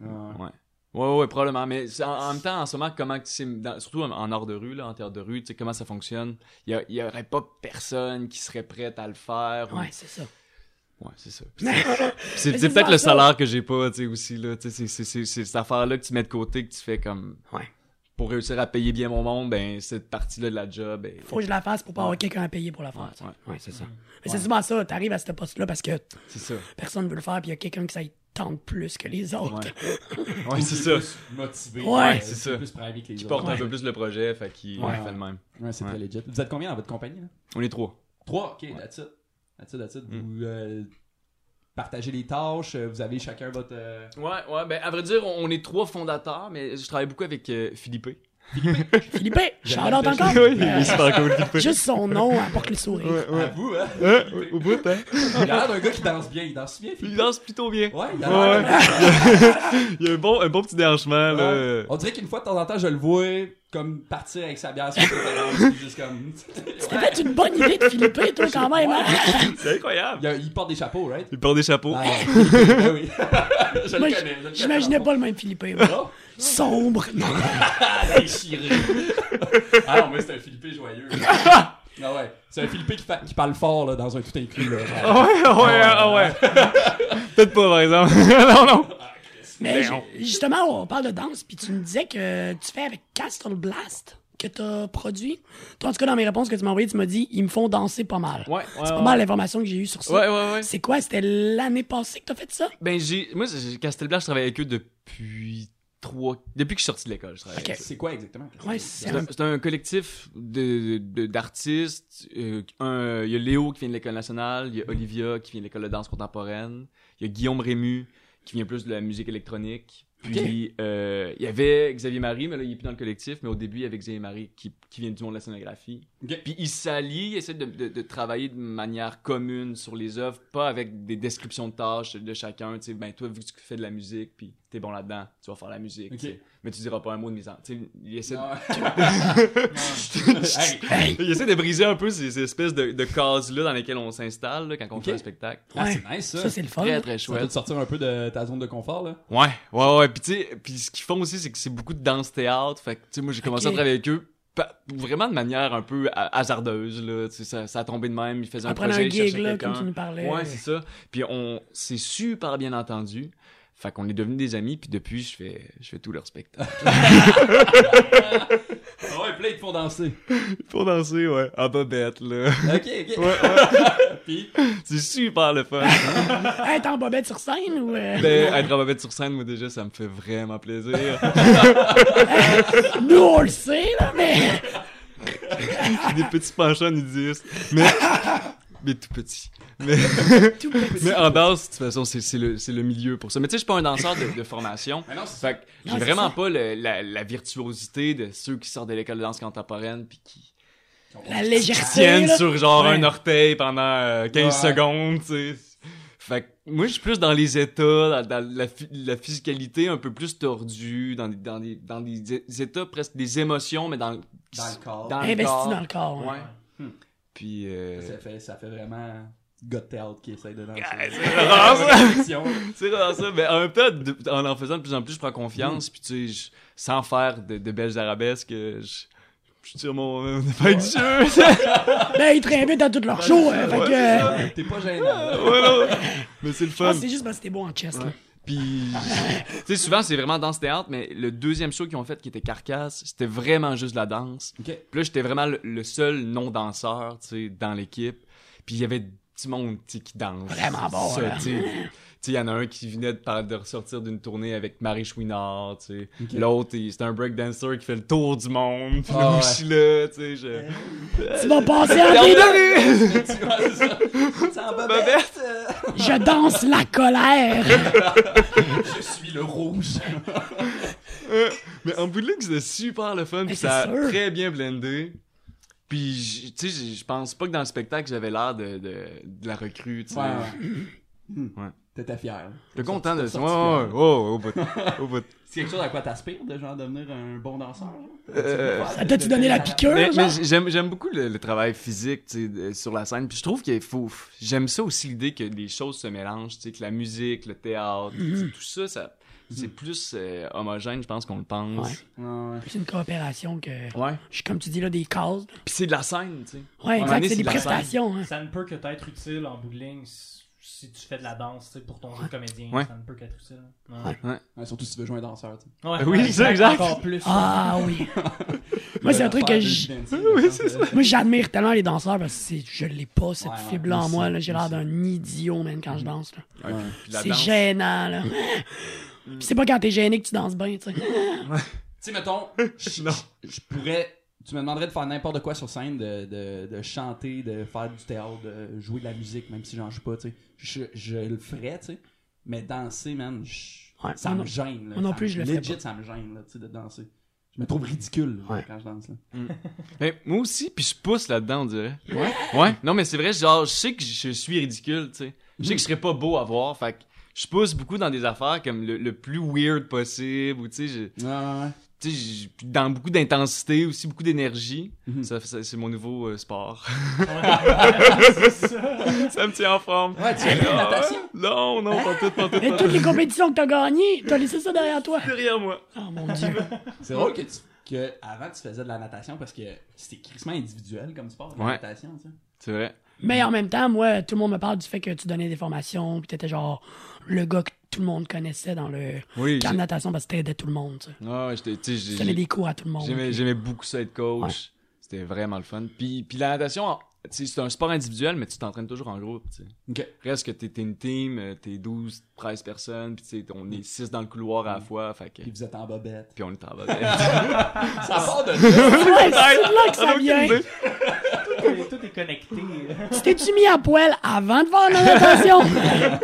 [SPEAKER 3] Ouais. Ouais, ouais, ouais, probablement. Mais c'est- en, en même temps, en ce moment, comment que c'est. dans- Surtout en, en hors de rue, là, en terre de rue, tu sais, comment ça fonctionne. Il y a- il y aurait pas personne qui serait prête à le faire. ou-
[SPEAKER 1] Ouais, c'est ça.
[SPEAKER 3] Ouais, c'est ça. Puis
[SPEAKER 1] Mais-
[SPEAKER 3] c'est- C'est
[SPEAKER 1] mais
[SPEAKER 3] c'est
[SPEAKER 1] c'est
[SPEAKER 3] peut-être
[SPEAKER 1] ça,
[SPEAKER 3] le
[SPEAKER 1] ça.
[SPEAKER 3] salaire que j'ai pas, tu sais, aussi, là. Tu sais, c'est- c'est- c'est c'est cette affaire-là que tu mets de côté, que tu fais comme.
[SPEAKER 1] Ouais.
[SPEAKER 3] Pour réussir à payer bien mon monde, ben, cette partie-là de la job. ben,
[SPEAKER 1] faut que je la fasse pour pas avoir quelqu'un à payer pour la faire. ça.
[SPEAKER 3] Ouais, ouais, c'est ça.
[SPEAKER 1] Mais c'est souvent ça, t'arrives à ce poste-là parce que
[SPEAKER 3] C'est ça.
[SPEAKER 1] personne veut le faire, puis il y a quelqu'un qui ça y tente plus que les autres.
[SPEAKER 3] Ouais, c'est ça.
[SPEAKER 2] Plus motivé.
[SPEAKER 1] Ouais,
[SPEAKER 3] c'est ça.
[SPEAKER 2] Plus privé que les
[SPEAKER 3] Qui
[SPEAKER 2] autres.
[SPEAKER 3] porte un peu plus le projet, fait qu'il
[SPEAKER 2] Ouais.
[SPEAKER 3] fait le même.
[SPEAKER 2] Ouais, c'est
[SPEAKER 3] Ouais.
[SPEAKER 2] très legit. Vous êtes combien dans votre compagnie, là?
[SPEAKER 3] On est trois.
[SPEAKER 2] Trois, ok, that's it. That's it, that's
[SPEAKER 3] Mm.
[SPEAKER 2] it. Vous euh, partagez les tâches, euh, vous avez chacun votre. euh,
[SPEAKER 3] Ouais, ouais, ben, à vrai dire, on on est trois fondateurs, mais je travaille beaucoup avec euh, Philippe.
[SPEAKER 1] Philippe,
[SPEAKER 2] J'ai
[SPEAKER 1] shout
[SPEAKER 2] l'air
[SPEAKER 1] out
[SPEAKER 2] de-
[SPEAKER 1] encore. Euh,
[SPEAKER 3] Oui, il est super cool, Philippe.
[SPEAKER 1] Juste son nom apporte le sourire.
[SPEAKER 2] à vous, hein?
[SPEAKER 3] au bout, hein.
[SPEAKER 2] Il a l'air d'un gars qui danse bien. Il danse bien,
[SPEAKER 3] Il
[SPEAKER 2] Philippe.
[SPEAKER 3] danse plutôt bien.
[SPEAKER 2] Ouais, il a l'air
[SPEAKER 3] Ouais. il y a un bon, un bon petit déhanchement, là.
[SPEAKER 2] Ouais. On dirait qu'une fois de temps en temps, je le vois comme partir avec sa bière sur le terrain, puis juste comme.
[SPEAKER 1] Tu t'es fait une bonne idée de Philippe, toi, quand même. hein?
[SPEAKER 3] C'est incroyable.
[SPEAKER 2] Il, a- il porte des chapeaux, right?
[SPEAKER 3] Il porte des chapeaux.
[SPEAKER 2] Ah, ouais, oui. je
[SPEAKER 1] Moi,
[SPEAKER 2] le
[SPEAKER 1] j-
[SPEAKER 2] connais. je le
[SPEAKER 1] J'imaginais
[SPEAKER 2] connais.
[SPEAKER 1] pas le même Philippe. moi.
[SPEAKER 2] Oh,
[SPEAKER 1] Sombre. Non.
[SPEAKER 2] ah, déchiré. ah non, moi, c'est un Philippé joyeux. Ah ouais, c'est un Philippé qui, fa- qui parle fort là, dans un tout inclus. Là.
[SPEAKER 3] Ah ouais, ah ouais, ah ouais. Peut-être pas, par exemple. non, non. Ben
[SPEAKER 1] Mais ju- justement, on parle de danse, puis tu me disais que tu fais avec Castle Blast que t'as produit. Toi, en tout cas, dans mes réponses que tu m'as envoyées, tu m'as dit ils me font danser pas mal.
[SPEAKER 3] Ouais, ouais,
[SPEAKER 1] C'est pas
[SPEAKER 3] ouais.
[SPEAKER 1] mal l'information que j'ai eue sur ça.
[SPEAKER 3] Ouais, ouais, ouais.
[SPEAKER 1] C'est quoi? C'était l'année passée que t'as fait ça?
[SPEAKER 3] Ben, j'ai. Moi, j'ai- Castelblanc, je travaille avec eux depuis trois. Depuis que je suis sorti de l'école, je travaille avec
[SPEAKER 1] Ok.
[SPEAKER 2] C'est quoi exactement?
[SPEAKER 1] Ouais, c'est
[SPEAKER 3] C'est un- c'est un collectif de- de- d'artistes. euh, un- Il y a Léo qui vient de l'École nationale, il y a Olivia qui vient de l'École de danse contemporaine, il y a Guillaume Rému qui vient plus de la musique électronique. Puis euh, il y avait Xavier Marie, mais là, il n'est plus dans le collectif. Mais au début, il y avait Xavier Marie qui, qui vient du monde de la scénographie.
[SPEAKER 2] Ok.
[SPEAKER 3] Puis ils s'allient, ils essaient de, de- de travailler de manière commune sur les œuvres, pas avec des descriptions de tâches de chacun. Tu sais, ben toi, vu que tu fais de la musique, puis t'es bon là-dedans, tu vas faire la musique.
[SPEAKER 2] Ok. Ah,
[SPEAKER 3] tu sais. Mais tu diras pas un mot de mise en... Tu sais, ils essaient de-
[SPEAKER 2] Hey,
[SPEAKER 3] Il essaie de briser un peu ces ces espèces de, de cases-là dans lesquelles on s'installe là, quand on
[SPEAKER 2] Ok.
[SPEAKER 3] fait un spectacle.
[SPEAKER 2] Ah,
[SPEAKER 1] Ouais.
[SPEAKER 2] c'est nice ça.
[SPEAKER 1] Ça, c'est le fun.
[SPEAKER 3] Très, très
[SPEAKER 2] Ça va
[SPEAKER 3] chouette.
[SPEAKER 2] te sortir un peu de ta zone de confort là.
[SPEAKER 3] Ouais, ouais, ouais. Puis, tu sais, puis ce qu'ils font aussi, c'est que c'est beaucoup de danse-théâtre. Fait que, tu sais, moi, j'ai commencé
[SPEAKER 1] Ok.
[SPEAKER 3] à travailler avec eux pa- vraiment de manière un peu ha- hasardeuse, là. Tu sais, ça, ça a tombé de même. Ils faisaient un
[SPEAKER 1] On prenait
[SPEAKER 3] projet,
[SPEAKER 1] un
[SPEAKER 3] ils
[SPEAKER 1] gig,
[SPEAKER 3] cherchaient
[SPEAKER 1] là, comme tu
[SPEAKER 3] quelqu'un.
[SPEAKER 1] nous parlais.
[SPEAKER 3] Ouais, c'est ça. Puis on s'est super bien entendu. Fait qu'on est devenus des amis, puis depuis, je fais, je fais tout leur spectacle.
[SPEAKER 2] Ah ouais, puis là ils te font danser.
[SPEAKER 3] Pour danser, ouais. Ah, bah, bête, là.
[SPEAKER 2] Ok, ok.
[SPEAKER 3] Ouais, ouais.
[SPEAKER 2] Puis,
[SPEAKER 3] C'est super le fun.
[SPEAKER 1] Hey, t'es en bobette sur scène ou. euh,
[SPEAKER 3] Ben, être en bobette sur scène, moi, déjà, ça me fait vraiment plaisir.
[SPEAKER 1] Nous, on le sait, là, mais.
[SPEAKER 3] des petits penchants nudistes. Mais, mais tout petit. Mais,
[SPEAKER 1] Tout petit.
[SPEAKER 3] mais en danse, de toute façon, c'est c'est le, c'est le milieu pour ça. Mais tu sais, je suis pas un danseur de, de formation.
[SPEAKER 2] Ah non, c'est-
[SPEAKER 3] Fait que
[SPEAKER 1] Non,
[SPEAKER 3] j'ai
[SPEAKER 1] c'est
[SPEAKER 3] vraiment
[SPEAKER 1] ça.
[SPEAKER 3] pas le- la, la virtuosité de ceux qui sortent de l'école de danse contemporaine puis qui
[SPEAKER 1] La
[SPEAKER 3] qui
[SPEAKER 1] légèreté.
[SPEAKER 3] tiennent
[SPEAKER 1] là.
[SPEAKER 3] sur genre
[SPEAKER 1] Ouais.
[SPEAKER 3] un orteil pendant euh, 15
[SPEAKER 2] Ouais.
[SPEAKER 3] secondes, tu sais. Fait que moi, je suis plus dans les états, dans, dans la, phy- la physicalité un peu plus tordue, dans des, dans des, dans des états presque des émotions, mais dans,
[SPEAKER 2] dans le corps.
[SPEAKER 3] dans le
[SPEAKER 1] Investi dans
[SPEAKER 3] corps.
[SPEAKER 1] le corps. hein.
[SPEAKER 3] Ouais. Puis... euh,
[SPEAKER 2] Ça fait, ça fait vraiment God Théâtre qui essaye de danser.
[SPEAKER 3] Ah, c'est rare, ça.
[SPEAKER 2] Action.
[SPEAKER 3] C'est vraiment ça. Mais en même temps, de- en en faisant de plus en plus, je prends confiance. Puis tu sais, je- sans faire de, de belles arabesques, euh, je, je tire mon euh, épingle du jeu.
[SPEAKER 1] Ben, ils te réinvitent dans tout leur show. hein, fait
[SPEAKER 3] Ouais,
[SPEAKER 1] que,
[SPEAKER 3] c'est ça.
[SPEAKER 1] euh,
[SPEAKER 2] Ouais, T'es pas gênant. là.
[SPEAKER 3] Ouais, non. Mais c'est le
[SPEAKER 1] je pense
[SPEAKER 3] fun.
[SPEAKER 1] que c'est juste parce que t'es beau en chest, là.
[SPEAKER 3] Puis, tu sais, souvent, c'est vraiment danse théâtre, mais le deuxième show qu'ils ont fait, qui était Carcasse, c'était vraiment juste de la danse.
[SPEAKER 2] Ok.
[SPEAKER 3] Puis là, j'étais vraiment le, le seul non-danseur, tu sais, dans l'équipe. Puis il y avait du monde, tu sais, qui danse.
[SPEAKER 1] Vraiment bon,
[SPEAKER 3] Ça,
[SPEAKER 2] hein.
[SPEAKER 1] là.
[SPEAKER 3] tu sais. Tu sais, il y en a un qui venait de, par- de ressortir d'une tournée avec Marie Chouinard, tu sais.
[SPEAKER 2] Ok.
[SPEAKER 3] L'autre, il- c'est un breakdancer qui fait le tour du monde. Puis
[SPEAKER 2] Ah
[SPEAKER 3] là, moi,
[SPEAKER 2] ouais.
[SPEAKER 3] je suis là, tu sais, je...
[SPEAKER 1] Tu vas passer en
[SPEAKER 3] Bienvenue!
[SPEAKER 1] ville,
[SPEAKER 2] Ouais, c'est ça. C'est en bobette,
[SPEAKER 3] Bobette.
[SPEAKER 2] euh,
[SPEAKER 1] Je danse la colère.
[SPEAKER 2] Je suis le rouge.
[SPEAKER 3] Euh, mais en bout de ligne, c'était super le fun, puis
[SPEAKER 1] c'est
[SPEAKER 3] ça a
[SPEAKER 1] sûr.
[SPEAKER 3] très bien blendé. Puis, j- tu sais, j- je pense pas que dans le spectacle, j'avais l'air de, de, de la recrue, tu sais.
[SPEAKER 2] Ouais, ouais.
[SPEAKER 1] Hmm.
[SPEAKER 3] Ouais.
[SPEAKER 2] T'étais fier.
[SPEAKER 3] J'étais content de ça.
[SPEAKER 2] sorti
[SPEAKER 3] Ouais, ouais, ouais, au bout. au bout.
[SPEAKER 2] C'est quelque chose à quoi t'aspires de genre devenir un bon danseur. genre?
[SPEAKER 3] Euh,
[SPEAKER 1] Ça t'a-tu donné la piqûre,
[SPEAKER 3] Mais, mais
[SPEAKER 1] genre?
[SPEAKER 3] j'aime j'aime beaucoup le, le travail physique, tu sais, de- sur la scène. Puis je trouve qu'il faut... J'aime ça aussi, l'idée que les choses se mélangent, tu sais, que la musique, le théâtre, tu sais, tout ça, ça... C'est plus euh, homogène, je pense, qu'on le pense.
[SPEAKER 2] Ouais, ouais.
[SPEAKER 1] C'est une coopération que.
[SPEAKER 3] Ouais.
[SPEAKER 1] Je suis comme tu dis, là, des cases.
[SPEAKER 3] Puis c'est de la scène, tu sais.
[SPEAKER 1] Ouais,
[SPEAKER 3] Ouais,
[SPEAKER 1] exact.
[SPEAKER 3] mais
[SPEAKER 1] C'est
[SPEAKER 3] c'est
[SPEAKER 1] des
[SPEAKER 3] de la scène.
[SPEAKER 1] prestations, hein.
[SPEAKER 4] Ça ne peut que t'être utile en bout de ligne si si tu fais de la danse tu sais, pour ton jeu de comédien.
[SPEAKER 3] Ouais.
[SPEAKER 4] Ça ne peut qu'être utile. Ouais.
[SPEAKER 2] Ouais, Surtout si tu veux jouer un danseur. tu sais.
[SPEAKER 4] Ouais,
[SPEAKER 3] Oui,
[SPEAKER 4] ouais,
[SPEAKER 3] c'est exact.
[SPEAKER 4] Encore plus.
[SPEAKER 1] Ah oui. Moi, c'est un truc que je.
[SPEAKER 2] Oui, c'est ça.
[SPEAKER 1] Moi, j'admire tellement les danseurs parce que c'est- je l'ai pas, cette
[SPEAKER 2] Ouais, ouais,
[SPEAKER 1] fibre-là en
[SPEAKER 2] aussi,
[SPEAKER 1] moi. là. J'ai l'air
[SPEAKER 2] aussi.
[SPEAKER 1] d'un idiot, même, quand je danse. là.
[SPEAKER 3] Ouais, puis- puis Mm. la
[SPEAKER 1] C'est
[SPEAKER 3] danse. Mm.
[SPEAKER 1] gênant, là. Puis c'est pas quand t'es gêné que tu danses bien, tu sais.
[SPEAKER 2] Tu sais, mettons, je-
[SPEAKER 3] Non.
[SPEAKER 2] je je pourrais. Tu me demanderais de faire n'importe quoi sur scène, de, de, de chanter, de faire du théâtre, de jouer de la musique, même si j'en joue pas, tu sais. Je, je le ferais, tu sais. Mais danser, man, je-
[SPEAKER 1] Ouais,
[SPEAKER 2] ça
[SPEAKER 1] moi
[SPEAKER 2] me
[SPEAKER 1] non-
[SPEAKER 2] gêne. Là,
[SPEAKER 1] moi non
[SPEAKER 2] Ça
[SPEAKER 1] plus,
[SPEAKER 2] me-
[SPEAKER 1] je le ferais
[SPEAKER 2] Legit, ça me gêne, là, tu sais, de danser. Je me trouve ridicule là,
[SPEAKER 1] Ouais.
[SPEAKER 2] quand je danse, là.
[SPEAKER 3] Ben, moi aussi, puis je pousse là-dedans, on dirait. Ouais? Ouais. Non, mais c'est vrai, genre, je sais que je suis ridicule, tu sais. Je sais que je serais pas beau à voir, fait que je pousse beaucoup dans des affaires comme le, le plus weird possible, ou tu sais, je-
[SPEAKER 2] Ouais, ouais, ouais.
[SPEAKER 3] tu sais, je- puis dans beaucoup d'intensité, aussi beaucoup d'énergie.
[SPEAKER 2] Mhm.
[SPEAKER 3] Ça, ça- c'est mon nouveau euh, sport.
[SPEAKER 4] Ouais, c'est ça.
[SPEAKER 3] ça me tient en forme.
[SPEAKER 2] Ouais, tu fais la
[SPEAKER 3] Ah,
[SPEAKER 2] natation?
[SPEAKER 3] ouais? Non, non, pas tout, pas tout,
[SPEAKER 1] Mais
[SPEAKER 3] pas tout.
[SPEAKER 1] toutes les compétitions que t'as gagnées, t'as laissé ça derrière toi.
[SPEAKER 3] Derrière moi.
[SPEAKER 1] Oh mon dieu.
[SPEAKER 2] C'est drôle que, tu, que avant tu faisais de la natation parce que c'était crissement individuel comme sport, la
[SPEAKER 3] Ouais.
[SPEAKER 2] natation, tu sais.
[SPEAKER 3] C'est vrai.
[SPEAKER 1] Mais en même temps, moi, tout le monde me parle du fait que tu donnais des formations, puis t'étais genre le gars que tout le monde connaissait dans le
[SPEAKER 3] Oui,
[SPEAKER 1] camp de natation parce que t'aidais tout le monde, tu sais.
[SPEAKER 3] j'ai- ah, ouais, j'étais- tu sais, j'ai-
[SPEAKER 1] Tu donnais des cours à tout le monde.
[SPEAKER 3] J'aimais,
[SPEAKER 1] puis-
[SPEAKER 3] j'aimais beaucoup ça être coach. C'était vraiment le fun. Puis, puis la natation, en- tu sais, c'est un sport individuel, mais tu t'entraînes toujours en groupe. tu sais.
[SPEAKER 2] Ok.
[SPEAKER 3] Reste que t'es, t'es une team, euh, t'es 12, 13 personnes, puis tu sais, on est 6 dans le couloir à la fois, fait que...
[SPEAKER 2] Puis vous êtes en bobette.
[SPEAKER 3] Puis on est en bas. ouais,
[SPEAKER 1] Ah.
[SPEAKER 2] Ça part de là.
[SPEAKER 1] Ouais, c'est de là que ça vient.
[SPEAKER 4] Tout est- Tout est connecté.
[SPEAKER 1] Tu t'es-tu mis à poil avant de faire la natation?
[SPEAKER 2] Fait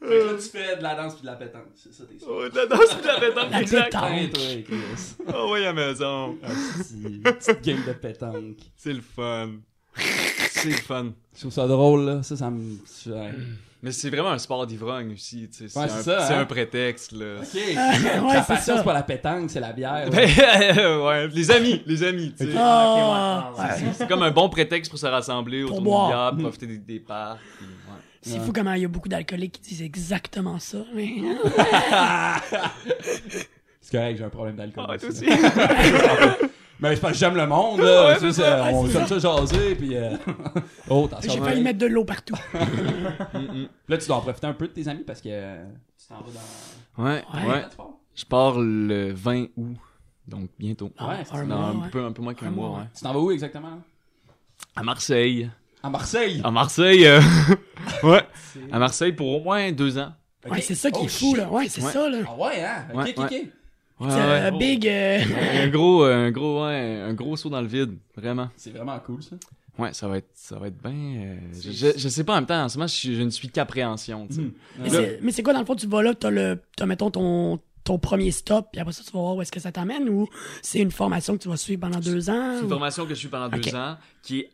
[SPEAKER 2] que là, tu fais de la danse puis de la pétanque. C'est ça, t'es sûr.
[SPEAKER 3] Oh, de la danse de la pétanque,
[SPEAKER 1] La
[SPEAKER 3] exact.
[SPEAKER 1] pétanque.
[SPEAKER 2] Hey, toi, Chris.
[SPEAKER 3] Oh, oui, à maison.
[SPEAKER 2] Ah, si. Petite game de pétanque.
[SPEAKER 3] C'est le fun. C'est le fun.
[SPEAKER 2] Je trouve ça drôle, là. Ça, ça me. Ouais.
[SPEAKER 3] Mais c'est vraiment un sport d'ivrogne aussi, tu sais. C'est
[SPEAKER 2] Ouais,
[SPEAKER 3] un,
[SPEAKER 2] c'est ça,
[SPEAKER 3] c'est
[SPEAKER 2] hein.
[SPEAKER 3] un prétexte, là.
[SPEAKER 2] Ok.
[SPEAKER 1] ouais,
[SPEAKER 2] Ta
[SPEAKER 1] c'est
[SPEAKER 2] passion,
[SPEAKER 1] ça.
[SPEAKER 2] c'est pas la pétanque, c'est la bière.
[SPEAKER 3] Ben,
[SPEAKER 2] ouais.
[SPEAKER 3] ouais, les amis, les amis, tu sais.
[SPEAKER 1] Ah,
[SPEAKER 4] Ah, ok, ouais,
[SPEAKER 1] ouais.
[SPEAKER 4] ouais, c'est-
[SPEAKER 3] C'est comme un bon prétexte pour se rassembler autour
[SPEAKER 1] Pour
[SPEAKER 3] d'une
[SPEAKER 1] boire.
[SPEAKER 3] bière, pour profiter des, des parcs. puis, ouais.
[SPEAKER 1] C'est
[SPEAKER 2] Ouais.
[SPEAKER 1] fou comment il y a beaucoup d'alcooliques qui disent exactement ça. hein?
[SPEAKER 2] C'est correct, j'ai un problème d'alcool.
[SPEAKER 3] Ah, toi
[SPEAKER 2] aussi,
[SPEAKER 3] aussi.
[SPEAKER 2] là. Mais c'est parce que j'aime le monde, là.
[SPEAKER 3] Ouais,
[SPEAKER 2] Tu
[SPEAKER 3] c'est
[SPEAKER 2] sais,
[SPEAKER 3] ça.
[SPEAKER 2] c'est- on
[SPEAKER 1] Ouais,
[SPEAKER 2] aime ça jaser, puis. euh, Oh, t'en sors
[SPEAKER 1] J'ai
[SPEAKER 2] bien.
[SPEAKER 1] failli mettre de l'eau partout.
[SPEAKER 3] Mm, mm.
[SPEAKER 2] Là, tu dois en profiter un peu de tes amis parce que. euh, Tu t'en vas dans.
[SPEAKER 3] Ouais,
[SPEAKER 1] Ouais.
[SPEAKER 3] ouais,
[SPEAKER 2] Tu pars?
[SPEAKER 3] Je pars le 20 août, donc bientôt.
[SPEAKER 1] Ah,
[SPEAKER 2] Ouais, c'est
[SPEAKER 1] un
[SPEAKER 3] Dans
[SPEAKER 1] mois,
[SPEAKER 3] un,
[SPEAKER 1] ouais.
[SPEAKER 3] peu, un peu moins qu'un
[SPEAKER 1] Un
[SPEAKER 3] mois,
[SPEAKER 1] mois,
[SPEAKER 3] ouais.
[SPEAKER 2] Tu t'en vas où exactement?
[SPEAKER 3] À Marseille.
[SPEAKER 2] À Marseille!
[SPEAKER 1] Ah.
[SPEAKER 3] À Marseille, euh, ouais. À Marseille pour au moins deux ans.
[SPEAKER 2] Ok.
[SPEAKER 1] Ouais, c'est ça qui
[SPEAKER 2] Oh,
[SPEAKER 1] est fou,
[SPEAKER 2] shit.
[SPEAKER 1] là. Ouais, c'est
[SPEAKER 3] Ouais.
[SPEAKER 1] ça, là.
[SPEAKER 2] Ah ouais, hein? Ok,
[SPEAKER 3] Ouais,
[SPEAKER 2] ok, ok.
[SPEAKER 3] Ouais,
[SPEAKER 1] C'est
[SPEAKER 3] ouais.
[SPEAKER 1] un
[SPEAKER 4] ouais.
[SPEAKER 1] big... euh,
[SPEAKER 3] Un gros, un gros, ouais, un gros saut dans le vide, vraiment.
[SPEAKER 2] C'est vraiment cool, ça.
[SPEAKER 3] Ouais, ça va être, ça va être bien. euh, je, je- je sais pas en même temps. En ce moment, je, je ne suis qu'appréhension. tu sais.
[SPEAKER 1] Mais
[SPEAKER 2] Là-
[SPEAKER 1] c'est- mais c'est quoi, dans le fond, tu vas là, t'as le... T'as, mettons, ton, ton premier stop, puis après ça, tu vas voir où est-ce que ça t'amène, ou c'est une formation que tu vas suivre pendant deux ans?
[SPEAKER 3] C'est
[SPEAKER 1] ou-
[SPEAKER 3] une formation que je suis pendant deux
[SPEAKER 1] Ok.
[SPEAKER 3] ans, qui est,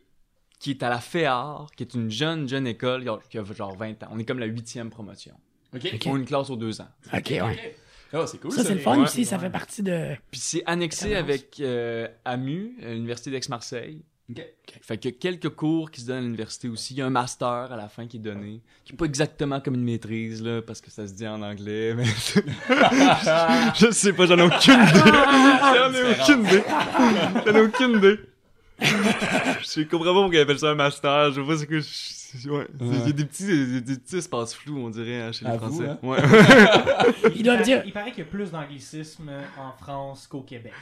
[SPEAKER 3] qui est à la FEAR, qui est une jeune, jeune école qui a, qui a genre 20 ans. On est comme la huitième promotion.
[SPEAKER 2] Ok.
[SPEAKER 3] On a une classe aux deux ans.
[SPEAKER 1] OK, ouais.
[SPEAKER 2] Ah, c'est cool,
[SPEAKER 1] Ça, c'est le fun
[SPEAKER 3] ouais,
[SPEAKER 1] aussi. Ça
[SPEAKER 4] ouais.
[SPEAKER 1] fait partie de...
[SPEAKER 3] Puis c'est annexé
[SPEAKER 1] Excellence.
[SPEAKER 3] avec euh, AMU, euh, l'Université d'Aix-Marseille.
[SPEAKER 2] Ok.
[SPEAKER 3] Fait qu'il y a quelques cours qui se donnent à l'université aussi. Il y a un master à la fin qui est donné, qui est pas exactement comme une maîtrise, là, parce que ça se dit en anglais, mais... je sais pas, j'en ai aucune idée.
[SPEAKER 1] Ah,
[SPEAKER 3] J'en ai aucune idée. J'en ai aucune idée. je comprends pas pourquoi ils appellent ça un master. Je vois ce que je... ouais. Il y a des petits, des, des petits espaces flous, on dirait, hein, chez les
[SPEAKER 2] À vous,
[SPEAKER 3] Français.
[SPEAKER 2] hein?
[SPEAKER 3] Ouais.
[SPEAKER 1] Ils doivent
[SPEAKER 4] paraît-
[SPEAKER 1] dire-
[SPEAKER 4] Il paraît qu'il y a plus d'anglicisme en France qu'au Québec.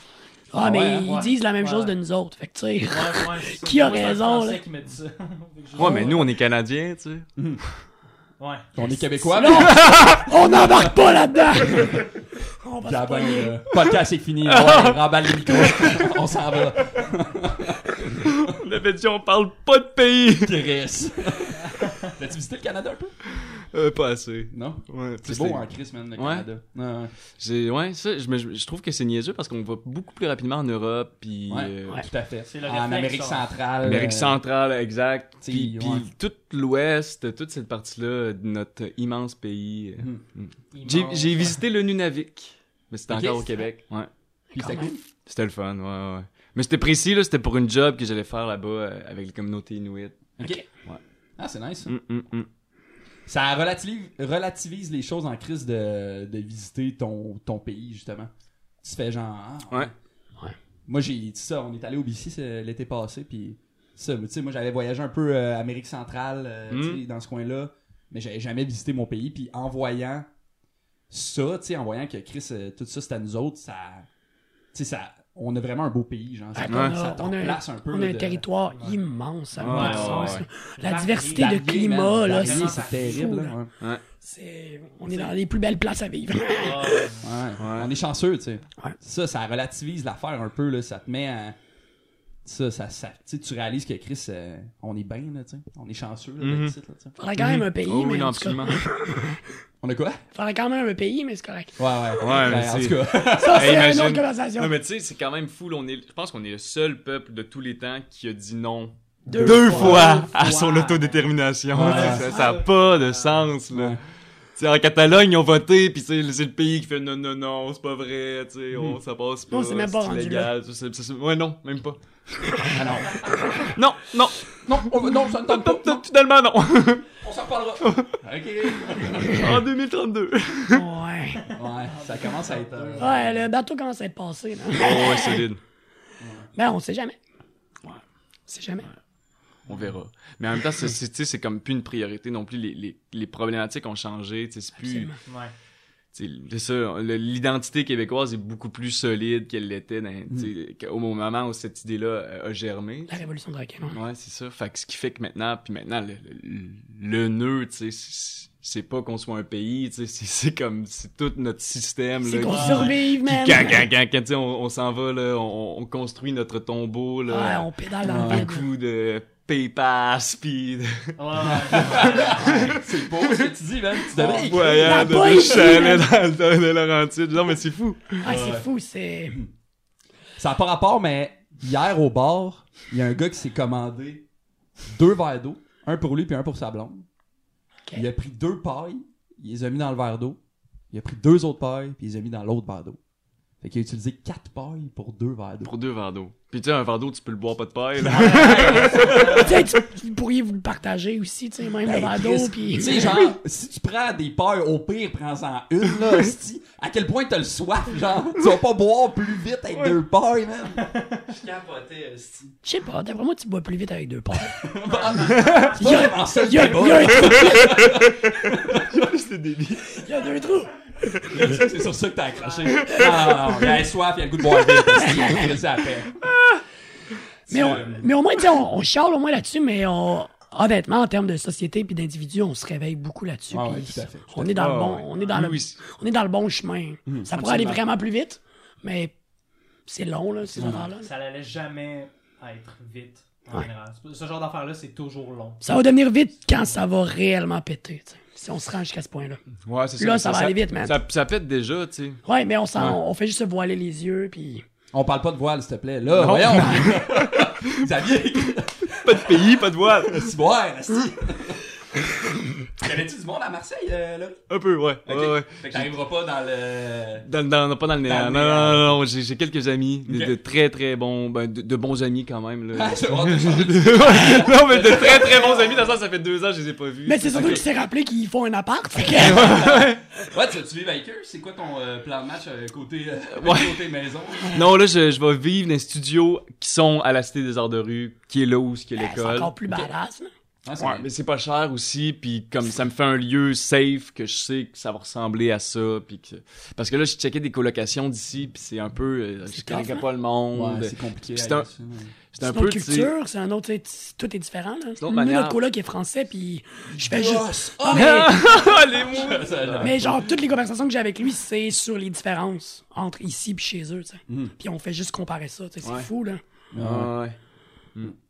[SPEAKER 1] Ah,
[SPEAKER 2] Ah
[SPEAKER 1] mais
[SPEAKER 2] ouais,
[SPEAKER 1] ils
[SPEAKER 4] ouais.
[SPEAKER 1] disent la même
[SPEAKER 4] Ouais.
[SPEAKER 1] chose de nous autres. Fait que, tu sais...
[SPEAKER 4] Ouais, ouais, c'est ça.
[SPEAKER 1] Qui a
[SPEAKER 4] Moi, c'est un
[SPEAKER 1] raison,
[SPEAKER 4] Français
[SPEAKER 1] là?
[SPEAKER 4] qui me dit ça. Fait que je-
[SPEAKER 3] ouais, mais nous, on est Canadiens, tu sais.
[SPEAKER 4] Ouais.
[SPEAKER 2] On est québécois,
[SPEAKER 1] Non! On n'embarque pas là-dedans! On va
[SPEAKER 2] Puis
[SPEAKER 1] se
[SPEAKER 2] ah ben,
[SPEAKER 1] poigner.
[SPEAKER 2] euh, podcast est fini. Ouais, remballe les micros. On s'en va.
[SPEAKER 3] On avait dit, on parle pas de pays!
[SPEAKER 2] Chris. T'as-tu visité le Canada un peu?
[SPEAKER 3] Euh, pas assez.
[SPEAKER 2] Non.
[SPEAKER 3] Ouais,
[SPEAKER 2] C'est
[SPEAKER 3] plus
[SPEAKER 2] beau,
[SPEAKER 3] les-
[SPEAKER 2] hein, Chris, man, le
[SPEAKER 3] Ouais.
[SPEAKER 2] Canada. Ouais, ouais.
[SPEAKER 3] J'ai- ouais, ça, je, me- je- je trouve que c'est niaiseux parce qu'on va beaucoup plus rapidement en Europe, puis
[SPEAKER 2] Ouais,
[SPEAKER 3] euh,
[SPEAKER 1] Ouais.
[SPEAKER 2] Tout à fait.
[SPEAKER 4] C'est le
[SPEAKER 2] En
[SPEAKER 4] réflexe,
[SPEAKER 2] Amérique
[SPEAKER 4] ça.
[SPEAKER 2] centrale.
[SPEAKER 3] Amérique
[SPEAKER 2] euh,
[SPEAKER 3] centrale, exact.
[SPEAKER 2] t'sais,
[SPEAKER 3] Puis, puis
[SPEAKER 2] ouais.
[SPEAKER 3] tout l'Ouest, toute cette partie-là de notre immense pays. euh.
[SPEAKER 2] Mhm.
[SPEAKER 3] J'ai
[SPEAKER 4] Immense.
[SPEAKER 3] j'ai visité le Nunavik, mais c'était
[SPEAKER 2] Ok,
[SPEAKER 3] encore au
[SPEAKER 2] c'est-
[SPEAKER 3] Québec. Ouais.
[SPEAKER 2] Puis c'était
[SPEAKER 1] Quand même.
[SPEAKER 2] cool.
[SPEAKER 3] C'était le fun, ouais, ouais. Mais c'était précis, là, c'était pour une job que j'allais faire là-bas euh, avec les communautés inuites.
[SPEAKER 2] Ok.
[SPEAKER 3] Ouais.
[SPEAKER 2] Ah, c'est nice. ça.
[SPEAKER 3] Mm, mm, mm.
[SPEAKER 2] Ça relative- relativise les choses en crise de, de visiter ton, ton pays, justement. Tu fais genre. ah,
[SPEAKER 3] Ouais.
[SPEAKER 1] Ouais.
[SPEAKER 2] Moi, j'ai dit ça. On est allé au BC c'est- l'été passé, puis ça, tu sais, moi, j'avais voyagé un peu euh, Amérique centrale, euh,
[SPEAKER 3] Mm.
[SPEAKER 2] tu sais, dans ce coin-là, mais j'avais jamais visité mon pays, puis en voyant ça, tu sais, en voyant que Chris, euh, tout ça, c'était à nous autres, ça. Tu sais, ça. On a vraiment un beau pays, genre. Ça,
[SPEAKER 1] Ouais.
[SPEAKER 2] te-
[SPEAKER 1] Ah, On
[SPEAKER 2] ça
[SPEAKER 1] a-
[SPEAKER 2] te
[SPEAKER 1] on a-
[SPEAKER 2] replace un peu.
[SPEAKER 1] On
[SPEAKER 2] là,
[SPEAKER 1] a un
[SPEAKER 2] de-
[SPEAKER 1] territoire immense. à
[SPEAKER 3] Ouais,
[SPEAKER 1] voir
[SPEAKER 4] ouais,
[SPEAKER 1] ça,
[SPEAKER 3] ouais.
[SPEAKER 1] La
[SPEAKER 4] Varié,
[SPEAKER 1] diversité de
[SPEAKER 2] varié, man,
[SPEAKER 1] climat, là,
[SPEAKER 2] varié,
[SPEAKER 4] c'est-
[SPEAKER 2] c'est terrible. là, ouais.
[SPEAKER 1] c'est- on est dans les plus belles places à vivre.
[SPEAKER 4] Ah,
[SPEAKER 2] Ouais, On est chanceux, tu sais.
[SPEAKER 1] Ouais.
[SPEAKER 2] Ça, ça relativise l'affaire un peu, là. Ça te met à. Ça, ça, ça- tu sais, tu réalises que Chris, euh, on est bien, là, tu sais. On est chanceux, là,
[SPEAKER 3] Mhm.
[SPEAKER 2] d'être ici, là, tu sais.
[SPEAKER 1] Faudrait quand même un pays,
[SPEAKER 3] Oh,
[SPEAKER 1] mais
[SPEAKER 3] oui, non,
[SPEAKER 1] en tout cas-
[SPEAKER 3] absolument.
[SPEAKER 2] On a quoi? Ouais,
[SPEAKER 1] faudrait quand même un pays, mais c'est correct.
[SPEAKER 2] ouais.
[SPEAKER 3] Ouais, mais
[SPEAKER 2] Ben, en
[SPEAKER 3] c'est-
[SPEAKER 2] tout cas.
[SPEAKER 1] Ça,
[SPEAKER 3] Hey,
[SPEAKER 1] c'est une autre
[SPEAKER 3] imagine.
[SPEAKER 1] conversation.
[SPEAKER 3] Non, mais tu sais, c'est quand même fou. là, on est, je pense qu'on est le seul peuple de tous les temps qui a dit non
[SPEAKER 1] Deux,
[SPEAKER 2] fois
[SPEAKER 3] Ah,
[SPEAKER 2] à son
[SPEAKER 3] autodétermination.
[SPEAKER 2] Ouais.
[SPEAKER 3] Ça n'a pas de sens, là.
[SPEAKER 2] Ouais.
[SPEAKER 3] Tu sais, en Catalogne, ils ont voté, puis c'est c'est le pays qui fait non, non, non, c'est pas vrai, tu sais, on- ça passe pas.
[SPEAKER 1] Non, c'est même pas rendu
[SPEAKER 3] illégal, ça, c'est- ça, c'est- ouais, non, même pas.
[SPEAKER 2] Ah, non.
[SPEAKER 3] Non, non,
[SPEAKER 2] Non, on va- non, ça ne
[SPEAKER 3] non,
[SPEAKER 2] tente pas.
[SPEAKER 3] non, non, finalement, non.
[SPEAKER 2] On s'en reparlera. ok.
[SPEAKER 3] en 2032.
[SPEAKER 1] Ouais.
[SPEAKER 2] Ouais, ça commence à être. euh,
[SPEAKER 1] Ouais, le bateau commence à être passé. là.
[SPEAKER 3] Oh, ouais, solide.
[SPEAKER 1] Ben, on sait jamais. Ouais. On sait jamais.
[SPEAKER 3] On verra. Mais en même temps, c'est- c'est tu sais, c'est comme plus une priorité non plus. Les, les, les problématiques ont changé, tu sais, c'est plus.
[SPEAKER 1] Absolument.
[SPEAKER 4] ouais.
[SPEAKER 3] tu sais, C'est ça, le- l'identité québécoise est beaucoup plus solide qu'elle l'était
[SPEAKER 1] Mm.
[SPEAKER 3] dans- tu sais, au moment où cette idée-là euh, a germé.
[SPEAKER 1] La révolution de Rock'n'Roll.
[SPEAKER 3] Ouais, c'est ça. Fait que ce qui fait que maintenant, puis maintenant, le, le, le nœud, tu sais, c'est- c'est pas qu'on soit un pays, tu sais, c'est- c'est comme, c'est tout notre système,
[SPEAKER 1] C'est
[SPEAKER 3] là.
[SPEAKER 1] qu'on
[SPEAKER 3] qui-
[SPEAKER 1] survive,
[SPEAKER 3] qui-
[SPEAKER 1] man.
[SPEAKER 3] Quand, quand, quand, quand, tu sais, on, on s'en va, là, on, on construit notre tombeau,
[SPEAKER 1] Ouais,
[SPEAKER 3] là,
[SPEAKER 1] on pédale dans
[SPEAKER 2] Ouais.
[SPEAKER 1] le
[SPEAKER 3] à
[SPEAKER 1] vide.
[SPEAKER 3] coup de PayPass, pis
[SPEAKER 2] C'est beau ce que tu dis, man. Tu devrais écrire.
[SPEAKER 1] La
[SPEAKER 3] voyage de
[SPEAKER 1] boy,
[SPEAKER 3] chalet dans le temps de Laurentides. Non, mais c'est fou.
[SPEAKER 1] Ah, c'est fou, c'est.
[SPEAKER 2] Ça n'a pas rapport, mais hier au bar, il y a un gars qui s'est commandé deux verres d'eau, un pour lui puis un pour sa blonde.
[SPEAKER 1] Ok.
[SPEAKER 2] Il a pris deux pailles, il les a mis dans le verre d'eau. Il a pris deux autres pailles, puis il les a mis dans l'autre verre d'eau. Fait qu'il a utilisé quatre pailles pour deux verres d'eau.
[SPEAKER 3] Pour deux verres d'eau. Pis tu sais, un verre d'eau, tu peux le boire pas de paille, là.
[SPEAKER 1] tu sais, tu- vous pourriez vous le partager aussi, tu sais, même le verre d'eau,
[SPEAKER 2] Chris,
[SPEAKER 1] puis.
[SPEAKER 2] Tu sais, genre, si tu prends des pailles, au pire, prends-en une, là, hostie. À quel point t'as le soif, genre. Tu vas pas boire plus vite avec deux pailles, man.
[SPEAKER 5] Je capotais, esti.
[SPEAKER 1] Je sais pas, d'après moi, tu bois plus vite avec deux pailles.
[SPEAKER 2] C'est pas vraiment ça, le
[SPEAKER 1] Il y a,
[SPEAKER 2] débat.
[SPEAKER 1] il y a un trou,
[SPEAKER 3] c'est débile.
[SPEAKER 1] il y a deux trous.
[SPEAKER 2] C'est sur ça que t'as accroché. Ah, non, non, il y a soif, il y a le goût de boire vite. parce qu'il y a un Chris après.
[SPEAKER 1] Mais,
[SPEAKER 2] Euh,
[SPEAKER 1] on- mais au moins, tu sais, on, on charle au moins là-dessus, mais on- honnêtement, en termes de société puis d'individu, on se réveille beaucoup là-dessus.
[SPEAKER 2] Ah ouais,
[SPEAKER 1] puis
[SPEAKER 2] tout à fait, tout
[SPEAKER 1] On est dans le
[SPEAKER 3] Ah
[SPEAKER 1] bon,
[SPEAKER 3] ouais.
[SPEAKER 1] on est dans le,
[SPEAKER 3] Oui, oui.
[SPEAKER 1] on est dans le bon chemin. ça pourrait aller
[SPEAKER 2] Mmh, absolument.
[SPEAKER 1] vraiment plus vite, mais c'est long là, ces affaires-là.
[SPEAKER 4] Ça n'allait jamais être vite, en
[SPEAKER 1] Ouais.
[SPEAKER 4] général. C'est pas- Ce genre d'affaire-là, c'est toujours long.
[SPEAKER 1] Ça va devenir vite quand ça va réellement péter. tu sais, Si on se rend jusqu'à ce point-là.
[SPEAKER 3] Ouais, c'est ça.
[SPEAKER 1] Là, ça va aller vite, man.
[SPEAKER 3] Ça, ça pète déjà, tu sais.
[SPEAKER 1] Ouais, mais on, s'en- on fait juste se voiler les yeux, puis.
[SPEAKER 2] On parle pas de voile, s'il te plaît. Là, voyons. Xavier,
[SPEAKER 3] Pas de pays, pas de voile.
[SPEAKER 2] tu bois, hostie. Y'avais-tu du monde à Marseille, euh, là?
[SPEAKER 3] Un peu, ouais.
[SPEAKER 2] Ok.
[SPEAKER 3] ouais, ouais.
[SPEAKER 2] Fait que t'arriveras pas dans le...
[SPEAKER 3] Dans, dans, pas dans le
[SPEAKER 2] le
[SPEAKER 3] néant. Non,
[SPEAKER 2] néant.
[SPEAKER 3] non, non, non, j'ai j'ai quelques amis. des-
[SPEAKER 2] Ok.
[SPEAKER 3] De très, très bons. Ben, de, de bons amis quand même, là.
[SPEAKER 2] Ah, c'est bon, t'as changé.
[SPEAKER 3] non, mais de très, très bons amis. Dans le sens, ça fait deux ans que je les ai pas vus.
[SPEAKER 1] Mais c'est surtout qu'il s'est rappelé qu'ils font un appart. fait que-
[SPEAKER 2] Ouais, tu vas-tu vivre avec eux? C'est quoi ton euh, plan de match euh, côté, euh,
[SPEAKER 3] Ouais.
[SPEAKER 2] côté maison?
[SPEAKER 3] Non, là, je, je vais vivre dans les studios qui sont à la Cité des Arts de Rue, qui est là où ce qu'il y a
[SPEAKER 1] c'est
[SPEAKER 3] l'école.
[SPEAKER 1] encore plus badass. là.
[SPEAKER 2] Ah, c'est-
[SPEAKER 3] Ouais, mais c'est pas cher aussi, puis comme ça me fait un lieu safe que je sais que ça va ressembler à ça, puis que... parce que là je checkais des colocations d'ici, puis c'est un peu, euh, je
[SPEAKER 1] C'est
[SPEAKER 3] connais
[SPEAKER 1] tough,
[SPEAKER 3] pas le monde,
[SPEAKER 2] hein? Ouais, c'est compliqué.
[SPEAKER 3] C'est
[SPEAKER 2] à
[SPEAKER 3] un-
[SPEAKER 2] dire ça, ouais.
[SPEAKER 3] c'est
[SPEAKER 1] C'est
[SPEAKER 3] un
[SPEAKER 1] une
[SPEAKER 3] peu
[SPEAKER 1] autre
[SPEAKER 3] tu sais,
[SPEAKER 1] culture, c'est un autre. c'est- Tout est différent. Là.
[SPEAKER 3] autre
[SPEAKER 1] Nous,
[SPEAKER 3] manière.
[SPEAKER 1] notre coloc est français, puis je fais juste.
[SPEAKER 2] Grosse.
[SPEAKER 1] Ah, mais,
[SPEAKER 3] Ah, les mots!
[SPEAKER 2] Ça, genre.
[SPEAKER 1] mais genre, toutes les conversations que j'ai avec lui, c'est sur les différences entre ici puis chez eux, tu sais. Puis on fait juste comparer ça, tu sais. C'est
[SPEAKER 3] Hmm. Ouais.
[SPEAKER 1] fou, là.
[SPEAKER 2] Ouais.
[SPEAKER 3] Ah, ouais.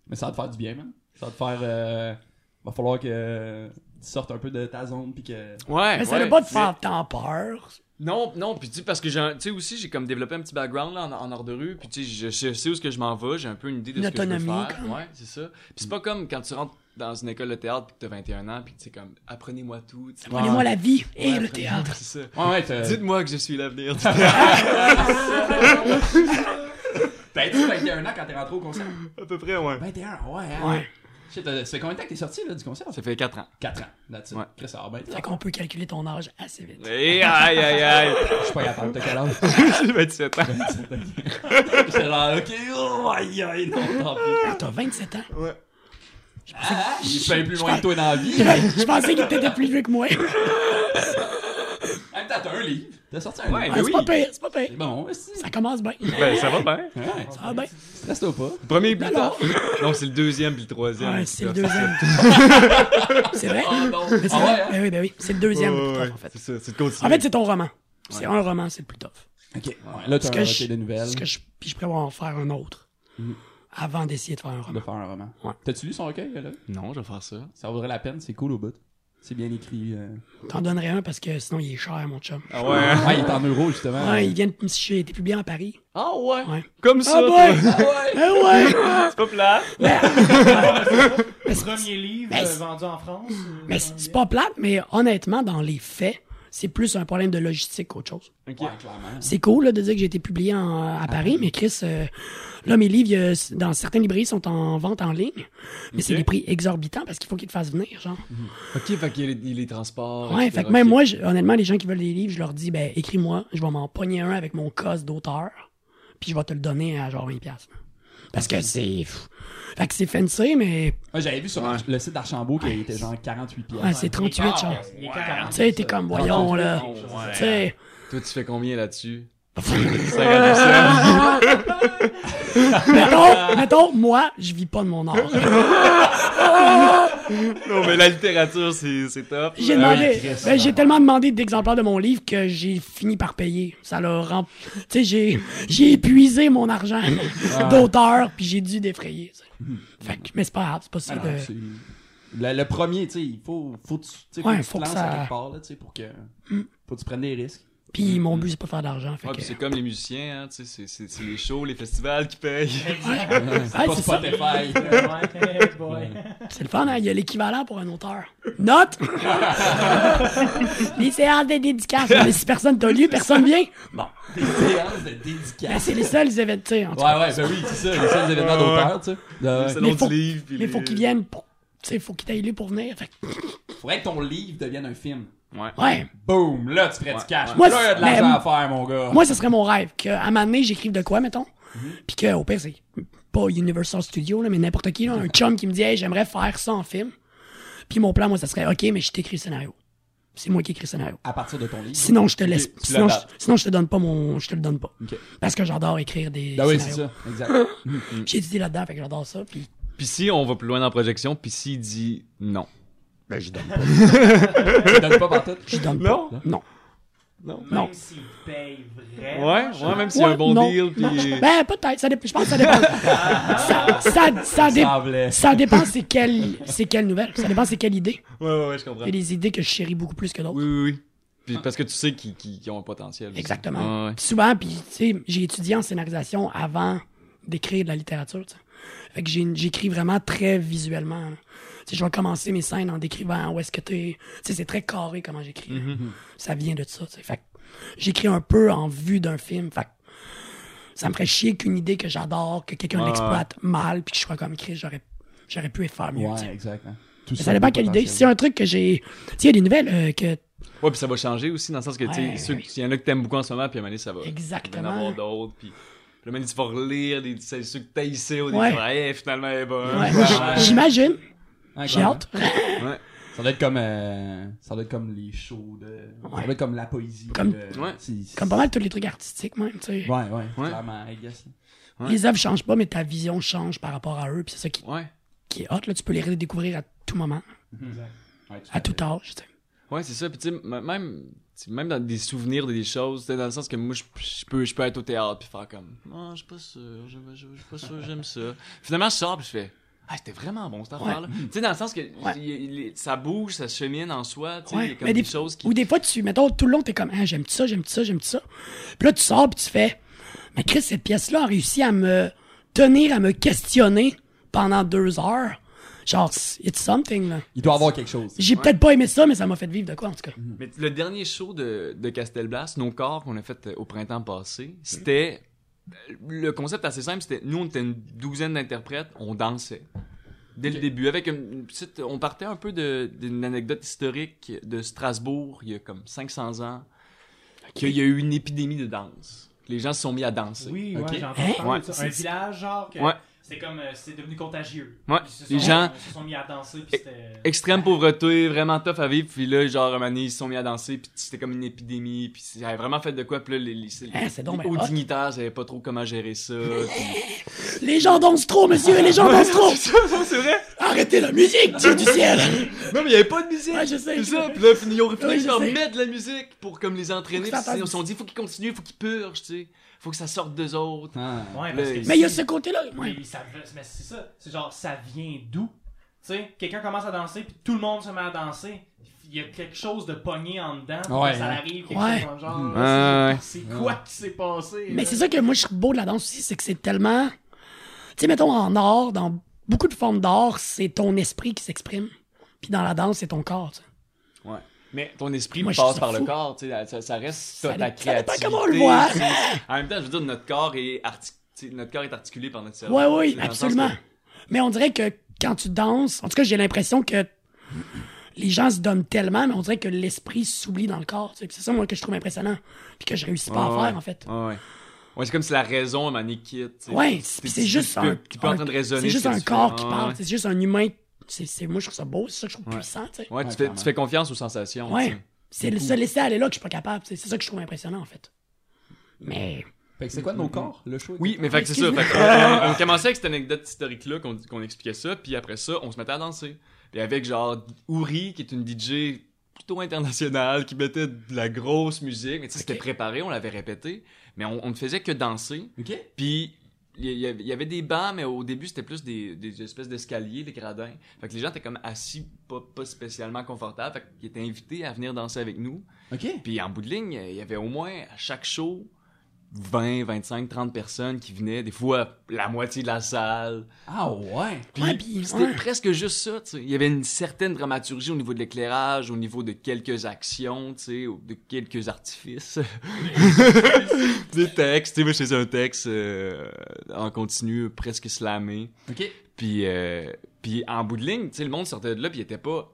[SPEAKER 2] Mais ça va te faire du bien, man. Ça va te faire. Euh... Va falloir que tu sortes un peu de ta zone pis que.
[SPEAKER 3] Ouais,
[SPEAKER 1] Mais ça
[SPEAKER 3] ouais.
[SPEAKER 1] veut pas te faire tant peur.
[SPEAKER 3] Non, non, puis tu sais, parce que j'ai, un- tu sais aussi j'ai comme développé un petit background là en, en art de rue, puis tu sais je, je sais où ce que je m'en vais, j'ai un peu une idée de
[SPEAKER 1] Une
[SPEAKER 3] ce que je veux
[SPEAKER 1] autonomie,
[SPEAKER 3] faire.
[SPEAKER 1] comme.
[SPEAKER 3] Ouais, c'est ça. Puis c'est pas comme quand tu rentres dans une école de théâtre puis que t'as 21 ans puis que tu sais comme apprenez-moi tout. tu sais.
[SPEAKER 1] Prenez-moi la vie et
[SPEAKER 3] Ouais,
[SPEAKER 1] le
[SPEAKER 3] apprenez-moi,
[SPEAKER 1] théâtre.
[SPEAKER 3] C'est ça. Euh,
[SPEAKER 2] Ouais, ouais, t'as.
[SPEAKER 3] Dites-moi que je suis l'avenir.
[SPEAKER 2] T'as été 21 ans quand t'es rentré au concert?
[SPEAKER 3] à peu près, ouais.
[SPEAKER 2] 21, ouais, hein?
[SPEAKER 1] Ouais.
[SPEAKER 2] Shit, euh, ça fait combien de temps que t'es sorti là, du concert?
[SPEAKER 3] Ça fait 4 ans.
[SPEAKER 2] 4 ans. Là-dessus.
[SPEAKER 3] Ouais.
[SPEAKER 2] Chris, ça va bien.
[SPEAKER 1] Fait qu'on peut calculer ton âge assez vite.
[SPEAKER 3] Eh, aïe, aïe, aïe.
[SPEAKER 2] Je suis pas capable de quel âge.
[SPEAKER 3] J'ai 27 ans.
[SPEAKER 2] J'étais genre, ok, oh, aïe, aïe, non, tant pis.
[SPEAKER 1] Ah, T'as 27 ans.
[SPEAKER 2] Ah, il est bien plus loin que toi dans la vie.
[SPEAKER 1] je pensais qu'il était plus vieux que moi.
[SPEAKER 2] En même temps, t'as un livre. T'as sorti un
[SPEAKER 3] Ouais.
[SPEAKER 2] livre.
[SPEAKER 1] Ah, c'est
[SPEAKER 3] oui.
[SPEAKER 1] pas pire, c'est pas pire.
[SPEAKER 2] Bon, aussi.
[SPEAKER 1] Ça commence bien.
[SPEAKER 3] Ben, ça va bien.
[SPEAKER 2] Ouais.
[SPEAKER 1] Ah ben,
[SPEAKER 2] Stresse-toi pas.
[SPEAKER 3] Premier puis le troisième. Non, c'est le deuxième puis le troisième.
[SPEAKER 1] ouais, c'est le deuxième. c'est vrai?
[SPEAKER 2] Ah, non.
[SPEAKER 1] Mais c'est
[SPEAKER 2] Ah, ouais,
[SPEAKER 1] vrai?
[SPEAKER 2] hein?
[SPEAKER 1] Ben oui, ben oui. C'est le deuxième le plus tough, en fait.
[SPEAKER 3] C'est ça, c'est de continuer.
[SPEAKER 1] En fait, c'est ton roman. C'est un roman, c'est le plus tough.
[SPEAKER 2] Ok. Ouais, là, t'as
[SPEAKER 1] Ce
[SPEAKER 2] un
[SPEAKER 1] que
[SPEAKER 2] recueil
[SPEAKER 1] je,
[SPEAKER 2] de nouvelles.
[SPEAKER 1] ce que je, puis je prévois en faire un autre avant d'essayer de faire un
[SPEAKER 2] De
[SPEAKER 1] roman.
[SPEAKER 2] faire un roman.
[SPEAKER 1] Ouais.
[SPEAKER 2] T'as-tu lu son recueil, là?
[SPEAKER 3] Non, je vais faire ça.
[SPEAKER 2] Ça vaudrait la peine, c'est cool au bout. C'est bien écrit. euh.
[SPEAKER 1] T'en donnerais un parce que sinon il est cher, mon chum.
[SPEAKER 3] Ah ouais.
[SPEAKER 2] Ah, il est en euros, justement.
[SPEAKER 1] Ouais, il vient de me chier. été publié en Paris.
[SPEAKER 3] Ah ouais.
[SPEAKER 1] Ouais.
[SPEAKER 3] Comme
[SPEAKER 1] Ah
[SPEAKER 3] ça.
[SPEAKER 1] ouais!
[SPEAKER 3] toi.
[SPEAKER 1] Ah ouais!
[SPEAKER 3] C'est pas plat.
[SPEAKER 1] Mais c'est-
[SPEAKER 4] Premier livre
[SPEAKER 1] Ben,
[SPEAKER 4] euh,
[SPEAKER 1] c'est-
[SPEAKER 4] vendu en France. euh,
[SPEAKER 1] Mais c'est c'est pas plate, mais honnêtement, dans les faits, c'est plus un problème de logistique qu'autre chose.
[SPEAKER 3] Ok.
[SPEAKER 2] Ouais, clairement.
[SPEAKER 1] C'est cool là, de dire que j'ai été publié en- à Paris, mais Chris, euh, là, mes livres, euh, c- dans certaines librairies, sont en vente en ligne, mais c'est
[SPEAKER 3] Ok.
[SPEAKER 1] des prix exorbitants parce qu'il faut qu'ils te fassent venir, genre.
[SPEAKER 3] Ok, fait qu'il y a les, les transports.
[SPEAKER 1] Ouais,
[SPEAKER 3] etc.
[SPEAKER 1] fait que même
[SPEAKER 3] Ok.
[SPEAKER 1] moi, je- honnêtement, les gens qui veulent des livres, je leur dis, ben, écris-moi, je vais m'en pogner un avec mon cos d'auteur, puis je vais te le donner à genre 20$. piastres. Parce que c'est. pff, Fait que c'est fancy, mais
[SPEAKER 2] Ouais, Ah, J'avais vu sur le site d'Archambault qu'il était genre 48 pièces.
[SPEAKER 1] ouais, c'est 38$, genre.
[SPEAKER 4] Ah, Il est 40.
[SPEAKER 1] Tu sais, t'es comme, voyons, là. Tu sais.
[SPEAKER 3] Toi, tu fais combien là-dessus?
[SPEAKER 1] mettons, mettons, moi, je vis pas de mon art.
[SPEAKER 3] Non, mais la littérature, c'est c'est top.
[SPEAKER 1] J'ai
[SPEAKER 3] Ah oui.
[SPEAKER 1] demandé,
[SPEAKER 2] Christ,
[SPEAKER 1] ben, j'ai tellement demandé d'exemplaires de mon livre que j'ai fini par payer. Ça l'a rem... Tu sais, j'ai, j'ai épuisé mon argent d'auteur, puis j'ai dû défrayer. tu sais. Fait que, mais c'est pas grave, c'est pas ça. de-
[SPEAKER 2] Ah C'est- Le, le premier, tu sais, il faut, faut, que tu- tu sais, faut
[SPEAKER 1] euh. Ouais,
[SPEAKER 2] que tu
[SPEAKER 1] faut
[SPEAKER 2] te
[SPEAKER 1] que
[SPEAKER 2] lances
[SPEAKER 1] ça- Mm.
[SPEAKER 2] à quelque part, là, tu sais, pour que, faut que tu prennes des risques.
[SPEAKER 1] Puis mon but, c'est pas de faire d'argent. Fait
[SPEAKER 3] Ouais,
[SPEAKER 1] que...
[SPEAKER 3] puis c'est comme les musiciens, hein, tu sais, c'est- c'est c'est les shows, les festivals qui payent.
[SPEAKER 1] Ouais,
[SPEAKER 2] pas
[SPEAKER 1] c'est ça.
[SPEAKER 2] Spotify.
[SPEAKER 4] Ouais, boy.
[SPEAKER 1] C'est le fun, hein? Il y a l'équivalent pour un auteur. Note! les séances de dédicaces. Mais si personne t'a lu, personne vient. Bon.
[SPEAKER 2] des séances de dédicace.
[SPEAKER 1] Ben, c'est les seuls événements, tu sais, en tout cas.
[SPEAKER 2] Ouais, ouais, ben oui, c'est ça, les seuls événements d'auteur, tu sais.
[SPEAKER 3] Le
[SPEAKER 2] Ouais,
[SPEAKER 3] salon
[SPEAKER 1] Mais faut-
[SPEAKER 3] du livre. puis
[SPEAKER 1] Mais
[SPEAKER 3] les-
[SPEAKER 1] faut qu'ils viennent pour. Tu sais, faut qu'ils t'aillent lu pour venir. Fait que,
[SPEAKER 2] ouais. Faudrait que ton livre devienne un film.
[SPEAKER 3] Ouais.
[SPEAKER 1] ouais.
[SPEAKER 2] Boom, là, tu ferais du cash.
[SPEAKER 1] Moi,
[SPEAKER 2] là, il y a de
[SPEAKER 1] c'est-
[SPEAKER 2] l'argent
[SPEAKER 1] mais-
[SPEAKER 2] à faire, mon gars.
[SPEAKER 1] Moi, ce serait mon rêve. Qu'à un moment donné, j'écrive de quoi, mettons. Puis que, au pire, c'est pas Universal Studio, là, mais n'importe qui, là, un chum qui me dit, hey, j'aimerais faire ça en film. Puis mon plan, moi, ça serait, OK, mais je t'écris le scénario. C'est moi qui écris le scénario.
[SPEAKER 2] À partir de ton livre.
[SPEAKER 1] Sinon, je te laisse.
[SPEAKER 2] tu
[SPEAKER 1] Sinon je,
[SPEAKER 2] l'adaptes.
[SPEAKER 1] sinon, je te donne pas mon. Je te le donne pas.
[SPEAKER 2] Ok.
[SPEAKER 1] Parce que j'adore écrire des.
[SPEAKER 2] Ben oui, c'est
[SPEAKER 1] scénarios.
[SPEAKER 2] ça, exact.
[SPEAKER 1] J'ai étudié là-dedans, fait que j'adore ça. Puis
[SPEAKER 3] Puis si on va plus loin dans la projection, puis s'il dit non.
[SPEAKER 2] tu donnes pas partout.
[SPEAKER 1] je donne
[SPEAKER 3] Non?
[SPEAKER 1] pas. Non.
[SPEAKER 3] Non.
[SPEAKER 1] Non.
[SPEAKER 6] Même s'il paye vraiment.
[SPEAKER 3] Ouais, ouais, même s'il y a un
[SPEAKER 1] Ouais,
[SPEAKER 3] bon
[SPEAKER 1] non.
[SPEAKER 3] deal, puis.
[SPEAKER 1] Ben, peut-être. Ça dépend- je pense que ça dépend. ça, ça, ça, dé-
[SPEAKER 2] Semblait.
[SPEAKER 1] ça dépend c'est quelle, c'est quelle nouvelle. Ça dépend c'est quelle idée.
[SPEAKER 3] Ouais, ouais, ouais, je comprends.
[SPEAKER 1] Il y a des idées que je chéris beaucoup plus que d'autres.
[SPEAKER 3] Oui, oui, oui. Puis parce que tu sais qu'ils qu'ils- qu'ils ont un potentiel. aussi.
[SPEAKER 1] Exactement.
[SPEAKER 3] Ouais, ouais.
[SPEAKER 1] Puis Souvent, puis tu sais, j'ai étudié en scénarisation avant d'écrire de la littérature. tu sais. Fait que j'ai une- j'écris vraiment très visuellement. là. Tu sais, je vais commencer mes scènes en décrivant où est-ce que t'es. Tu sais, c'est très carré comment j'écris. là. Ça vient de ça. tu sais. Fait que j'écris un peu en vue d'un film. Fait que ça me ferait chier qu'une idée que j'adore, que quelqu'un l'exploite mal, puis que je sois comme écrit, j'aurais j'aurais pu faire mieux. tu sais.
[SPEAKER 2] Ouais, exact. hein. Tout
[SPEAKER 1] Mais ça dépend quelle idée. C'est un truc que j'ai. Tu sais, il y a des nouvelles euh, que
[SPEAKER 3] Ouais, puis ça va changer aussi, dans le sens que, tu
[SPEAKER 1] Ouais.
[SPEAKER 3] sais, ceux- s'il y en a que t'aimes beaucoup en ce moment, puis à un moment donné, ça va. Il va y en
[SPEAKER 1] exactement.
[SPEAKER 3] avoir d'autres, puis. Puis à un moment donné, tu vas relire des, celles- ceux que t'haïssais au début.
[SPEAKER 1] Ouais.
[SPEAKER 3] Ouais, hey, finalement, elle est bonne.
[SPEAKER 1] Ouais. J'imagine. J'ai hâte.
[SPEAKER 2] Ça doit être comme, euh, ça doit être comme les shows de, ça doit être comme la poésie.
[SPEAKER 1] Comme-
[SPEAKER 2] de-
[SPEAKER 3] Ouais.
[SPEAKER 2] c'est- c'est-
[SPEAKER 1] Comme pas mal tous les trucs artistiques, même, tu sais.
[SPEAKER 2] Ouais, ouais,
[SPEAKER 3] Ouais.
[SPEAKER 2] clairement, I guess.
[SPEAKER 3] Ouais.
[SPEAKER 1] Les œuvres changent pas, mais ta vision change par rapport à eux. Puis c'est ça qui,
[SPEAKER 3] Ouais.
[SPEAKER 1] qui est hot. Là. Tu peux les redécouvrir à tout moment,
[SPEAKER 2] Ouais,
[SPEAKER 1] à tout âge. tu sais.
[SPEAKER 3] Ouais, c'est ça. Puis tu sais, m- même, tu sais, même dans des souvenirs de des choses, tu sais, dans le sens que moi, je, je peux, je peux être au théâtre puis faire comme, non, je suis pas sûr, je, je- je suis pas sûr, j'aime ça. Finalement, je sors puis je fais, ah, c'était vraiment bon cette affaire-là. Tu sais, dans le sens que il- il- il- ça bouge, ça chemine en soi, tu sais,
[SPEAKER 1] Ouais,
[SPEAKER 3] il y a comme
[SPEAKER 1] mais
[SPEAKER 3] des,
[SPEAKER 1] des-
[SPEAKER 3] choses qui.
[SPEAKER 1] Ou des fois, tu, mettons, tout le long, t'es comme, ah, j'aime ça, j'aime ça, j'aime ça. Puis là, tu sors, puis tu fais, mais Chris, cette pièce-là a réussi à me tenir, à me questionner pendant deux heures. Genre, it's something, là.
[SPEAKER 2] Il doit avoir quelque chose.
[SPEAKER 1] J'ai peut-être pas aimé ça, mais ça m'a fait vivre de quoi, en tout cas.
[SPEAKER 3] Mais le dernier show de, de Castelblas, Nos corps, qu'on a fait euh, au printemps
[SPEAKER 1] Mhm.
[SPEAKER 3] passé, c'était. euh, Le concept assez simple, c'était nous, on était une douzaine d'interprètes, on dansait. Dès le début, avec une une petite. On partait un peu de- d'une anecdote historique de Strasbourg, il y a comme 500 ans, qu'il y a eu une épidémie de danse. Les gens se sont mis à danser.
[SPEAKER 6] Oui,
[SPEAKER 2] Ok.
[SPEAKER 6] ouais, j'en
[SPEAKER 1] Hein?
[SPEAKER 6] parle. de ça.
[SPEAKER 1] Ouais.
[SPEAKER 6] Un village, genre, que
[SPEAKER 3] Ouais.
[SPEAKER 6] c'est comme, euh, c'est devenu contagieux.
[SPEAKER 3] Ouais.
[SPEAKER 6] Ils se
[SPEAKER 3] Les
[SPEAKER 6] sont-
[SPEAKER 3] gens-
[SPEAKER 6] ils se sont mis à danser, puis c'était...
[SPEAKER 3] Extrême pauvreté, vraiment tough à vivre, puis là, genre, à un moment donné, ils se sont mis à danser, puis c'était comme une épidémie, puis ça avait vraiment fait de quoi, puis là, les, les,
[SPEAKER 1] Hein, c'est donc ben
[SPEAKER 3] les hauts
[SPEAKER 1] hot.
[SPEAKER 3] dignitaires savaient pas trop comment gérer ça, puis-
[SPEAKER 1] Les gens dansent trop, monsieur, les gens dansent trop!
[SPEAKER 3] c'est vrai.
[SPEAKER 1] Arrêtez la musique, Dieu du ciel!
[SPEAKER 3] Non, mais il n'y avait pas de musique.
[SPEAKER 1] Ouais, je sais.
[SPEAKER 3] Tout ça. Puis là, puis ils ont
[SPEAKER 1] Oui,
[SPEAKER 3] réfléchi,
[SPEAKER 1] je
[SPEAKER 3] ils ont
[SPEAKER 1] sais.
[SPEAKER 3] mis de la musique pour comme les entraîner.
[SPEAKER 1] Faut que ça
[SPEAKER 3] Puis ils
[SPEAKER 1] fasse-
[SPEAKER 3] se sont dit, faut qu'ils continuent, faut qu'ils purgent, tu sais. Faut que ça sorte d'eux autres.
[SPEAKER 2] Ah.
[SPEAKER 6] Ouais, parce que
[SPEAKER 3] Mais
[SPEAKER 1] Mais il y a
[SPEAKER 6] si-
[SPEAKER 1] ce côté-là. ouais.
[SPEAKER 6] Mais, ça, mais c'est ça. C'est genre, ça vient d'où? Tu sais, quelqu'un commence à danser, puis tout le monde se met à danser. Il y a quelque chose de pogné en dedans. puis
[SPEAKER 2] Ouais.
[SPEAKER 6] Ça arrive, quelque
[SPEAKER 1] Ouais.
[SPEAKER 6] chose dans le genre.
[SPEAKER 3] Ouais, ouais.
[SPEAKER 6] C'est quoi qui s'est passé?
[SPEAKER 1] Mais
[SPEAKER 6] là?
[SPEAKER 1] c'est ça que moi je trouve beau de la danse aussi, c'est que c'est tellement. Tu sais, mettons en art, dans beaucoup de formes d'art, c'est ton esprit qui s'exprime. Puis dans la danse, c'est ton corps. tu sais.
[SPEAKER 3] Ouais. Mais ton esprit
[SPEAKER 1] Moi, je trouve
[SPEAKER 3] passe
[SPEAKER 1] ça
[SPEAKER 3] par
[SPEAKER 1] fou.
[SPEAKER 3] le corps, tu sais. Ça, ça reste
[SPEAKER 1] Ça
[SPEAKER 3] ta
[SPEAKER 1] dé- ça dépend
[SPEAKER 3] créativité.
[SPEAKER 1] comment on le voit.
[SPEAKER 3] tu sais. En même temps, je veux dire, notre corps est arti- tu sais, Notre corps est articulé par notre cerveau.
[SPEAKER 1] Ouais,
[SPEAKER 3] Tu
[SPEAKER 1] oui,
[SPEAKER 3] sais, dans le sens
[SPEAKER 1] absolument.
[SPEAKER 3] que-
[SPEAKER 1] Mais on dirait que quand tu danses, en tout cas, j'ai l'impression que les gens se donnent tellement, mais on dirait que l'esprit s'oublie dans le corps. tu sais. Puis C'est ça, moi, que je trouve impressionnant. Puis que je réussis pas
[SPEAKER 3] Ouais,
[SPEAKER 1] à
[SPEAKER 3] ouais.
[SPEAKER 1] faire, en fait.
[SPEAKER 3] Ouais, ouais. Ouais, c'est comme si la raison m'en est quitte. tu sais.
[SPEAKER 1] Ouais,
[SPEAKER 3] Tu-
[SPEAKER 1] c'est-
[SPEAKER 3] tu-
[SPEAKER 1] c'est
[SPEAKER 3] tu-
[SPEAKER 1] juste
[SPEAKER 3] tu
[SPEAKER 1] un.
[SPEAKER 3] peux- Tu peux en train de
[SPEAKER 1] un-
[SPEAKER 3] raisonner.
[SPEAKER 1] C'est juste
[SPEAKER 3] ce que
[SPEAKER 1] un
[SPEAKER 3] tu
[SPEAKER 1] corps
[SPEAKER 3] fais.
[SPEAKER 1] qui
[SPEAKER 3] Ouais,
[SPEAKER 1] parle.
[SPEAKER 3] ouais.
[SPEAKER 1] C'est juste un humain. C'est c'est- moi, je trouve ça beau. C'est ça que je trouve
[SPEAKER 3] Ouais.
[SPEAKER 1] puissant, tu sais.
[SPEAKER 3] Ouais, tu
[SPEAKER 2] Ouais,
[SPEAKER 3] fais,
[SPEAKER 2] clairement.
[SPEAKER 3] tu fais confiance aux sensations. tu
[SPEAKER 1] Ouais.
[SPEAKER 3] sais.
[SPEAKER 1] C'est le seul laisser aller là que je suis pas capable. C'est c'est ça que je trouve impressionnant, en fait. Mais
[SPEAKER 2] Fait que c'est quoi nos corps, le show?
[SPEAKER 3] Oui, mais fait que c'est ça. Fait que, euh, on commençait avec cette anecdote historique-là, qu'on qu'on expliquait ça, puis après ça, on se mettait à danser. Puis avec genre Ouri, qui est une DJ plutôt internationale, qui mettait de la grosse musique, mais tu sais, c'était préparé, on l'avait répété, mais on, on ne faisait que danser.
[SPEAKER 2] Ok.
[SPEAKER 3] Puis il y- il y, avait- il y avait des bancs, mais au début, c'était plus des, des espèces d'escaliers, des gradins. Fait que les gens étaient comme assis, pas, pas spécialement confortables, fait qu'ils étaient invités à venir danser avec nous.
[SPEAKER 2] Ok.
[SPEAKER 3] Puis en bout de ligne, il y avait au moins à chaque show 20, 25, 30 personnes qui venaient, des fois la moitié de la salle.
[SPEAKER 2] Ah ouais.
[SPEAKER 3] Puis
[SPEAKER 1] Ouais, puis-
[SPEAKER 3] c'était
[SPEAKER 1] ouais.
[SPEAKER 3] presque juste ça, tu sais. Il y avait une certaine dramaturgie au niveau de l'éclairage, au niveau de quelques actions, tu sais, ou de quelques artifices. des textes, tu sais, moi, je faisais un texte euh, en continu, presque slamé.
[SPEAKER 2] Ok.
[SPEAKER 3] Puis, euh, puis en bout de ligne, tu sais, le monde sortait de là, puis il était pas.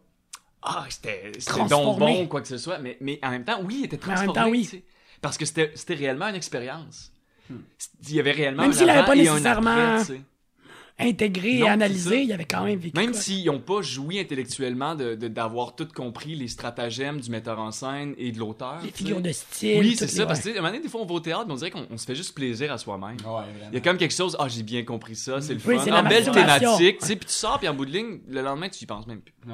[SPEAKER 3] Ah, c'était c'était donc
[SPEAKER 1] Transformé.
[SPEAKER 3] bon, quoi que ce soit. Mais, mais en même temps, oui, il était
[SPEAKER 1] Mais en même
[SPEAKER 3] transformé.
[SPEAKER 1] temps, oui. Hmm.
[SPEAKER 3] tu sais. Parce que c'était c'était réellement une expérience. Il y avait réellement
[SPEAKER 1] Même
[SPEAKER 3] un
[SPEAKER 1] s'il
[SPEAKER 3] avant
[SPEAKER 1] avait pas
[SPEAKER 3] et un
[SPEAKER 1] nécessairement-
[SPEAKER 3] après, tu sais.
[SPEAKER 1] Intégré
[SPEAKER 3] Non,
[SPEAKER 1] et
[SPEAKER 3] c'est ça.
[SPEAKER 1] analysé, il y avait quand même vécu.
[SPEAKER 3] Même
[SPEAKER 1] quoi.
[SPEAKER 3] s'ils n'ont pas joui intellectuellement d'avoir de, d'avoir tout compris les stratagèmes du metteur en scène et de l'auteur.
[SPEAKER 1] Les
[SPEAKER 3] tu sais.
[SPEAKER 1] figures de style.
[SPEAKER 3] Oui,
[SPEAKER 1] toutes
[SPEAKER 3] c'est
[SPEAKER 1] les-
[SPEAKER 3] ça. Parce que,
[SPEAKER 1] ouais.
[SPEAKER 3] tu sais, à un moment donné, des fois, on va au théâtre, mais on dirait qu'on on se fait juste plaisir à
[SPEAKER 2] Ouais,
[SPEAKER 3] soi-même.
[SPEAKER 2] vraiment.
[SPEAKER 3] Il y a comme quelque chose, ah, j'ai bien compris ça, c'est le
[SPEAKER 1] Oui,
[SPEAKER 3] fun.
[SPEAKER 1] c'est
[SPEAKER 3] Ah,
[SPEAKER 1] la
[SPEAKER 3] belle
[SPEAKER 1] masturbation.
[SPEAKER 3] thématique, tu sais, puis tu sors, puis en bout de ligne, le lendemain, tu y penses même plus.
[SPEAKER 2] Ouais.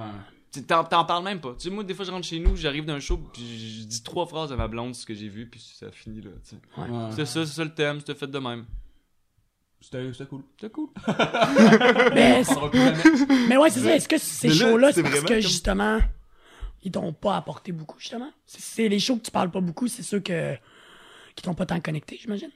[SPEAKER 3] Tu- T'en, t'en parles même pas. Tu sais, moi, des fois, je rentre chez nous, j'arrive d'un show, puis je je dis trois phrases à ma blonde, ce que j'ai vu, puis ça finit là, tu sais.
[SPEAKER 1] Ah.
[SPEAKER 2] Ouais.
[SPEAKER 3] C'est ça, c'est ça le thème, c'était fait de même.
[SPEAKER 2] C'était c'était cool.
[SPEAKER 3] C'était cool.
[SPEAKER 1] Mais, c'est-
[SPEAKER 2] On aura plus jamais-
[SPEAKER 1] mais ouais, c'est ça. Est-ce que ces
[SPEAKER 3] Mais là,
[SPEAKER 1] shows-là,
[SPEAKER 3] c'est
[SPEAKER 1] c'est parce
[SPEAKER 3] vraiment
[SPEAKER 1] que
[SPEAKER 3] comme-
[SPEAKER 1] justement, ils t'ont pas apporté beaucoup, justement? C'est- C'est les shows que tu parles pas beaucoup, c'est ceux que... qui t'ont pas tant connecté, j'imagine.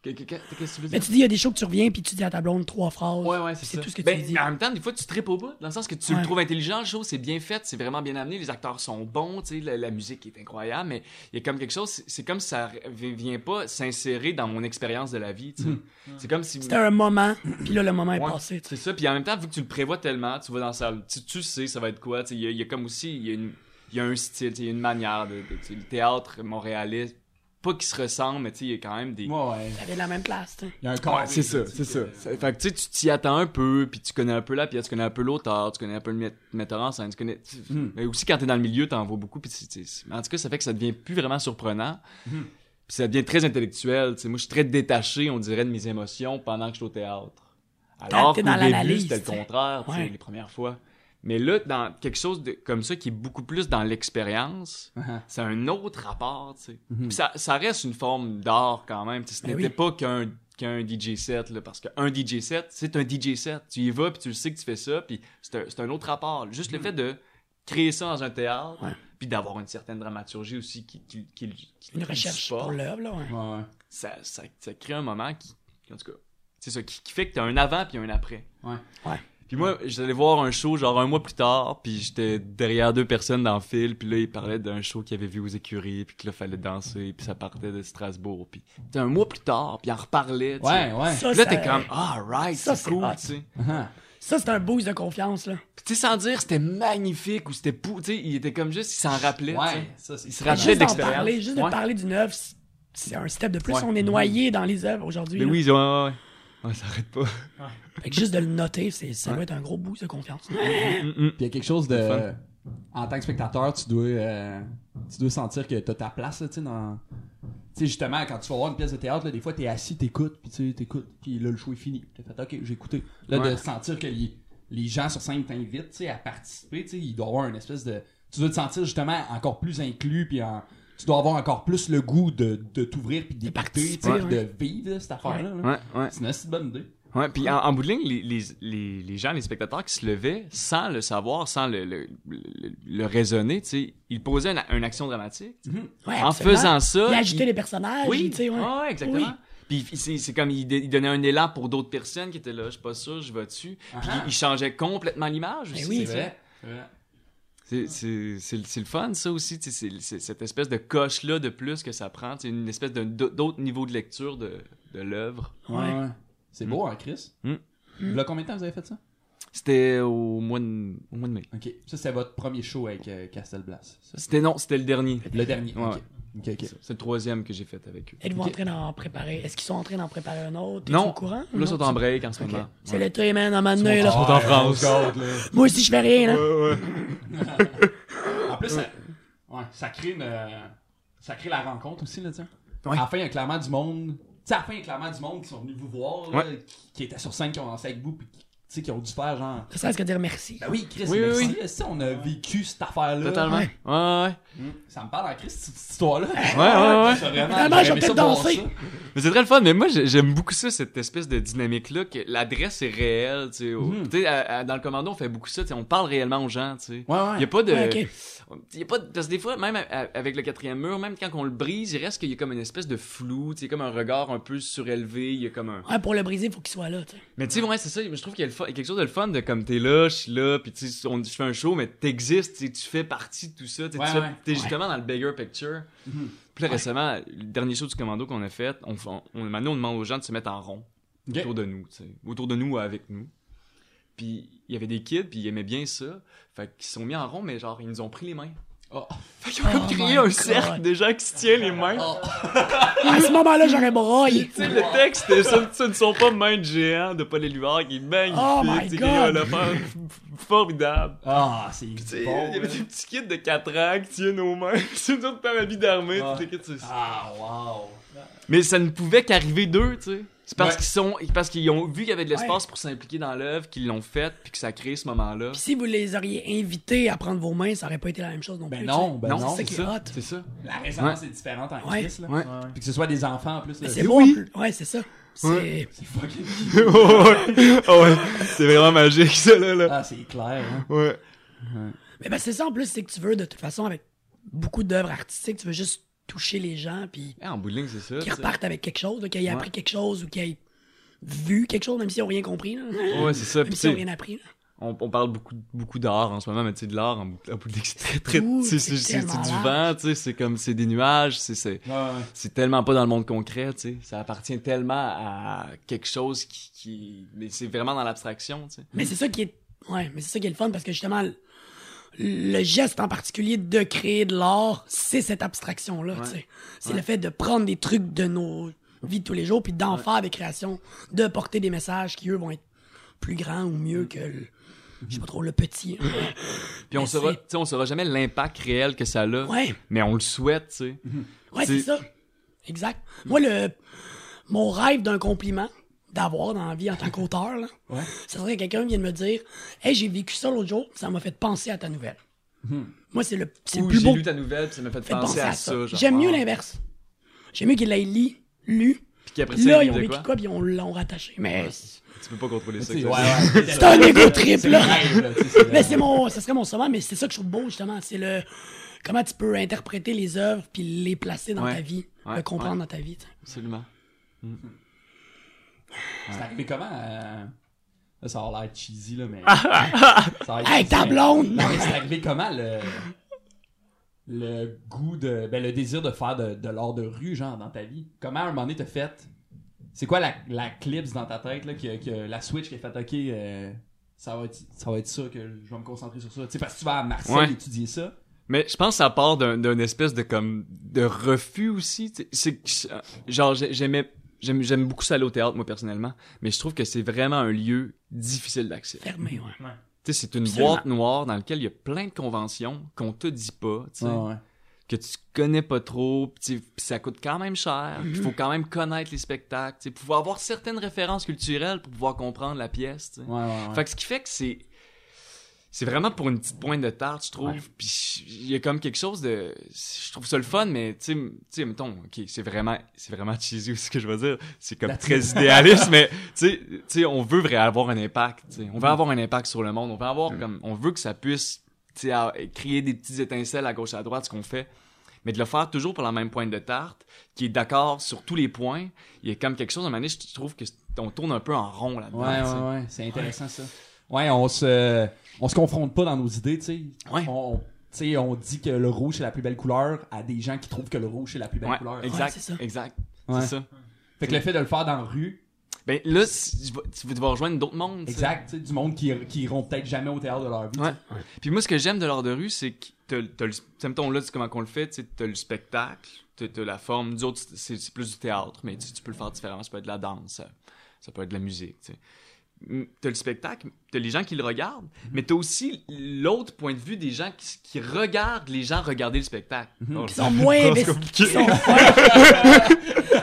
[SPEAKER 3] Que- que- que- Qu'est-ce que tu veux
[SPEAKER 1] Mais
[SPEAKER 3] dire?
[SPEAKER 1] tu dis, il y a des shows que tu reviens, puis tu dis à ta blonde trois phrases.
[SPEAKER 3] Ouais, ouais, c'est,
[SPEAKER 1] C'est
[SPEAKER 3] ça.
[SPEAKER 1] tout ce que tu
[SPEAKER 3] Ben,
[SPEAKER 1] dis.
[SPEAKER 3] En même temps, des fois, tu tripes au bout, dans le sens que tu
[SPEAKER 1] Ouais.
[SPEAKER 3] le trouves intelligent, le show, c'est bien fait, c'est vraiment bien amené, les acteurs sont bons, tu sais, la, la musique est incroyable, mais il y a comme quelque chose, c'est, c'est comme si ça r- vient pas s'insérer dans mon expérience de la vie, tu sais.
[SPEAKER 1] Hmm.
[SPEAKER 3] C'est comme si.
[SPEAKER 1] C'était un moment, puis là, le moment est
[SPEAKER 3] Ouais,
[SPEAKER 1] passé. tu sais.
[SPEAKER 3] C'est ça, puis en même temps, vu que tu le prévois tellement, tu vas dans la salle, tu, tu sais ça va être quoi, tu sais, il y, a- il y a comme aussi, il y a, une- il y a un style, tu sais, il y a une manière, de, de- tu sais, le théâtre montréalais, pas qui se ressemble, mais tu sais, il y a quand même des...
[SPEAKER 2] Ouais, ouais.
[SPEAKER 1] T'avais la même place, tu sais.
[SPEAKER 2] Il y a un corps.
[SPEAKER 3] Ouais, c'est ça, c'est ça.
[SPEAKER 2] euh,
[SPEAKER 3] Ça- Fait que tu sais, tu t'y attends un peu, puis tu connais un peu la pièce, tu connais un peu l'auteur, tu connais un peu le met- metteur en scène, tu connais... tu-
[SPEAKER 2] Mm.
[SPEAKER 3] Mais aussi, quand t'es dans le milieu, t'en vois beaucoup, puis tu- tu- c'est- en tout cas, ça fait que ça devient plus vraiment surprenant, puis ça devient très intellectuel, tu sais, moi, je suis très détaché, on dirait, de mes émotions pendant que je suis au théâtre. Alors
[SPEAKER 1] T'es
[SPEAKER 3] qu'au
[SPEAKER 1] dans
[SPEAKER 3] début,
[SPEAKER 1] l'analyse,
[SPEAKER 3] c'était le
[SPEAKER 1] tu sais.
[SPEAKER 3] contraire, tu sais,
[SPEAKER 1] Ouais.
[SPEAKER 3] les premières fois. Mais là, dans quelque chose de, comme ça qui est beaucoup plus dans l'expérience,
[SPEAKER 2] Uh-huh.
[SPEAKER 3] c'est un autre rapport, tu sais. Puis ça, ça reste une forme d'art quand même. tu sais, Ce
[SPEAKER 1] Ben
[SPEAKER 3] n'était
[SPEAKER 1] oui.
[SPEAKER 3] pas qu'un qu'un DJ set, là, parce qu'un DJ set, c'est un DJ set. Tu y vas, puis tu le sais que tu fais ça, puis c'est un, c'est un autre rapport. Juste le fait de créer ça dans un théâtre,
[SPEAKER 1] Ouais.
[SPEAKER 3] puis d'avoir une certaine dramaturgie aussi qui, qui, qui- qui- qui
[SPEAKER 1] Une
[SPEAKER 3] le
[SPEAKER 1] recherche
[SPEAKER 3] supporte
[SPEAKER 1] pour l'œuvre, là, ouais.
[SPEAKER 2] Ouais, ouais.
[SPEAKER 3] ça, ça, ça crée un moment qui, en tout cas, c'est ça, qui, qui fait que t'as un avant puis un après.
[SPEAKER 2] Ouais.
[SPEAKER 1] Ouais.
[SPEAKER 3] Puis moi, j'allais voir un show genre un mois plus tard, puis j'étais derrière deux personnes dans le fil, puis là, ils parlaient d'un show qu'ils avaient vu aux écuries, puis que là, fallait danser, puis ça partait de Strasbourg, puis t'es un mois plus tard, puis ils en reparlaient, tu
[SPEAKER 2] Ouais,
[SPEAKER 3] sais.
[SPEAKER 2] ouais.
[SPEAKER 1] Ça,
[SPEAKER 3] Puis là,
[SPEAKER 1] ça-
[SPEAKER 3] t'es comme, ah, right,
[SPEAKER 1] Ça,
[SPEAKER 3] c'est
[SPEAKER 1] c'est
[SPEAKER 3] cool,
[SPEAKER 1] hot.
[SPEAKER 3] tu sais.
[SPEAKER 2] Uh-huh.
[SPEAKER 1] Ça, c'est un boost de confiance, là.
[SPEAKER 3] Puis tu sais, sans dire c'était magnifique ou c'était pou, tu sais, il était comme juste, il s'en rappelait, tu sais.
[SPEAKER 2] Ouais, ça, c'est
[SPEAKER 3] Il se
[SPEAKER 2] très
[SPEAKER 3] rappelait
[SPEAKER 1] Juste d'en
[SPEAKER 3] d'expérience.
[SPEAKER 1] parler, juste de
[SPEAKER 3] Ouais.
[SPEAKER 1] parler d'une œuvre, c'est- c'est un step de plus.
[SPEAKER 3] Ouais.
[SPEAKER 1] On est noyé dans les œuvres aujourd'hui.
[SPEAKER 3] Mais
[SPEAKER 1] là.
[SPEAKER 3] oui, ouais, ouais, ouais. Ouais, ça arrête pas.
[SPEAKER 1] Fait que juste de le noter, c'est, ça doit être un gros boost de confiance.
[SPEAKER 3] Mm, mm.
[SPEAKER 2] Puis il y a quelque chose de.
[SPEAKER 3] fun.
[SPEAKER 2] En tant que spectateur, tu dois, euh, tu dois sentir que t'as ta place, là, tu sais, dans. Tu sais, justement, quand tu vas voir une pièce de théâtre, là, des fois, t'es assis, t'écoutes, puis tu sais, t'écoutes, puis là, le show est fini. T'as fait, ok, j'ai écouté. Là, de
[SPEAKER 3] Ouais.
[SPEAKER 2] sentir que les, les gens sur scène t'invitent, tu sais, à participer, tu sais, il doit y avoir une espèce de. Tu dois te sentir, justement, encore plus inclus, puis en- tu dois avoir encore plus le goût de, de t'ouvrir, puis d'écouter, tu
[SPEAKER 1] participer,
[SPEAKER 2] sais, puis
[SPEAKER 1] ouais.
[SPEAKER 2] de vivre là, cette affaire-là. là.
[SPEAKER 3] Ouais, ouais.
[SPEAKER 2] C'est une assez bonne idée.
[SPEAKER 3] Ouais, puis en, en bout de ligne, les, les, les, les gens, les spectateurs qui se levaient sans le savoir, sans le, le, le, le raisonner, tu sais, ils posaient une, une action dramatique.
[SPEAKER 1] Ouais,
[SPEAKER 3] en
[SPEAKER 1] absolument.
[SPEAKER 3] faisant ça,
[SPEAKER 1] Il a ajouté
[SPEAKER 3] ils-
[SPEAKER 1] les personnages.
[SPEAKER 3] oui, Ah.
[SPEAKER 1] tu sais, ouais.
[SPEAKER 3] ouais, exactement.
[SPEAKER 1] Oui.
[SPEAKER 3] Puis il- c'est c'est comme il, dé- il donnait un élan pour d'autres personnes qui étaient là, je suis pas sûr, je vais dessus. Puis
[SPEAKER 2] Ah-ha.
[SPEAKER 3] il, il changeait complètement l'image
[SPEAKER 1] Mais
[SPEAKER 3] aussi.
[SPEAKER 1] Ah. Ben oui,
[SPEAKER 3] tu sais.
[SPEAKER 2] C'est vrai.
[SPEAKER 3] C'est- C'est c'est le c'est le fun, ça aussi. tu sais, C'est c'est cette espèce de coche-là de plus que ça prend. C'est une espèce de- d'autre niveau de lecture de, de l'œuvre.
[SPEAKER 1] Ouais.
[SPEAKER 2] Ouais. C'est beau, hein, Chris?
[SPEAKER 3] Mm.
[SPEAKER 2] Là, combien de temps vous avez fait ça?
[SPEAKER 3] C'était au, mois de- au mois de mai.
[SPEAKER 2] Ok. Ça, c'était votre premier show avec euh, Castelblas. ça.
[SPEAKER 3] C'était non, c'était le dernier.
[SPEAKER 2] Le dernier.
[SPEAKER 3] Ouais,
[SPEAKER 2] ok.
[SPEAKER 3] ouais.
[SPEAKER 2] Ok, ok.
[SPEAKER 3] C'est le troisième que j'ai fait avec eux.
[SPEAKER 1] Êtes-vous
[SPEAKER 2] Ok.
[SPEAKER 1] en train d'en préparer? Est-ce qu'ils sont en train d'en préparer un autre?
[SPEAKER 3] Non.
[SPEAKER 1] Es-tu Au courant?
[SPEAKER 3] Là, ils sont en
[SPEAKER 1] tu-
[SPEAKER 3] break en ce
[SPEAKER 1] Ok.
[SPEAKER 3] moment.
[SPEAKER 1] C'est hein, l'été, man, à un moment donné, là.
[SPEAKER 2] en
[SPEAKER 3] France.
[SPEAKER 1] Moi aussi, je fais rien, là.
[SPEAKER 2] En plus, ça, ouais, ça crée une, euh, ça crée la rencontre aussi, là, tiens. À la fin, il y a clairement du monde. tu sais, à la fin, il y a clairement du monde qui sont venus vous voir, là, qui, qui étaient sur scène, qui ont dansé avec vous, puis qui, tu sais, qui ont dû faire genre.
[SPEAKER 1] Ça sert à dire merci.
[SPEAKER 2] Ben oui, Chris,
[SPEAKER 3] Oui, oui,
[SPEAKER 2] merci.
[SPEAKER 3] oui.
[SPEAKER 2] là, si on a vécu cette affaire-là.
[SPEAKER 3] Totalement. Ouais, ouais.
[SPEAKER 2] Ça me parle en Chris, cette cette histoire-là.
[SPEAKER 3] ouais, ouais.
[SPEAKER 2] Ça, vraiment,
[SPEAKER 1] Finalement,
[SPEAKER 2] j'aurais
[SPEAKER 1] j'ai
[SPEAKER 2] aimé ça
[SPEAKER 1] peut-être
[SPEAKER 2] voir
[SPEAKER 1] dansé.
[SPEAKER 2] ça.
[SPEAKER 3] Mais c'est très le fun, mais moi j'ai- j'aime beaucoup ça, cette espèce de dynamique-là, que l'adresse est réelle, tu sais. au-
[SPEAKER 1] Mm-hmm.
[SPEAKER 2] Mhm.
[SPEAKER 3] Tu sais, à- à- dans le commando, on fait beaucoup ça, tu sais, on parle réellement aux gens, tu sais.
[SPEAKER 2] Ouais,
[SPEAKER 3] Il
[SPEAKER 2] ouais.
[SPEAKER 3] y a pas de...
[SPEAKER 1] Ouais, ok.
[SPEAKER 3] Il y a pas de- parce que des fois, même à- à- avec le quatrième mur, même quand on le brise, il reste qu'il y a comme une espèce de flou, tu sais, comme un regard un peu surélevé, il y a comme un...
[SPEAKER 1] Ouais, pour le briser, il faut qu'il soit là. tu sais.
[SPEAKER 3] Mais tu sais, ouais, c'est ça, je trouve qu'il y a le fun- quelque chose de le fun de comme t'es là, je suis là, puis tu sais, on- je fais un show, mais t'existes, tu sais, tu fais partie de tout ça, tu sais,
[SPEAKER 2] Ouais,
[SPEAKER 3] tu fais-
[SPEAKER 2] ouais. Mm-hmm.
[SPEAKER 3] t'es justement dans le bigger picture. Puis là, récemment, le dernier show du commando qu'on a fait, on, on, on- maintenant on demande aux gens de se mettre en rond
[SPEAKER 2] Ok.
[SPEAKER 3] autour de nous, tu sais, autour de nous ou avec nous. Puis il y avait des kids, puis ils aimaient bien ça, fait qu'ils se sont mis en rond, mais genre ils nous ont pris les mains.
[SPEAKER 2] Oh.
[SPEAKER 3] Fait qu'ils ont comme
[SPEAKER 1] Oh
[SPEAKER 3] créé
[SPEAKER 1] my
[SPEAKER 3] un
[SPEAKER 1] God.
[SPEAKER 3] cercle de gens qui se tiennent les mains.
[SPEAKER 1] À ce moment-là, j'aurais broyé.
[SPEAKER 3] Tu sais, le texte, ce, ce ne sont pas mains de géants de Paul Éluard qui est magnifique.
[SPEAKER 1] Oh my
[SPEAKER 3] tu sais, qui
[SPEAKER 1] God.
[SPEAKER 3] a un affaire f- formidable.
[SPEAKER 2] Ah, c'est
[SPEAKER 3] Tu sais,
[SPEAKER 2] bon.
[SPEAKER 3] il y avait
[SPEAKER 2] là.
[SPEAKER 3] des petits kids de 4 ans qui tiennent aux mains. C'est une autre par habit d'armée.
[SPEAKER 2] Ah.
[SPEAKER 3] tu sais, que tu-
[SPEAKER 2] Ah, wow.
[SPEAKER 3] Mais ça ne pouvait qu'arriver d'eux, tu sais. C'est parce
[SPEAKER 2] Ouais.
[SPEAKER 3] qu'ils sont, parce qu'ils ont vu qu'il y avait de l'espace pour s'impliquer dans l'œuvre, qu'ils l'ont fait, puis que ça a créé ce moment-là.
[SPEAKER 1] Puis si vous les auriez invités à prendre vos mains, ça aurait pas été la même chose non
[SPEAKER 2] Ben
[SPEAKER 1] plus.
[SPEAKER 2] non,
[SPEAKER 1] tu
[SPEAKER 2] ben
[SPEAKER 3] non,
[SPEAKER 2] non.
[SPEAKER 1] c'est ça qui
[SPEAKER 3] c'est ça.
[SPEAKER 1] est hot.
[SPEAKER 3] C'est ça.
[SPEAKER 2] La résonance est différente en
[SPEAKER 1] Ouais.
[SPEAKER 2] Chris, là.
[SPEAKER 3] Ouais.
[SPEAKER 2] Puis que ce soit des enfants en plus.
[SPEAKER 1] sais.
[SPEAKER 2] là.
[SPEAKER 1] C'est bon.
[SPEAKER 3] Ben oui.
[SPEAKER 1] Ouais, c'est ça. C'est
[SPEAKER 3] Ouais.
[SPEAKER 2] C'est fucking.
[SPEAKER 3] Oh, ouais. Oh, ouais. C'est vraiment magique, ça, là. là.
[SPEAKER 2] Ah, c'est clair, hein.
[SPEAKER 3] Ouais.
[SPEAKER 1] Mais ben, c'est ça en plus, c'est que tu veux de toute façon avec beaucoup d'œuvres artistiques, tu veux juste toucher les gens puis
[SPEAKER 3] Eh, en bout de ligne, c'est ça.
[SPEAKER 1] qu'ils
[SPEAKER 3] tu sais.
[SPEAKER 1] repartent avec quelque chose, là, qu'ils aient
[SPEAKER 3] Ouais.
[SPEAKER 1] appris quelque chose ou qu'ils aient vu quelque chose même s'ils ont rien compris. là.
[SPEAKER 3] Ouais, c'est ça.
[SPEAKER 1] Même
[SPEAKER 3] Puis,
[SPEAKER 1] s'ils ont
[SPEAKER 3] tu sais,
[SPEAKER 1] rien appris. là.
[SPEAKER 3] on, on parle beaucoup, beaucoup d'art en ce moment, mais tu sais, de l'art en bout en bout de ligne, c'est très, très.
[SPEAKER 1] Ouh,
[SPEAKER 3] tu sais,
[SPEAKER 1] c'est
[SPEAKER 3] C'est c'est- c'est du
[SPEAKER 1] tellement
[SPEAKER 3] vent, tu sais, c'est comme, c'est des nuages, c'est- c'est.
[SPEAKER 2] Ouais, ouais.
[SPEAKER 3] c'est tellement pas dans le monde concret, tu sais. Ça appartient tellement à quelque chose qui. qui... Mais c'est vraiment dans l'abstraction, tu sais.
[SPEAKER 1] Mais c'est ça qui est. Ouais, mais c'est ça qui est le fun parce que justement, le, le geste en particulier de créer de l'art, c'est cette abstraction-là, tu sais. C'est le fait de prendre des trucs de nos vies de tous les jours puis d'en faire des créations, de porter des messages qui, eux, vont être plus grands ou mieux que le. Je sais pas trop, le petit. hein.
[SPEAKER 3] Puis on
[SPEAKER 1] Mais
[SPEAKER 3] saura,
[SPEAKER 1] c'est-
[SPEAKER 3] tu sais, on saura jamais l'impact réel que ça a,
[SPEAKER 1] Ouais.
[SPEAKER 3] mais on le souhaite, tu sais.
[SPEAKER 1] Ouais,
[SPEAKER 3] C'est-
[SPEAKER 1] c'est ça. Exact. Moi, le mon rêve d'un compliment d'avoir dans la vie en tant qu'auteur, là, ça serait que quelqu'un vienne me dire Hey, j'ai vécu ça l'autre jour, ça m'a fait penser à ta nouvelle. Moi, c'est le, c'est le
[SPEAKER 3] Hmm. Ou
[SPEAKER 1] plus
[SPEAKER 3] j'ai
[SPEAKER 1] beau.
[SPEAKER 3] lu ta nouvelle, puis ça m'a fait,
[SPEAKER 1] fait
[SPEAKER 3] penser, à ça. genre,
[SPEAKER 1] J'aime mieux
[SPEAKER 3] ah.
[SPEAKER 1] l'inverse. J'aime mieux qu'il l'ait li- lu.
[SPEAKER 3] Puis qu'après ça,
[SPEAKER 1] Là,
[SPEAKER 3] il
[SPEAKER 1] ils ont
[SPEAKER 3] dit de
[SPEAKER 1] vécu
[SPEAKER 3] quoi?
[SPEAKER 1] quoi, Ah, puis on l'ont rattaché. Mais c'est
[SPEAKER 3] Tu peux pas contrôler ça.
[SPEAKER 2] C'est-
[SPEAKER 3] ça.
[SPEAKER 2] ouais, ouais, c'est
[SPEAKER 1] c'est un égo trip,
[SPEAKER 2] C'est le
[SPEAKER 1] là.
[SPEAKER 2] rêve, là, tu sais, c'est le
[SPEAKER 1] Mais
[SPEAKER 2] rêve.
[SPEAKER 1] c'est mon, ce serait mon sommet, mais c'est ça que je trouve beau, justement. C'est le. Comment tu peux interpréter les œuvres, puis les placer dans
[SPEAKER 3] Ouais.
[SPEAKER 1] ta vie,
[SPEAKER 3] Ouais.
[SPEAKER 1] le comprendre dans ta vie. tu sais.
[SPEAKER 3] Absolument.
[SPEAKER 2] C'est arrivé comment euh, Là, ça a l'air cheesy, là, mais. Ça a l'air
[SPEAKER 1] Hey,
[SPEAKER 2] cheesy,
[SPEAKER 1] ta
[SPEAKER 2] mais-
[SPEAKER 1] blonde!
[SPEAKER 2] Non, mais c'est arrivé comment le. Le goût de. Ben, le désir de faire de, de l'art de rue, genre, dans ta vie. Comment à un moment donné t'as fait. C'est quoi la, la clips dans ta tête, là, que, que la switch qui a fait, ok, euh, ça, va être, ça va être ça que je vais me concentrer sur ça. Tu sais, parce que tu vas à Marseille
[SPEAKER 3] Ouais.
[SPEAKER 2] étudier ça.
[SPEAKER 3] Mais je pense que ça part d'un d'un espèce de comme de refus aussi. tu sais. C'est que je- genre j'ai- j'aimais j'aime j'aime beaucoup ça aller au théâtre moi personnellement, mais je trouve que c'est vraiment un lieu difficile d'accès.
[SPEAKER 1] Fermé, ouais.
[SPEAKER 3] Tu sais, c'est une
[SPEAKER 1] Absolument.
[SPEAKER 3] boîte noire dans laquelle il y a plein de conventions qu'on te dit pas, tu sais,
[SPEAKER 2] Ouais, ouais.
[SPEAKER 3] que tu connais pas trop, pis tu sais, pis ça coûte quand même cher, il faut quand même connaître les spectacles, tu sais, pouvoir avoir certaines références culturelles pour pouvoir comprendre la pièce, tu sais.
[SPEAKER 2] Ouais, ouais, ouais.
[SPEAKER 3] Fait que ce qui fait que c'est c'est vraiment pour une petite pointe de tarte, je trouve. Puis il y a comme quelque chose de je trouve ça le fun mais tu sais m- tu sais mettons OK, c'est vraiment c'est vraiment cheesy ce que je veux dire, c'est comme
[SPEAKER 2] That's
[SPEAKER 3] très idéaliste mais tu sais tu sais on veut vra- avoir un impact, tu sais. On
[SPEAKER 2] Mm.
[SPEAKER 3] veut avoir un impact sur le monde, on veut avoir comme on veut que ça puisse tu sais, à- créer des petites étincelles à gauche à droite ce qu'on fait mais de le faire toujours pour la même pointe de tarte qui est d'accord sur tous les points, il y a comme quelque chose à un moment donné, je trouve que c'est- on tourne un peu en rond là-dedans.
[SPEAKER 2] Ouais,
[SPEAKER 3] tu sais.
[SPEAKER 2] ouais, ouais, c'est intéressant ça. Ouais, on se, on se confronte pas dans nos idées, tu sais.
[SPEAKER 3] Ouais.
[SPEAKER 2] On, tu sais, on dit que le rouge c'est la plus belle couleur à des gens qui trouvent que le rouge c'est la plus belle
[SPEAKER 3] Ouais,
[SPEAKER 2] couleur.
[SPEAKER 3] exact,
[SPEAKER 1] Ouais, c'est ça.
[SPEAKER 3] exact.
[SPEAKER 2] Ouais.
[SPEAKER 3] C'est ça.
[SPEAKER 2] Fait que le fait de le faire dans la rue,
[SPEAKER 3] Ben là, si- tu vas- tu vas devoir rejoindre d'autres mondes. tu sais.
[SPEAKER 2] exact, tu sais, du monde qui, qui iront peut-être jamais au théâtre de leur vie.
[SPEAKER 3] Ouais. Puis moi, ce que j'aime de l'art de rue, c'est que t'as, t'as le, tu sais, mettons, là, tu sais comment qu'on le fait, tu sais, t'as le spectacle, t'as, t'as la forme, du autre, c'est, c'est plus du théâtre, mais tu, tu peux le faire différemment, ça peut être de la danse, ça, ça peut être de la musique, tu sais. Mm, T'as le spectacle, t'as les gens qui le regardent, mais t'as aussi l'autre point de vue des gens qui, qui regardent les gens regarder le spectacle. Oh,
[SPEAKER 1] Qui
[SPEAKER 3] ça-
[SPEAKER 1] sont moins
[SPEAKER 3] c'est
[SPEAKER 1] investis.
[SPEAKER 3] compliqué.
[SPEAKER 1] Qui sont, ouais.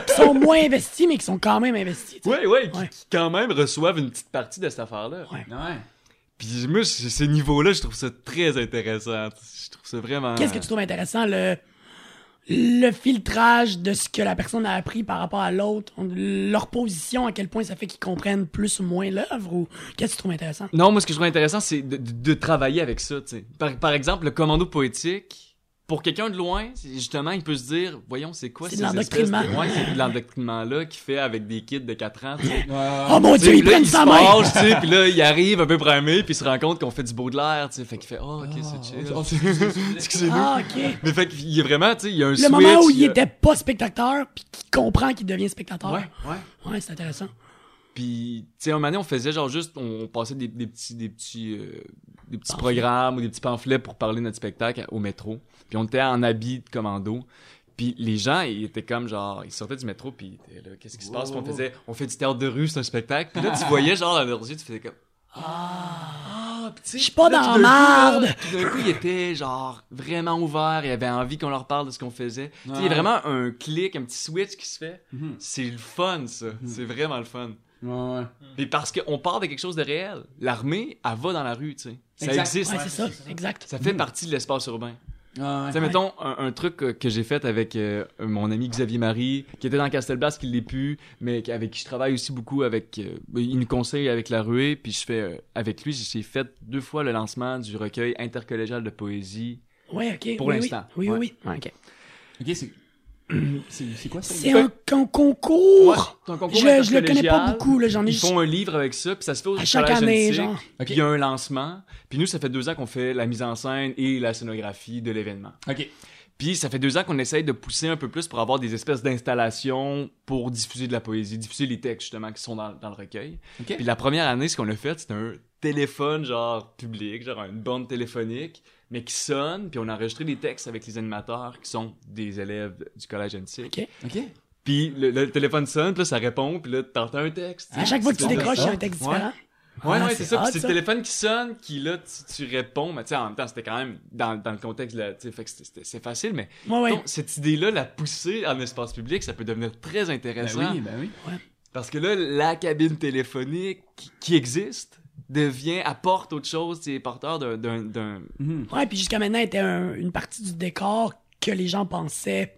[SPEAKER 1] Qui sont moins investis, mais qui sont quand même investis. tu sais.
[SPEAKER 3] Ouais, ouais, qui,
[SPEAKER 1] Ouais.
[SPEAKER 3] qui quand même reçoivent une petite partie de cette affaire-là.
[SPEAKER 1] Ouais.
[SPEAKER 2] Ouais.
[SPEAKER 3] Puis moi, c- ces niveaux-là, je trouve ça très intéressant. Je trouve ça vraiment.
[SPEAKER 1] Qu'est-ce que tu trouves intéressant? Le, le filtrage de ce que la personne a appris par rapport à l'autre, leur position, à quel point ça fait qu'ils comprennent plus ou moins l'œuvre, ou qu'est-ce que tu trouves intéressant?
[SPEAKER 3] Non, moi, ce que je trouve intéressant, c'est de, de- de travailler avec ça, tu sais. Par, par exemple, le commando poétique, pour quelqu'un de loin, c'est- justement, il peut se dire, voyons, c'est quoi
[SPEAKER 1] C'est
[SPEAKER 3] ces
[SPEAKER 1] de
[SPEAKER 3] espèces de...
[SPEAKER 1] l'endoctrinement.
[SPEAKER 3] Ouais, c'est de l'endoctrinement-là qu'il fait avec des kids de 4 ans, tu sais.
[SPEAKER 1] Oh mon
[SPEAKER 3] Tu sais,
[SPEAKER 1] dieu, ils
[SPEAKER 3] puis là,
[SPEAKER 1] prennent
[SPEAKER 3] il se
[SPEAKER 1] sa main!
[SPEAKER 3] fâche, tu sais, puis là, il arrive un peu primé, puis il se rend compte qu'on fait du Baudelaire, tu sais. Fait qu'il fait, oh, ok, c'est chill.
[SPEAKER 2] Oh, c'est- c'est- c'est-
[SPEAKER 3] Excusez-nous.
[SPEAKER 1] Ah, ok.
[SPEAKER 3] Mais fait qu'il est vraiment, tu sais, il y a un
[SPEAKER 1] Le
[SPEAKER 3] switch.
[SPEAKER 1] moment où il
[SPEAKER 3] a-
[SPEAKER 1] était pas spectateur, puis qu'il comprend qu'il devient spectateur.
[SPEAKER 3] Ouais, ouais.
[SPEAKER 1] Ouais, c'est intéressant.
[SPEAKER 3] Puis, tu sais, un moment donné, on faisait genre juste, on, on passait des, des petits, des petits, euh, des petits programmes ou des petits pamphlets pour parler de notre spectacle au métro. Puis on était en habit de commando. Puis les gens, ils étaient comme genre, ils sortaient du métro, puis ils étaient là, qu'est-ce qui se passe? Puis on faisait, on fait du théâtre de rue, c'est un spectacle. Puis là, tu voyais genre dans leurs yeux, tu faisais comme, ah, puis tu sais,
[SPEAKER 1] Je suis pas
[SPEAKER 3] puis là,
[SPEAKER 1] Oh, dans
[SPEAKER 3] tout d'un
[SPEAKER 1] la
[SPEAKER 3] coup, là,
[SPEAKER 1] merde.
[SPEAKER 3] Tout d'un coup, ils étaient genre vraiment ouverts, ils avaient envie qu'on leur parle de ce qu'on faisait. Tu sais, il y a vraiment un clic, un petit switch qui se fait.
[SPEAKER 2] Mhm.
[SPEAKER 3] C'est le fun, ça.
[SPEAKER 1] Mhm.
[SPEAKER 3] C'est vraiment le fun.
[SPEAKER 2] Ouais, ouais.
[SPEAKER 3] Mais parce qu'on part de quelque chose de réel. L'armée, elle va dans la rue, tu sais. Ça
[SPEAKER 2] Exact.
[SPEAKER 3] existe.
[SPEAKER 1] Ouais, c'est ça, exact.
[SPEAKER 3] Ça fait partie de l'espace urbain.
[SPEAKER 2] Ouais,
[SPEAKER 3] Tu
[SPEAKER 2] Ah, ouais.
[SPEAKER 3] sais, mettons, un, un truc euh, que j'ai fait avec euh, mon ami Xavier Marie, qui était dans Castelblas, qui l'est plus, mais qui- avec qui je travaille aussi beaucoup, avec, euh, il nous conseille avec La Ruée, puis je fais, euh, avec lui, j'ai fait deux fois le lancement du recueil intercollégial de poésie.
[SPEAKER 1] Ouais, ok.
[SPEAKER 3] Pour
[SPEAKER 1] oui,
[SPEAKER 3] l'instant.
[SPEAKER 1] Oui, oui,
[SPEAKER 3] Ouais.
[SPEAKER 1] oui.
[SPEAKER 3] Ouais.
[SPEAKER 1] ok.
[SPEAKER 2] Ok, c'est. C'est c'est quoi ça?
[SPEAKER 1] C'est un, con- concours.
[SPEAKER 3] Ouais, c'est un concours
[SPEAKER 1] je, je le connais pas
[SPEAKER 3] intercollégial.
[SPEAKER 1] beaucoup, là, j'en ai
[SPEAKER 3] Ils
[SPEAKER 1] juste
[SPEAKER 3] font un livre avec ça, puis ça se fait au
[SPEAKER 1] à chaque
[SPEAKER 3] collège
[SPEAKER 1] année,
[SPEAKER 3] Genesec.
[SPEAKER 1] genre.
[SPEAKER 2] Ok.
[SPEAKER 3] Puis il y a un lancement. Puis nous, ça fait deux ans qu'on fait la mise en scène et la scénographie de l'événement.
[SPEAKER 2] Ok.
[SPEAKER 3] Puis ça fait deux ans qu'on essaye de pousser un peu plus pour avoir des espèces d'installations pour diffuser de la poésie, diffuser les textes justement qui sont dans, dans le recueil.
[SPEAKER 2] Ok.
[SPEAKER 3] Puis la première année, ce qu'on a fait, c'était un téléphone genre public, genre une bande téléphonique, mais qui sonne. Puis on a enregistré des textes avec les animateurs qui sont des élèves du collège NC.
[SPEAKER 2] Ok.
[SPEAKER 3] Puis le, le téléphone sonne, puis là, ça répond, puis là t'entends un texte.
[SPEAKER 1] À chaque fois que tu
[SPEAKER 3] C'est
[SPEAKER 1] décroches,
[SPEAKER 3] ça.
[SPEAKER 1] c'est un texte
[SPEAKER 3] Ouais.
[SPEAKER 1] différent.
[SPEAKER 3] Ouais,
[SPEAKER 1] Ah,
[SPEAKER 3] ouais, c'est ça.
[SPEAKER 1] hot,
[SPEAKER 3] Puis c'est le téléphone qui sonne, qui là, tu, tu réponds. Mais tu sais, en même temps, c'était quand même dans, dans le contexte, de la- tu sais, fait que c'était- c'était- c'est facile. Mais
[SPEAKER 1] Ouais, ouais.
[SPEAKER 3] donc, cette idée-là, la pousser en espace public, ça peut devenir très
[SPEAKER 2] Ben
[SPEAKER 3] intéressant.
[SPEAKER 2] oui, ben oui.
[SPEAKER 3] Parce que là, la cabine téléphonique qui, qui existe devient, apporte autre chose, tu es porteur d'un- d'un. d'un-
[SPEAKER 2] Mhm.
[SPEAKER 1] Ouais, puis jusqu'à maintenant, était un- une partie du décor que les gens pensaient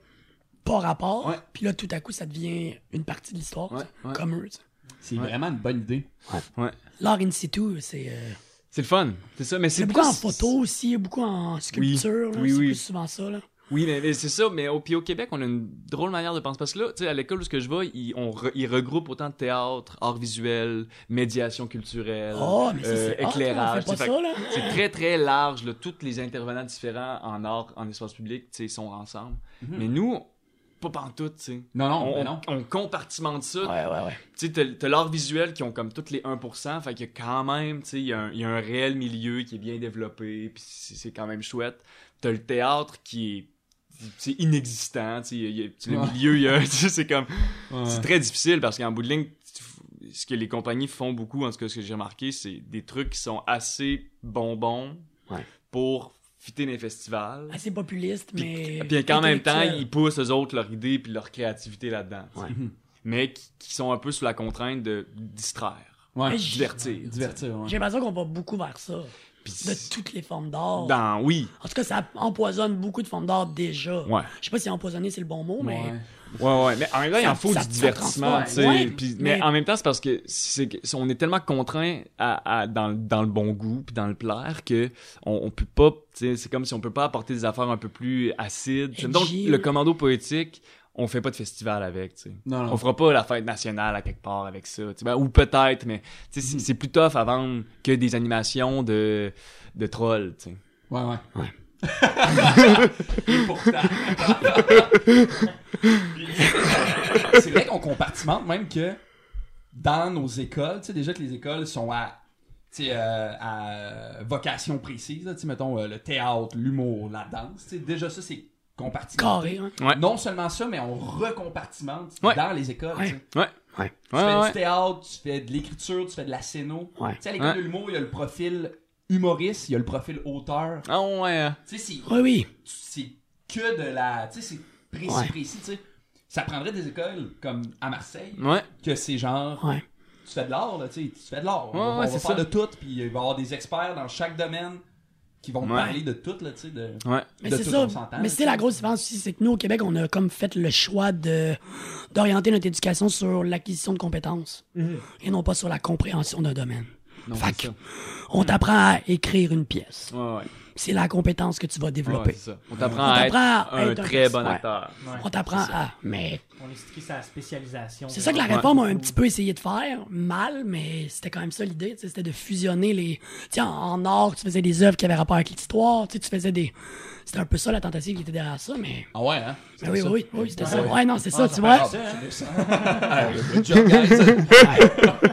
[SPEAKER 1] pas rapport.
[SPEAKER 3] Ouais.
[SPEAKER 1] Puis là, tout à coup, ça devient une partie de l'histoire,
[SPEAKER 3] Ouais,
[SPEAKER 1] tu sais,
[SPEAKER 3] ouais.
[SPEAKER 1] comme eux. tu sais.
[SPEAKER 2] C'est vraiment une bonne idée.
[SPEAKER 1] L'art in situ, c'est euh,
[SPEAKER 3] C'est le fun, c'est ça. Mais
[SPEAKER 1] c'est
[SPEAKER 3] c'est
[SPEAKER 1] beaucoup
[SPEAKER 3] plus-
[SPEAKER 1] en photo aussi, beaucoup en sculpture. là,
[SPEAKER 3] oui,
[SPEAKER 1] c'est
[SPEAKER 3] oui.
[SPEAKER 1] plus souvent ça. Là.
[SPEAKER 3] Oui, mais, mais c'est ça. Mais au, puis au Québec, on a une drôle manière de penser. Parce que là, tu sais, à l'école où ce que je vais, ils, on re- ils regroupent autant de théâtre, art visuel, médiation culturelle,
[SPEAKER 1] Oh, mais ça,
[SPEAKER 3] euh,
[SPEAKER 1] c'est hot,
[SPEAKER 3] éclairage.
[SPEAKER 1] on fait
[SPEAKER 3] tu
[SPEAKER 1] pas
[SPEAKER 3] sais, fait
[SPEAKER 1] ça, là.
[SPEAKER 3] que C'est très, très large. Là, tous les intervenants différents en art, en espace public, tu sais, ils sont ensemble. Mais nous, pas pantoute, tu sais.
[SPEAKER 2] Non, non,
[SPEAKER 3] On,
[SPEAKER 2] ben non.
[SPEAKER 3] on compartimente ça.
[SPEAKER 1] Ouais, ouais, ouais.
[SPEAKER 3] Tu sais, t'as- t'as l'art visuel qui ont comme toutes les 1%, fait qu'il y a quand même, tu sais, il y, a un- il y a un réel milieu qui est bien développé, puis c'est c'est quand même chouette. T'as le théâtre qui est c'est inexistant, tu sais, il y a- il y a- tu sais, le
[SPEAKER 2] Ouais.
[SPEAKER 3] milieu, il y a- tu sais, c'est comme, c'est
[SPEAKER 2] Ouais.
[SPEAKER 3] très difficile parce qu'en bout de ligne, tu- tu- ce que les compagnies font beaucoup, en tout cas, ce que j'ai remarqué, c'est des trucs qui sont assez bonbons
[SPEAKER 1] Ouais.
[SPEAKER 3] pour fitter les
[SPEAKER 2] Ah,
[SPEAKER 3] festivals.
[SPEAKER 1] Assez populiste, mais.
[SPEAKER 3] Puis qu'en même temps,
[SPEAKER 1] intellectuel.
[SPEAKER 3] ils poussent eux autres leur idée puis leur créativité là-dedans. tu sais.
[SPEAKER 1] Ouais.
[SPEAKER 3] Mais qui, qui sont un peu sous la contrainte de distraire,
[SPEAKER 2] Ouais.
[SPEAKER 1] Mais j-
[SPEAKER 3] divertir. tu sais.
[SPEAKER 2] Divertir, ouais.
[SPEAKER 1] J'ai l'impression qu'on va beaucoup vers ça.
[SPEAKER 3] Puis
[SPEAKER 1] De toutes les formes d'art.
[SPEAKER 3] dans, oui.
[SPEAKER 1] En tout cas, ça empoisonne beaucoup de formes d'art déjà.
[SPEAKER 3] Ouais.
[SPEAKER 1] Je sais pas si empoisonner c'est le bon mot, mais.
[SPEAKER 2] Ouais.
[SPEAKER 3] Ouais, ouais. Mais en même temps, il
[SPEAKER 1] Ça-
[SPEAKER 3] en faut
[SPEAKER 1] ça-
[SPEAKER 3] du
[SPEAKER 1] ça
[SPEAKER 3] divertissement,
[SPEAKER 1] transforme.
[SPEAKER 3] tu sais.
[SPEAKER 1] Ouais,
[SPEAKER 3] Puis- mais...
[SPEAKER 1] mais-
[SPEAKER 3] en même temps, c'est parce que c'est que- on est tellement contraint à, à- dans, le- dans le bon goût puis dans le plaire que on, on peut pas, tu sais, c'est comme si on peut pas apporter des affaires un peu plus acides. tu sais. Donc,
[SPEAKER 1] Edgy.
[SPEAKER 3] le commando poétique, on fait pas de festival avec, tu sais.
[SPEAKER 2] Non, non.
[SPEAKER 3] On fera pas la fête nationale à quelque part avec ça. tu sais. Ben, ou peut-être, mais tu sais, c'est c'est plus tough à vendre que des animations de, de trolls. tu sais.
[SPEAKER 2] Ouais, ouais.
[SPEAKER 6] Et pourtant.
[SPEAKER 2] C'est vrai qu'on compartimente même que dans nos écoles, tu sais, déjà que les écoles sont à, tu sais, euh, à vocation précise, là, tu sais, mettons euh, le théâtre, l'humour, la danse, tu sais, déjà ça c'est compartimenté.
[SPEAKER 1] Carré, hein.
[SPEAKER 3] Ouais.
[SPEAKER 2] Non seulement ça, mais on recompartimente
[SPEAKER 3] Ouais.
[SPEAKER 2] dans les écoles. tu sais.
[SPEAKER 1] Ouais.
[SPEAKER 3] Ouais.
[SPEAKER 1] Ouais.
[SPEAKER 2] Tu
[SPEAKER 3] Ouais,
[SPEAKER 2] fais
[SPEAKER 3] ouais.
[SPEAKER 2] du théâtre, tu fais de l'écriture, tu fais de la scéno.
[SPEAKER 1] Ouais.
[SPEAKER 2] Tu sais, à l'école
[SPEAKER 3] Ouais.
[SPEAKER 2] de l'humour, il y a le profil humoriste, il y a le profil auteur.
[SPEAKER 3] Ah ouais. hein.
[SPEAKER 2] Tu sais, c'est
[SPEAKER 1] Oui, oui.
[SPEAKER 2] c'est que de la. Tu sais, c'est précis,
[SPEAKER 1] Ouais.
[SPEAKER 2] précis, tu sais. Ça prendrait des écoles comme à Marseille,
[SPEAKER 3] Ouais.
[SPEAKER 2] que c'est genre.
[SPEAKER 1] Ouais.
[SPEAKER 2] Tu fais de l'art, là, tu sais, tu fais de l'art.
[SPEAKER 3] Ouais,
[SPEAKER 2] on va-
[SPEAKER 3] ouais,
[SPEAKER 2] on va
[SPEAKER 3] c'est
[SPEAKER 2] faire de
[SPEAKER 3] ça.
[SPEAKER 2] tout, puis il va y avoir des experts dans chaque domaine qui vont
[SPEAKER 3] Ouais.
[SPEAKER 2] parler de tout, là, tu sais. De...
[SPEAKER 3] Ouais.
[SPEAKER 1] Mais
[SPEAKER 2] de
[SPEAKER 1] c'est
[SPEAKER 2] tout,
[SPEAKER 1] ça.
[SPEAKER 2] on s'entend,
[SPEAKER 1] Mais
[SPEAKER 2] tu sais.
[SPEAKER 1] c'est la grosse différence aussi, c'est que nous, au Québec, on a comme fait le choix de d'orienter notre éducation sur l'acquisition de compétences
[SPEAKER 2] Mhm.
[SPEAKER 1] et non pas sur la compréhension d'un domaine. Fait que, on t'apprend à écrire une pièce.
[SPEAKER 3] Ouais, ouais.
[SPEAKER 1] C'est la compétence que tu vas
[SPEAKER 3] Ouais,
[SPEAKER 1] développer.
[SPEAKER 3] c'est ça. On
[SPEAKER 1] on
[SPEAKER 3] t'apprend à être
[SPEAKER 1] t'apprend à
[SPEAKER 3] un
[SPEAKER 1] être
[SPEAKER 3] très bon
[SPEAKER 1] ouais.
[SPEAKER 3] acteur.
[SPEAKER 6] Ouais.
[SPEAKER 1] On t'apprend à. Mais
[SPEAKER 6] On explique sa spécialisation.
[SPEAKER 1] c'est ça que la
[SPEAKER 3] Ouais.
[SPEAKER 1] réforme a un petit peu essayé de faire, mal, mais c'était quand même ça l'idée. tu sais, C'était de fusionner les. Tiens, en art, tu faisais des œuvres qui avaient rapport avec l'histoire. Tu sais, tu faisais des. C'était un peu ça la tentative qui était derrière ça, mais.
[SPEAKER 2] Ah ouais, hein? ben,
[SPEAKER 1] Mais oui, oui, oui, c'était ça.
[SPEAKER 2] Ouais.
[SPEAKER 1] Ouais, non, c'est ça,
[SPEAKER 6] Ah,
[SPEAKER 1] tu
[SPEAKER 6] ça
[SPEAKER 1] vois.
[SPEAKER 2] Good job, guys.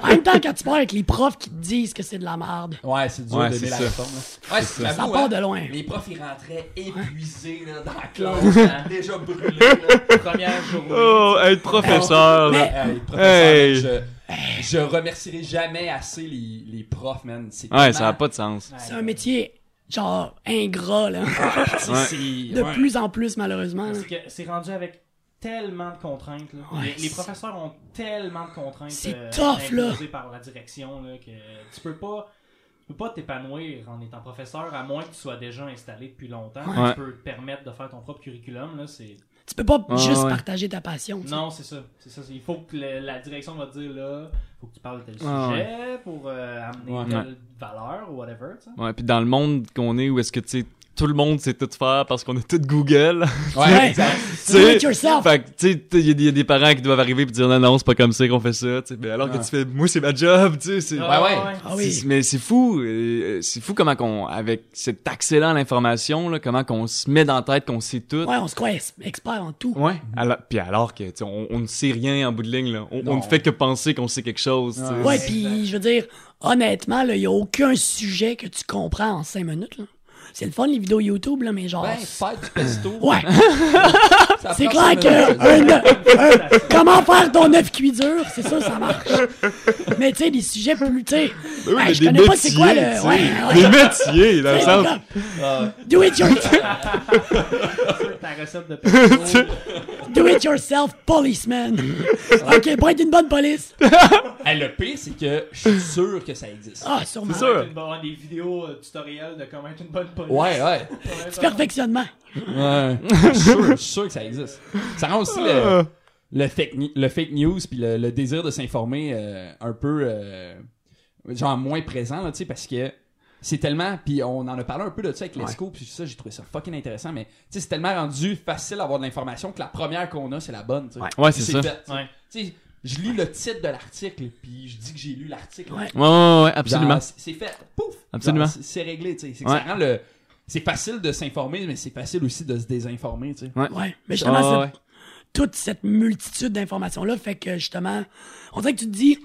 [SPEAKER 1] En même temps, quand tu parles avec les profs qui te disent que c'est de la merde,
[SPEAKER 2] Ouais, c'est dur
[SPEAKER 3] Ouais,
[SPEAKER 2] d'aimer
[SPEAKER 3] c'est
[SPEAKER 2] la
[SPEAKER 3] ça.
[SPEAKER 2] réforme. là. Ouais, c'est
[SPEAKER 1] ça
[SPEAKER 2] j'avoue,
[SPEAKER 1] part
[SPEAKER 2] hein,
[SPEAKER 1] de loin.
[SPEAKER 2] Les profs, ils rentraient épuisés là, dans la classe, hein, déjà brûlés. là. Première journée.
[SPEAKER 3] Oh, être professeur, là.
[SPEAKER 2] Hey, professeur,
[SPEAKER 3] Hey.
[SPEAKER 2] man, je, je remercierai jamais assez les, les profs, man. C'est
[SPEAKER 3] Ouais,
[SPEAKER 2] tellement-
[SPEAKER 3] ça n'a pas de sens.
[SPEAKER 1] C'est un métier, genre, ingrat, là.
[SPEAKER 2] c'est-
[SPEAKER 1] De
[SPEAKER 2] ouais.
[SPEAKER 1] plus en plus, malheureusement. là.
[SPEAKER 6] C'est que c'est rendu avec tellement de contraintes. là.
[SPEAKER 1] Ah Ouais,
[SPEAKER 6] les, les
[SPEAKER 1] c'est-
[SPEAKER 6] professeurs ont tellement de contraintes euh,
[SPEAKER 1] C'est tough, là.
[SPEAKER 6] imposées par la direction là, que tu peux pas tu peux pas t'épanouir en étant professeur à moins que tu sois déjà installé depuis longtemps.
[SPEAKER 3] Ouais.
[SPEAKER 6] Tu peux te permettre de faire ton propre curriculum là, c'est
[SPEAKER 1] Tu peux pas
[SPEAKER 3] Ouais,
[SPEAKER 1] juste
[SPEAKER 3] ouais.
[SPEAKER 1] partager ta passion. tu sais.
[SPEAKER 6] non, c'est ça, c'est ça, c'est- il faut que le- la direction va te dire là, faut que tu parles de tel sujet
[SPEAKER 3] Ouais,
[SPEAKER 6] pour euh, amener
[SPEAKER 3] Ouais.
[SPEAKER 6] telle valeur ou whatever, tu sais.
[SPEAKER 3] Ouais, puis dans le monde qu'on est, où est-ce que, tu sais, tout le monde sait tout faire parce qu'on a tout Google.
[SPEAKER 1] Ouais.
[SPEAKER 2] Ouais, exact.
[SPEAKER 3] tu
[SPEAKER 1] Do
[SPEAKER 3] sais.
[SPEAKER 1] it yourself!
[SPEAKER 3] Fait que, tu sais, il y, a des- y a des parents qui doivent arriver et dire non, non, c'est pas comme ça qu'on fait ça. tu sais. Mais alors que
[SPEAKER 2] Ouais.
[SPEAKER 3] tu fais, moi, c'est ma job, tu sais. c'est-
[SPEAKER 2] Ouais, ouais.
[SPEAKER 1] Ah oui.
[SPEAKER 3] C'est- Mais c'est fou, euh, c'est fou comment qu'on, avec cet accès-là à l'information, là, comment qu'on se met dans la tête qu'on sait tout.
[SPEAKER 1] Ouais, on se croit ex- expert en tout.
[SPEAKER 3] Ouais. Alors, puis alors que, tu sais, on, on ne sait rien en bout de ligne, là. On, on
[SPEAKER 2] Non.
[SPEAKER 3] ne fait que penser qu'on sait quelque chose, tu sais.
[SPEAKER 1] Ouais,
[SPEAKER 6] Exact.
[SPEAKER 1] puis je veux dire, honnêtement, il y a aucun sujet que tu comprends en 5 minutes. là. C'est le fun, les vidéos YouTube, là, mais genre.
[SPEAKER 2] Ben, faire du pesto.
[SPEAKER 1] Ouais, c'est
[SPEAKER 2] ça prend
[SPEAKER 1] clair
[SPEAKER 2] cinq
[SPEAKER 1] que.
[SPEAKER 2] minutes.
[SPEAKER 1] un- un- comment faire ton œuf cuit dur, c'est ça, ça marche. Mais tu sais, des sujets plus. Tu sais,
[SPEAKER 3] Ben oui,
[SPEAKER 1] hey,
[SPEAKER 3] mais
[SPEAKER 1] je
[SPEAKER 3] des
[SPEAKER 1] connais pas c'est quoi
[SPEAKER 3] métiers,
[SPEAKER 1] le.
[SPEAKER 3] tu sais.
[SPEAKER 1] Ouais, ouais.
[SPEAKER 3] Des métiers, dans le
[SPEAKER 1] Hey,
[SPEAKER 3] sens.
[SPEAKER 1] comme, Do it, your,
[SPEAKER 6] ta recette de pesto.
[SPEAKER 1] do it yourself, policeman. ok, pour être une bonne police.
[SPEAKER 2] Hey, le pire, c'est que je suis sûr que ça existe.
[SPEAKER 1] Ah, sûrement.
[SPEAKER 3] C'est
[SPEAKER 6] Ça va
[SPEAKER 3] sûr.
[SPEAKER 6] être une bonne- des vidéos euh, tutoriels de comment être une bonne police.
[SPEAKER 2] Ouais, ouais.
[SPEAKER 1] Du perfectionnement.
[SPEAKER 2] Ouais. Je suis sûr, je suis sûr que ça existe. Ça rend aussi
[SPEAKER 3] Ah.
[SPEAKER 2] le, le fake, ni- le fake news puis le, le désir de s'informer euh, un peu euh, genre moins présent là, tu sais, parce que c'est tellement puis on en a parlé un peu de ça avec l'ESCO puis ça j'ai trouvé ça fucking intéressant mais tu sais c'est tellement rendu facile d'avoir de l'information que la première qu'on a c'est la bonne, tu sais.
[SPEAKER 3] Ouais, c'est ça.
[SPEAKER 2] fait, tu sais.
[SPEAKER 6] Ouais.
[SPEAKER 2] Tu sais, je lis le titre de l'article puis je dis que j'ai lu l'article.
[SPEAKER 1] Ouais.
[SPEAKER 3] Ouais, ouais, ouais,
[SPEAKER 2] Genre,
[SPEAKER 3] absolument.
[SPEAKER 2] c'est- C'est fait. Pouf.
[SPEAKER 3] Absolument.
[SPEAKER 2] Genre, c'est- C'est réglé, tu sais. C'est que
[SPEAKER 3] Ouais.
[SPEAKER 2] ça rend le- C'est facile de s'informer, mais c'est facile aussi de se désinformer, tu sais.
[SPEAKER 1] Ouais, mais
[SPEAKER 3] Ah,
[SPEAKER 1] justement, c'est-
[SPEAKER 3] ouais.
[SPEAKER 1] toute cette multitude d'informations-là fait que justement, on dirait que tu te dis,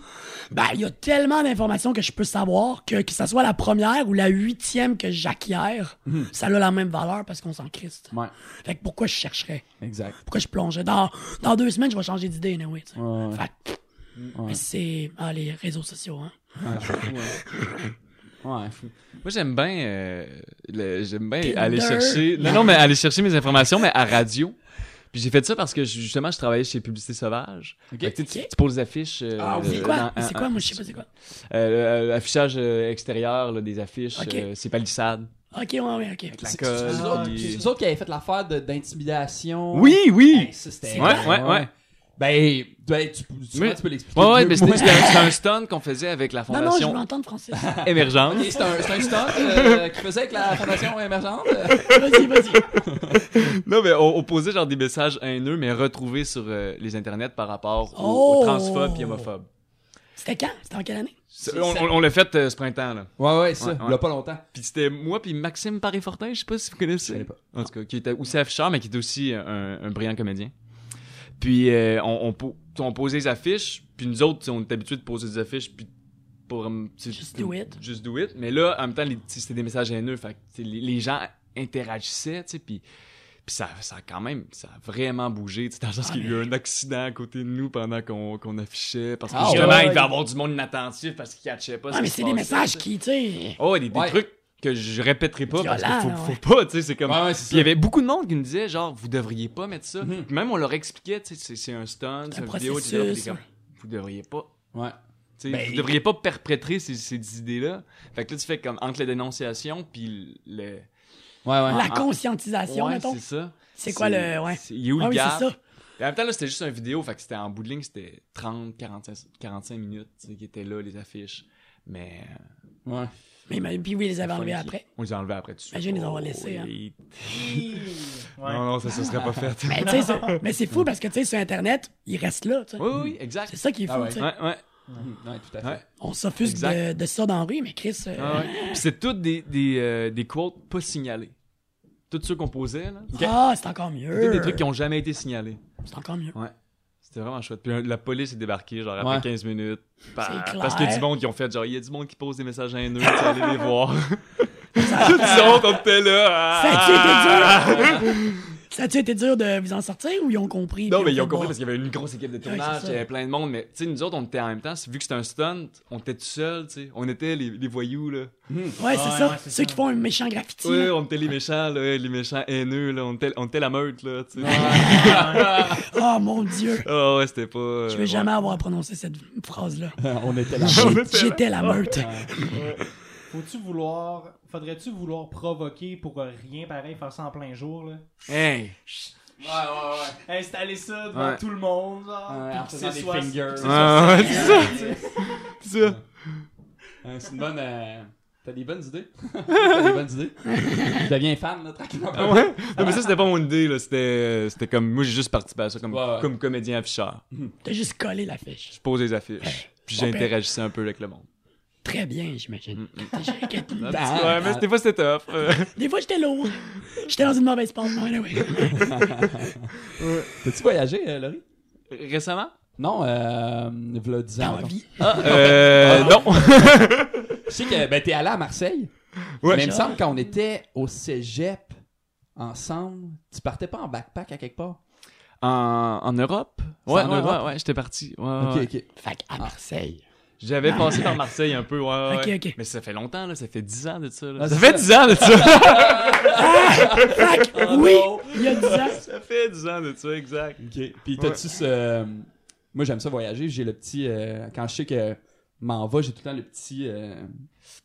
[SPEAKER 1] ben, il y a tellement d'informations que je peux savoir que que ça soit la première ou la huitième que j'acquiers,
[SPEAKER 3] Mhm.
[SPEAKER 1] ça a la même valeur parce qu'on s'en criste.
[SPEAKER 2] Ouais.
[SPEAKER 1] Fait que pourquoi je chercherais?
[SPEAKER 2] Exact.
[SPEAKER 1] Pourquoi je plongerais? Dans, dans deux semaines, je vais changer d'idée, anyway, tu sais.
[SPEAKER 2] Ouais, ouais.
[SPEAKER 1] Fait que, mais c'est ah, les réseaux sociaux, hein.
[SPEAKER 2] Ouais.
[SPEAKER 3] Moi, j'aime bien, euh, le- j'aime bien
[SPEAKER 1] Tinder.
[SPEAKER 3] aller chercher. Non, non, mais aller chercher mes informations, mais à radio. Puis j'ai fait ça parce que je- justement, je travaillais chez Publicité Sauvage. Fait que, tu, sais, tu-
[SPEAKER 1] Ok.
[SPEAKER 3] tu poses des affiches. euh,
[SPEAKER 2] Ah oui.
[SPEAKER 1] C'est
[SPEAKER 3] euh,
[SPEAKER 1] quoi?
[SPEAKER 3] dans-
[SPEAKER 1] Mais c'est
[SPEAKER 3] un-
[SPEAKER 1] quoi? Moi, je sais pas c'est quoi.
[SPEAKER 3] un- euh, euh, affichage euh, extérieur, là, des affiches.
[SPEAKER 1] Ok.
[SPEAKER 3] euh, c'est palissade.
[SPEAKER 1] Ok, ouais, ouais, ok.
[SPEAKER 3] La
[SPEAKER 2] C'est
[SPEAKER 3] colle,
[SPEAKER 2] c'est vous autres-
[SPEAKER 3] puis-
[SPEAKER 2] c'est vous autres qui avez fait l'affaire de- d'intimidation.
[SPEAKER 3] Oui, oui.
[SPEAKER 2] Hey, ça, c'était-
[SPEAKER 1] C'est
[SPEAKER 3] Ouais, ouais, ouais. ouais.
[SPEAKER 2] Ben, ben, tu, tu,
[SPEAKER 3] Mais-
[SPEAKER 2] tu peux l'expliquer.
[SPEAKER 3] Ouais, ouais,
[SPEAKER 2] mieux
[SPEAKER 3] mais
[SPEAKER 2] que
[SPEAKER 3] c'était
[SPEAKER 2] moi.
[SPEAKER 3] c'était un, c'était un stunt qu'on faisait avec la
[SPEAKER 1] Non, non, je
[SPEAKER 3] fondation
[SPEAKER 1] veux l'entendre, Francis.
[SPEAKER 3] Émergence.
[SPEAKER 2] Ok, c'est un, c'est un stunt euh, qui faisait avec la fondation émergente. euh.
[SPEAKER 1] Vas-y, vas-y.
[SPEAKER 3] Non, mais on, on posait genre des messages haineux, mais retrouvés sur euh, les internets par rapport aux, aux
[SPEAKER 1] Oh.
[SPEAKER 3] transphobes et homophobes.
[SPEAKER 1] C'était quand? C'était en quelle année?
[SPEAKER 3] C'est- On, on- on l'a fait euh, ce printemps, là.
[SPEAKER 2] Ouais, ouais, ça.
[SPEAKER 3] Ouais, ouais.
[SPEAKER 2] Il y a pas longtemps.
[SPEAKER 3] Puis c'était moi puis Maxime Paris-Fortin, je sais pas si vous
[SPEAKER 2] Je connais
[SPEAKER 3] connaissez.
[SPEAKER 2] pas.
[SPEAKER 3] En tout cas, qui était aussi afficheur, mais qui était aussi euh, un, un brillant comédien. Puis euh, on, on, po- on posait des affiches, puis nous autres, tu sais, on est habitués de poser des affiches, puis pour... um, tu sais,
[SPEAKER 1] Just
[SPEAKER 3] tout-
[SPEAKER 1] do it.
[SPEAKER 3] Just do it. Mais là, en même temps, les- tu sais, c'était des messages haineux, fait que tu sais, les, les gens interagissaient, tu sais, puis... Puis ça, ça a quand même, ça a vraiment bougé, tu sais, dans le sens
[SPEAKER 1] Ah,
[SPEAKER 3] qu'il y a eu un accident à côté de nous pendant qu'on qu'on affichait, parce que
[SPEAKER 2] Ah,
[SPEAKER 3] justement,
[SPEAKER 2] ouais.
[SPEAKER 3] il devait avoir du monde inattentif parce qu'il catchait pas ce
[SPEAKER 1] Ouais, Ah, mais
[SPEAKER 3] qui se
[SPEAKER 1] c'est des
[SPEAKER 3] passait,
[SPEAKER 1] messages
[SPEAKER 3] tu sais.
[SPEAKER 1] qui, tu sais.
[SPEAKER 3] Oh, ouais, des, des
[SPEAKER 2] Ouais.
[SPEAKER 3] trucs que je répéterai pas parce qu'il
[SPEAKER 1] Violent,
[SPEAKER 3] faut,
[SPEAKER 1] là, ouais.
[SPEAKER 3] faut pas, tu sais, c'est comme...
[SPEAKER 2] Ouais, ouais,
[SPEAKER 3] Puis
[SPEAKER 2] c'est
[SPEAKER 3] Ah, Il y
[SPEAKER 2] ça.
[SPEAKER 3] avait beaucoup de monde qui nous disait, genre, vous devriez pas mettre ça.
[SPEAKER 2] Mhm.
[SPEAKER 3] Puis même on leur expliquait, tu sais, c'est- c'est un stunt,
[SPEAKER 1] Un
[SPEAKER 3] c'est une vidéo, etc.
[SPEAKER 1] processus,
[SPEAKER 3] Puis comme, Vous devriez pas.
[SPEAKER 2] Ouais.
[SPEAKER 3] tu sais,
[SPEAKER 1] Ben,
[SPEAKER 3] vous devriez pas perpétrer ces, ces idées-là. Fait que là, tu fais comme entre la dénonciation puis le.
[SPEAKER 2] Ouais, ouais.
[SPEAKER 1] La
[SPEAKER 3] Ah,
[SPEAKER 1] conscientisation,
[SPEAKER 3] ouais,
[SPEAKER 1] mettons.
[SPEAKER 3] c'est ça.
[SPEAKER 1] C'est quoi le. Ouais.
[SPEAKER 3] c'est- Il est où
[SPEAKER 1] Ah
[SPEAKER 3] le
[SPEAKER 1] oui,
[SPEAKER 3] gap?
[SPEAKER 1] c'est ça.
[SPEAKER 3] Et en même temps, là, c'était juste une vidéo. Fait que c'était en bout de ligne, c'était 30, 45, 45 minutes tu sais, qui étaient là, les affiches. Mais euh,
[SPEAKER 2] Ouais.
[SPEAKER 1] Mais même, puis oui, ils les avaient enlevés
[SPEAKER 3] funky.
[SPEAKER 1] après.
[SPEAKER 3] on les a enlevés après dessus.
[SPEAKER 1] Imagine, ils les ont laissés, hein.
[SPEAKER 6] Ouais.
[SPEAKER 3] Non, non, ça se serait pas fait.
[SPEAKER 1] Mais tu sais, c'est- mais c'est fou parce que tu sais, sur Internet, ils restent là. tu sais.
[SPEAKER 3] oui, oui, oui, exact.
[SPEAKER 1] C'est ça qui est fou.
[SPEAKER 2] Ah ouais.
[SPEAKER 1] tu sais.
[SPEAKER 3] Ouais, ouais.
[SPEAKER 2] Ouais, tout à fait.
[SPEAKER 3] Ouais.
[SPEAKER 1] On s'offusque de,
[SPEAKER 3] Exact.
[SPEAKER 1] de ça dans la rue, mais Chris. euh,
[SPEAKER 3] Ah ouais. Puis c'est toutes des, des, euh, des quotes pas signalées. Toutes ceux qu'on posait, là.
[SPEAKER 1] Ah, c'est encore
[SPEAKER 3] C'était
[SPEAKER 1] mieux.
[SPEAKER 3] des trucs qui ont jamais été signalés.
[SPEAKER 1] C'est encore mieux.
[SPEAKER 3] C'était vraiment chouette. Puis euh, la police est débarquée, genre, après
[SPEAKER 2] Ouais.
[SPEAKER 3] 15 minutes. Bah,
[SPEAKER 1] C'est clair.
[SPEAKER 3] parce qu'il y a du monde qui ont fait, genre, il y a du monde qui pose des messages haineux, tu sais, allez les voir. Tout le monde, on était là. ah.
[SPEAKER 1] Ça a-tu été dur? ça a-tu été dur de vous en sortir ou ils ont compris?
[SPEAKER 3] Non,
[SPEAKER 1] puis
[SPEAKER 3] mais
[SPEAKER 1] fait
[SPEAKER 3] ils ont compris
[SPEAKER 1] bon,
[SPEAKER 3] parce qu'il y avait une grosse équipe de
[SPEAKER 1] Ouais,
[SPEAKER 3] tournage,
[SPEAKER 1] c'est ça.
[SPEAKER 3] il y avait plein de monde, mais tu sais, nous autres, on était en même temps, vu que c'était un stunt, on était tout seuls, tu sais. On était les, les voyous, là.
[SPEAKER 1] Ouais, c'est
[SPEAKER 6] Ouais,
[SPEAKER 1] ça.
[SPEAKER 6] ouais, c'est
[SPEAKER 1] Ceux
[SPEAKER 6] ça.
[SPEAKER 1] qui font un méchant graffiti.
[SPEAKER 3] Ouais,
[SPEAKER 1] là.
[SPEAKER 3] on était les méchants, là, ouais, les méchants haineux, là. On était, on était la meute, là, tu sais.
[SPEAKER 1] Oh mon Dieu.
[SPEAKER 3] Ah ouais, c'était pas. euh,
[SPEAKER 1] Je vais
[SPEAKER 3] ouais.
[SPEAKER 1] jamais avoir prononcé cette phrase-là.
[SPEAKER 2] on était là.
[SPEAKER 1] J'ai- J'étais
[SPEAKER 3] Ah.
[SPEAKER 1] la meute.
[SPEAKER 6] Euh, Faut-tu vouloir. Faudrait-tu vouloir provoquer pour euh, rien pareil, faire ça en plein jour, là?
[SPEAKER 3] Hey!
[SPEAKER 2] Ouais, ouais, ouais.
[SPEAKER 6] Installer ça devant
[SPEAKER 3] Ouais.
[SPEAKER 6] tout le monde, genre.
[SPEAKER 2] Ouais,
[SPEAKER 6] puis
[SPEAKER 2] en
[SPEAKER 6] que
[SPEAKER 2] faisant
[SPEAKER 6] c'est
[SPEAKER 2] des
[SPEAKER 6] soit-
[SPEAKER 2] fingers.
[SPEAKER 6] que c'est
[SPEAKER 3] Ah, ouais, c'est ça!
[SPEAKER 6] soit-
[SPEAKER 3] C'est ça!
[SPEAKER 2] Ouais, c'est une bonne. euh, T'as des bonnes idées? T'as des bonnes idées? Je deviens fan, là, tranquillement.
[SPEAKER 3] Ah ouais? Non, mais ça, c'était pas mon idée, là. C'était, euh, c'était comme, moi, j'ai juste participé à ça comme,
[SPEAKER 2] Ouais, ouais.
[SPEAKER 3] comme comédien afficheur.
[SPEAKER 1] T'as juste collé l'affiche.
[SPEAKER 3] Je pose des affiches. Puis
[SPEAKER 1] Pas
[SPEAKER 3] j'interagissais un peu avec le monde.
[SPEAKER 1] Très bien, j'imagine. J'ai-
[SPEAKER 3] ouais, mais c'était euh. pas cette offre.
[SPEAKER 1] Des fois, j'étais lourd. J'étais dans une mauvaise pente. Non, anyway.
[SPEAKER 2] T'as-tu voyagé, euh, Laurie?
[SPEAKER 3] Récemment?
[SPEAKER 2] Non, euh. V'là 10 ans.
[SPEAKER 1] Dans la vie.
[SPEAKER 3] Euh, non.
[SPEAKER 2] Je sais que ben, t'es allé à Marseille.
[SPEAKER 3] Ouais.
[SPEAKER 2] Mais il me semble quand on était au cégep ensemble, tu partais pas en backpack à quelque part.
[SPEAKER 3] En, en Europe?
[SPEAKER 2] C'est
[SPEAKER 3] Ouais,
[SPEAKER 2] en
[SPEAKER 3] ouais,
[SPEAKER 2] Europe?
[SPEAKER 3] ouais, ouais, j'étais parti. Ouais,
[SPEAKER 2] Ok,
[SPEAKER 3] Ah ouais.
[SPEAKER 2] ok.
[SPEAKER 1] Fait à Marseille.
[SPEAKER 3] J'avais passé par Marseille un peu, ouais, ouais.
[SPEAKER 1] Ok,
[SPEAKER 3] ouais.
[SPEAKER 1] ok.
[SPEAKER 3] Mais ça fait longtemps, là. Ça fait 10 ans de ça, là.
[SPEAKER 2] Ah,
[SPEAKER 3] ça
[SPEAKER 2] c'est ça.
[SPEAKER 3] fait 10 ans de ça!
[SPEAKER 1] Ah, Fait que, oui, il y a 10 ans.
[SPEAKER 3] ça fait 10 ans de ça, exact.
[SPEAKER 2] Ok. Puis t'as-tu ce. euh, moi, j'aime ça voyager. J'ai le petit. euh, quand je sais que m'en va, j'ai tout le temps le petit. euh,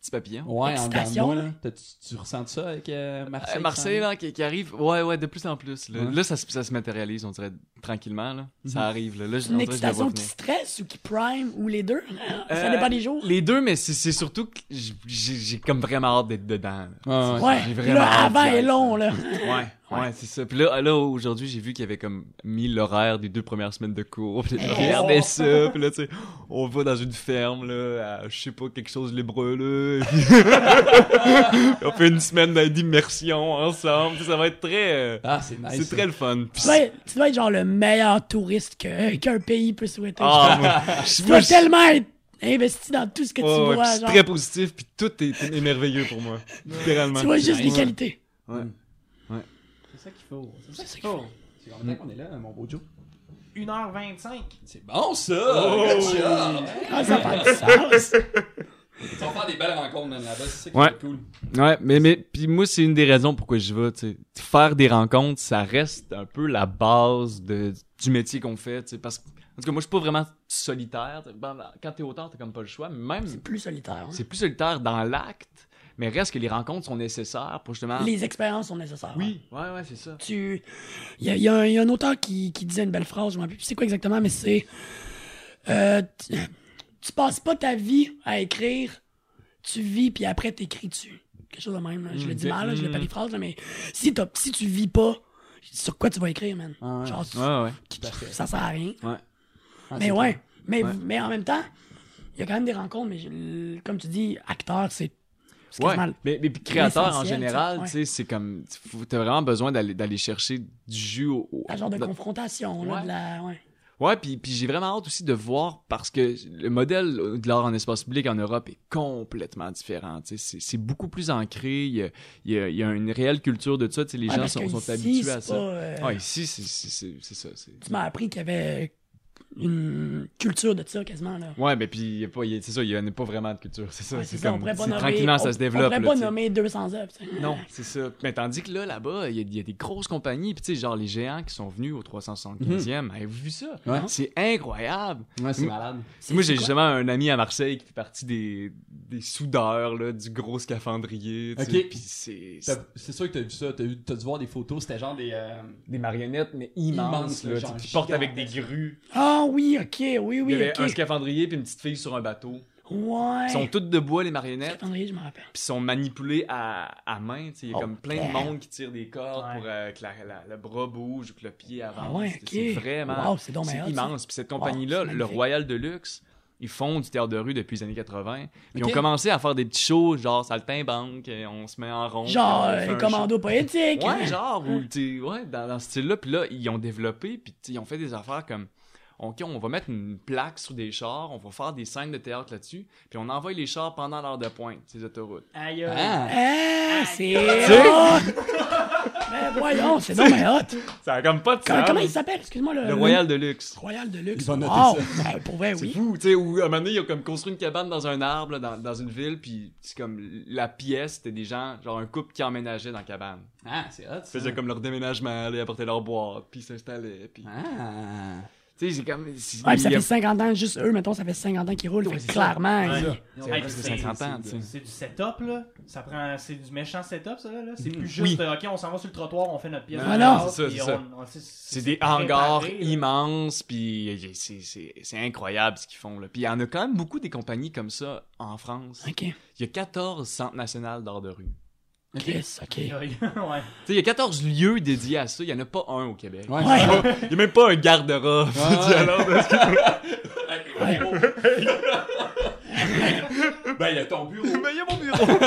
[SPEAKER 3] Petit papillon.
[SPEAKER 2] ouais, en dedans de
[SPEAKER 1] Excitation,
[SPEAKER 2] moi.
[SPEAKER 1] là.
[SPEAKER 2] Là. T'as- Tu, tu ressens ça avec euh, Marseille?
[SPEAKER 3] Euh, Marseille, là, qui, qui arrive, ouais, ouais, de plus en plus. Là,
[SPEAKER 2] Ouais.
[SPEAKER 3] Là, ça, se- ça se matérialise, on dirait, tranquillement. Là. Ça
[SPEAKER 2] Mhm.
[SPEAKER 3] arrive. Là, là je,
[SPEAKER 1] C'est une
[SPEAKER 3] on dirait que je la vois
[SPEAKER 1] excitation qui
[SPEAKER 3] venir.
[SPEAKER 1] stresse ou qui prime ou les deux. Ça
[SPEAKER 3] Euh,
[SPEAKER 1] dépend des jours.
[SPEAKER 3] Les deux, mais c'est- c'est surtout que j- j'ai j'ai comme vraiment hâte d'être dedans. là.
[SPEAKER 2] Ouais, ouais.
[SPEAKER 1] Ouais,
[SPEAKER 3] j'ai vraiment
[SPEAKER 1] là,
[SPEAKER 3] hâte
[SPEAKER 1] avant
[SPEAKER 3] d'y
[SPEAKER 1] est
[SPEAKER 3] être,
[SPEAKER 1] long, là.
[SPEAKER 3] Ouais, ouais, c'est ça. Puis là, là aujourd'hui, j'ai vu qu'il y avait comme mis l'horaire des deux premières semaines de cours. Puis là, je regardais ça. Puis là, tu sais, on va dans une ferme, là, à, je sais pas, quelque chose l'hébreu, là. et puis- on fait une semaine d'immersion ensemble. puis ça va être très... euh,
[SPEAKER 2] Ah, c'est nice.
[SPEAKER 3] c'est
[SPEAKER 2] ça.
[SPEAKER 3] très le fun. Puis
[SPEAKER 1] Tu dois, être, tu dois être genre le meilleur touriste que- qu'un pays peut souhaiter.
[SPEAKER 3] Ah, moi, je-
[SPEAKER 1] tu
[SPEAKER 3] moi,
[SPEAKER 1] dois
[SPEAKER 3] je- Oh,
[SPEAKER 1] tellement être investi dans tout ce que
[SPEAKER 3] Ouais,
[SPEAKER 1] tu
[SPEAKER 3] ouais, puis
[SPEAKER 1] vois.
[SPEAKER 3] c'est
[SPEAKER 1] Genre,
[SPEAKER 3] très positif, puis tout est, est merveilleux pour moi. Littéralement.
[SPEAKER 1] tu vois juste les
[SPEAKER 3] Ouais.
[SPEAKER 1] qualités.
[SPEAKER 6] C'est ça qu'il faut. C'est ça
[SPEAKER 1] C'est
[SPEAKER 6] qu'il faut.
[SPEAKER 2] C'est combien de temps qu'on est là, mon beau Joe?
[SPEAKER 6] 1h25.
[SPEAKER 2] C'est bon, ça!
[SPEAKER 3] Oh!
[SPEAKER 2] Good job!
[SPEAKER 1] Ah, ça fait du sens.
[SPEAKER 2] Tu vas faire des belles rencontres, man, là-bas. C'est ça qui
[SPEAKER 3] Ouais.
[SPEAKER 2] est cool.
[SPEAKER 3] Ouais, mais, mais puis moi, c'est une des raisons pourquoi je vais, tu sais. Faire des rencontres, ça reste un peu la base de, du métier qu'on fait, tu sais, parce que, en tout cas, moi, je suis pas vraiment solitaire. tu sais. Bon, Quand t'es auteur, t'as comme pas le choix, mais même,
[SPEAKER 1] C'est plus solitaire. hein.
[SPEAKER 3] c'est plus solitaire dans l'acte, mais reste que les rencontres sont nécessaires pour justement...
[SPEAKER 1] Les expériences sont nécessaires.
[SPEAKER 3] Oui, ouais, ouais, c'est ça.
[SPEAKER 1] tu. Il y a, il y a un- il y a un auteur qui, qui disait une belle phrase, je me rappelle plus c'est quoi exactement, mais c'est. euh, tu, tu passes pas ta vie à écrire, tu vis, puis après t'écris dessus. Quelque chose de même, là. je le dis mal, là, je l'ai pas les phrases, là, mais si, t'as- si tu vis pas, sur quoi tu vas écrire, man?
[SPEAKER 2] Ah ouais.
[SPEAKER 1] Genre, tu-
[SPEAKER 3] Ouais, ouais.
[SPEAKER 1] ça sert à rien.
[SPEAKER 2] Ah,
[SPEAKER 1] Mais
[SPEAKER 2] c'est
[SPEAKER 1] ouais,
[SPEAKER 2] cool.
[SPEAKER 1] mais,
[SPEAKER 3] Ouais.
[SPEAKER 1] mais en même temps, il y a quand même des rencontres, mais je- comme tu dis, acteur, c'est. c'est
[SPEAKER 3] Ouais,
[SPEAKER 1] quasiment-
[SPEAKER 3] mais, mais puis créateur en
[SPEAKER 1] l'essentiel,
[SPEAKER 3] général,
[SPEAKER 1] tu
[SPEAKER 3] tu
[SPEAKER 1] sais,
[SPEAKER 3] sais, c'est comme, faut- t'as vraiment besoin d'aller d'aller chercher du jus au... au-
[SPEAKER 1] Un genre de
[SPEAKER 3] dans-
[SPEAKER 1] confrontation, là,
[SPEAKER 3] Ouais.
[SPEAKER 1] de la. ouais.
[SPEAKER 3] Ouais, puis, puis j'ai vraiment hâte aussi de voir parce que le modèle de l'art en espace public en Europe est complètement différent. tu sais. C'est c'est beaucoup plus ancré. Il y a, il y a- il y a une réelle culture de ça. tu sais, Les
[SPEAKER 1] Ouais,
[SPEAKER 3] gens
[SPEAKER 1] parce
[SPEAKER 3] sont,
[SPEAKER 1] que
[SPEAKER 3] sont
[SPEAKER 1] ici,
[SPEAKER 3] habitués
[SPEAKER 1] c'est
[SPEAKER 3] à ça.
[SPEAKER 1] pas, euh,
[SPEAKER 3] Ah, ici, c'est- c'est c'est- c'est ça. c'est-
[SPEAKER 1] Tu m'as appris qu'il y avait une culture de ça quasiment. Là.
[SPEAKER 3] Ouais, mais puis, y a pas- y a- c'est ça, il n'y a pas vraiment de culture. C'est ça.
[SPEAKER 1] Ouais,
[SPEAKER 3] c'est
[SPEAKER 1] c'est ça, on
[SPEAKER 3] comme.
[SPEAKER 1] pourrait pas
[SPEAKER 3] c'est
[SPEAKER 1] nommer.
[SPEAKER 3] Tranquillement,
[SPEAKER 1] on-
[SPEAKER 3] ça se développe.
[SPEAKER 1] On
[SPEAKER 3] là,
[SPEAKER 1] pourrait pas
[SPEAKER 3] tu sais.
[SPEAKER 1] nommer 200 œuvres. tu sais.
[SPEAKER 3] Non, c'est ça. Euh, Mais tandis que là, là-bas, il y, a- il y a des grosses compagnies, puis tu sais, genre les géants qui sont venus au 375e. Avez-vous vu ça? Hein?
[SPEAKER 2] Ouais.
[SPEAKER 3] C'est incroyable!
[SPEAKER 2] Ouais, c'est
[SPEAKER 3] Mm.
[SPEAKER 2] malade.
[SPEAKER 1] C'est-
[SPEAKER 3] Moi,
[SPEAKER 1] c'est
[SPEAKER 3] j'ai
[SPEAKER 1] quoi?
[SPEAKER 3] justement un ami à Marseille qui fait partie des, des soudeurs, là, du gros scaphandrier, tu
[SPEAKER 2] Ok.
[SPEAKER 3] sais, puis c'est...
[SPEAKER 2] T'as- C'est sûr que t'as vu ça, t'as vu- t'as dû voir des photos, c'était genre des, euh,
[SPEAKER 3] Des marionnettes, mais
[SPEAKER 2] immenses, là,
[SPEAKER 3] tu sais,
[SPEAKER 2] genre
[SPEAKER 3] qui portent avec des
[SPEAKER 2] gigantesques.
[SPEAKER 3] grues.
[SPEAKER 1] Ah oui, ok, oui,
[SPEAKER 3] Il y
[SPEAKER 1] oui,
[SPEAKER 3] avait un
[SPEAKER 1] ok.
[SPEAKER 3] scaphandrier puis une petite fille sur un bateau.
[SPEAKER 1] Ouais.
[SPEAKER 3] Ils sont toutes de bois, les marionnettes,
[SPEAKER 1] Scaphandrier, je me rappelle.
[SPEAKER 3] puis sont manipulés à, à main, tu sais. Il y a
[SPEAKER 1] Oh,
[SPEAKER 3] comme plein
[SPEAKER 1] yeah.
[SPEAKER 3] de monde qui tire des cordes
[SPEAKER 6] Ouais.
[SPEAKER 3] pour euh, que la- la- le bras bouge ou que le pied avance.
[SPEAKER 1] Ah ouais, ok.
[SPEAKER 3] C'est- C'est vraiment...
[SPEAKER 1] Wow, c'est donc
[SPEAKER 3] C'est
[SPEAKER 1] bien hot, ça.
[SPEAKER 3] immense. Puis cette compagnie-là,
[SPEAKER 1] c'est
[SPEAKER 3] le
[SPEAKER 1] magnifique.
[SPEAKER 3] Royal Deluxe, ils font du théâtre de rue depuis les années 80. Puis ils
[SPEAKER 5] Ok.
[SPEAKER 3] ont commencé à faire des petits shows, genre saltimbanque, et on se met en rond.
[SPEAKER 1] Genre,
[SPEAKER 3] puis on
[SPEAKER 1] euh,
[SPEAKER 3] fait
[SPEAKER 1] les
[SPEAKER 3] un
[SPEAKER 1] commandos poétiques.
[SPEAKER 3] show.
[SPEAKER 1] hein.
[SPEAKER 3] Ouais, genre, ou, tu sais, ouais, dans, dans ce style-là. Puis là, ils ont développé, puis tu sais, ils ont fait des affaires comme. OK, on va mettre une plaque sur des chars, on va faire des scènes de théâtre là-dessus, puis on envoie les chars pendant l'heure de pointe, ces autoroutes.
[SPEAKER 6] Aïe,
[SPEAKER 2] Ah!
[SPEAKER 1] Ah, c'est
[SPEAKER 3] sais?
[SPEAKER 1] hot! Mais voyons, c'est donc bien hot!
[SPEAKER 3] Ça a comme pas de
[SPEAKER 1] Comment,
[SPEAKER 3] sens.
[SPEAKER 1] comment il s'appelle? Excuse-moi, le...
[SPEAKER 3] Le Royal Deluxe.
[SPEAKER 1] Royal Deluxe.
[SPEAKER 2] Il va noter
[SPEAKER 1] Wow! Ben, pour vrai,
[SPEAKER 3] C'est
[SPEAKER 1] oui.
[SPEAKER 3] fou, tu sais, où à un moment donné, ils ont comme construit une cabane dans un arbre, là, dans, dans une ville, puis c'est comme la pièce, c'était des gens, genre un couple qui emménageait dans la cabane.
[SPEAKER 2] Ah, c'est hot,
[SPEAKER 3] Ils
[SPEAKER 2] ça.
[SPEAKER 3] faisaient comme leur déménagement, ils apportaient leur boîte, puis ils s'installaient, puis...
[SPEAKER 2] Ah!
[SPEAKER 3] Tu sais, c'est comme... c'est-
[SPEAKER 1] Ouais, puis ça
[SPEAKER 3] il y a-
[SPEAKER 1] fait 50 ans, juste eux, mettons, ça fait 50 ans qu'ils roulent. fait que clairement,
[SPEAKER 6] Ouais.
[SPEAKER 1] ils-
[SPEAKER 2] Non,
[SPEAKER 6] Hey,
[SPEAKER 2] mais
[SPEAKER 6] puis
[SPEAKER 2] c'est-
[SPEAKER 6] c'est-
[SPEAKER 3] 50 ans,
[SPEAKER 2] c'est-
[SPEAKER 3] tu sais.
[SPEAKER 6] C'est du setup, là. Ça prend... C'est du méchant setup, ça, là. là. C'est
[SPEAKER 2] Mhm.
[SPEAKER 6] plus
[SPEAKER 3] Mm. Oui. Ah
[SPEAKER 6] juste, euh, OK, on s'en va sur le trottoir, on fait notre pièce.
[SPEAKER 1] Non,
[SPEAKER 6] on
[SPEAKER 1] non,
[SPEAKER 6] part,
[SPEAKER 3] c'est ça,
[SPEAKER 6] puis
[SPEAKER 3] c'est ça.
[SPEAKER 6] on- on- c'est-
[SPEAKER 3] C'est
[SPEAKER 6] c'est
[SPEAKER 3] des
[SPEAKER 6] préparé,
[SPEAKER 3] hangars
[SPEAKER 6] là.
[SPEAKER 3] immenses, puis c'est- c'est c'est incroyable ce qu'ils font, là. Puis il y en a quand même beaucoup des compagnies comme ça en France.
[SPEAKER 1] OK.
[SPEAKER 3] Il y a 14 centres nationaux d'art de rue.
[SPEAKER 1] Chris, OK.
[SPEAKER 6] ouais.
[SPEAKER 3] Tu sais, il y a 14 lieux dédiés à ça, il y en a pas un au Québec.
[SPEAKER 2] Ouais,
[SPEAKER 1] Ouais.
[SPEAKER 3] Il y a même pas un garde-robe.
[SPEAKER 2] Ouais.
[SPEAKER 3] du alors de-
[SPEAKER 1] Ouais.
[SPEAKER 2] Ben, il y a ton bureau.
[SPEAKER 3] Mais il y a mon bureau.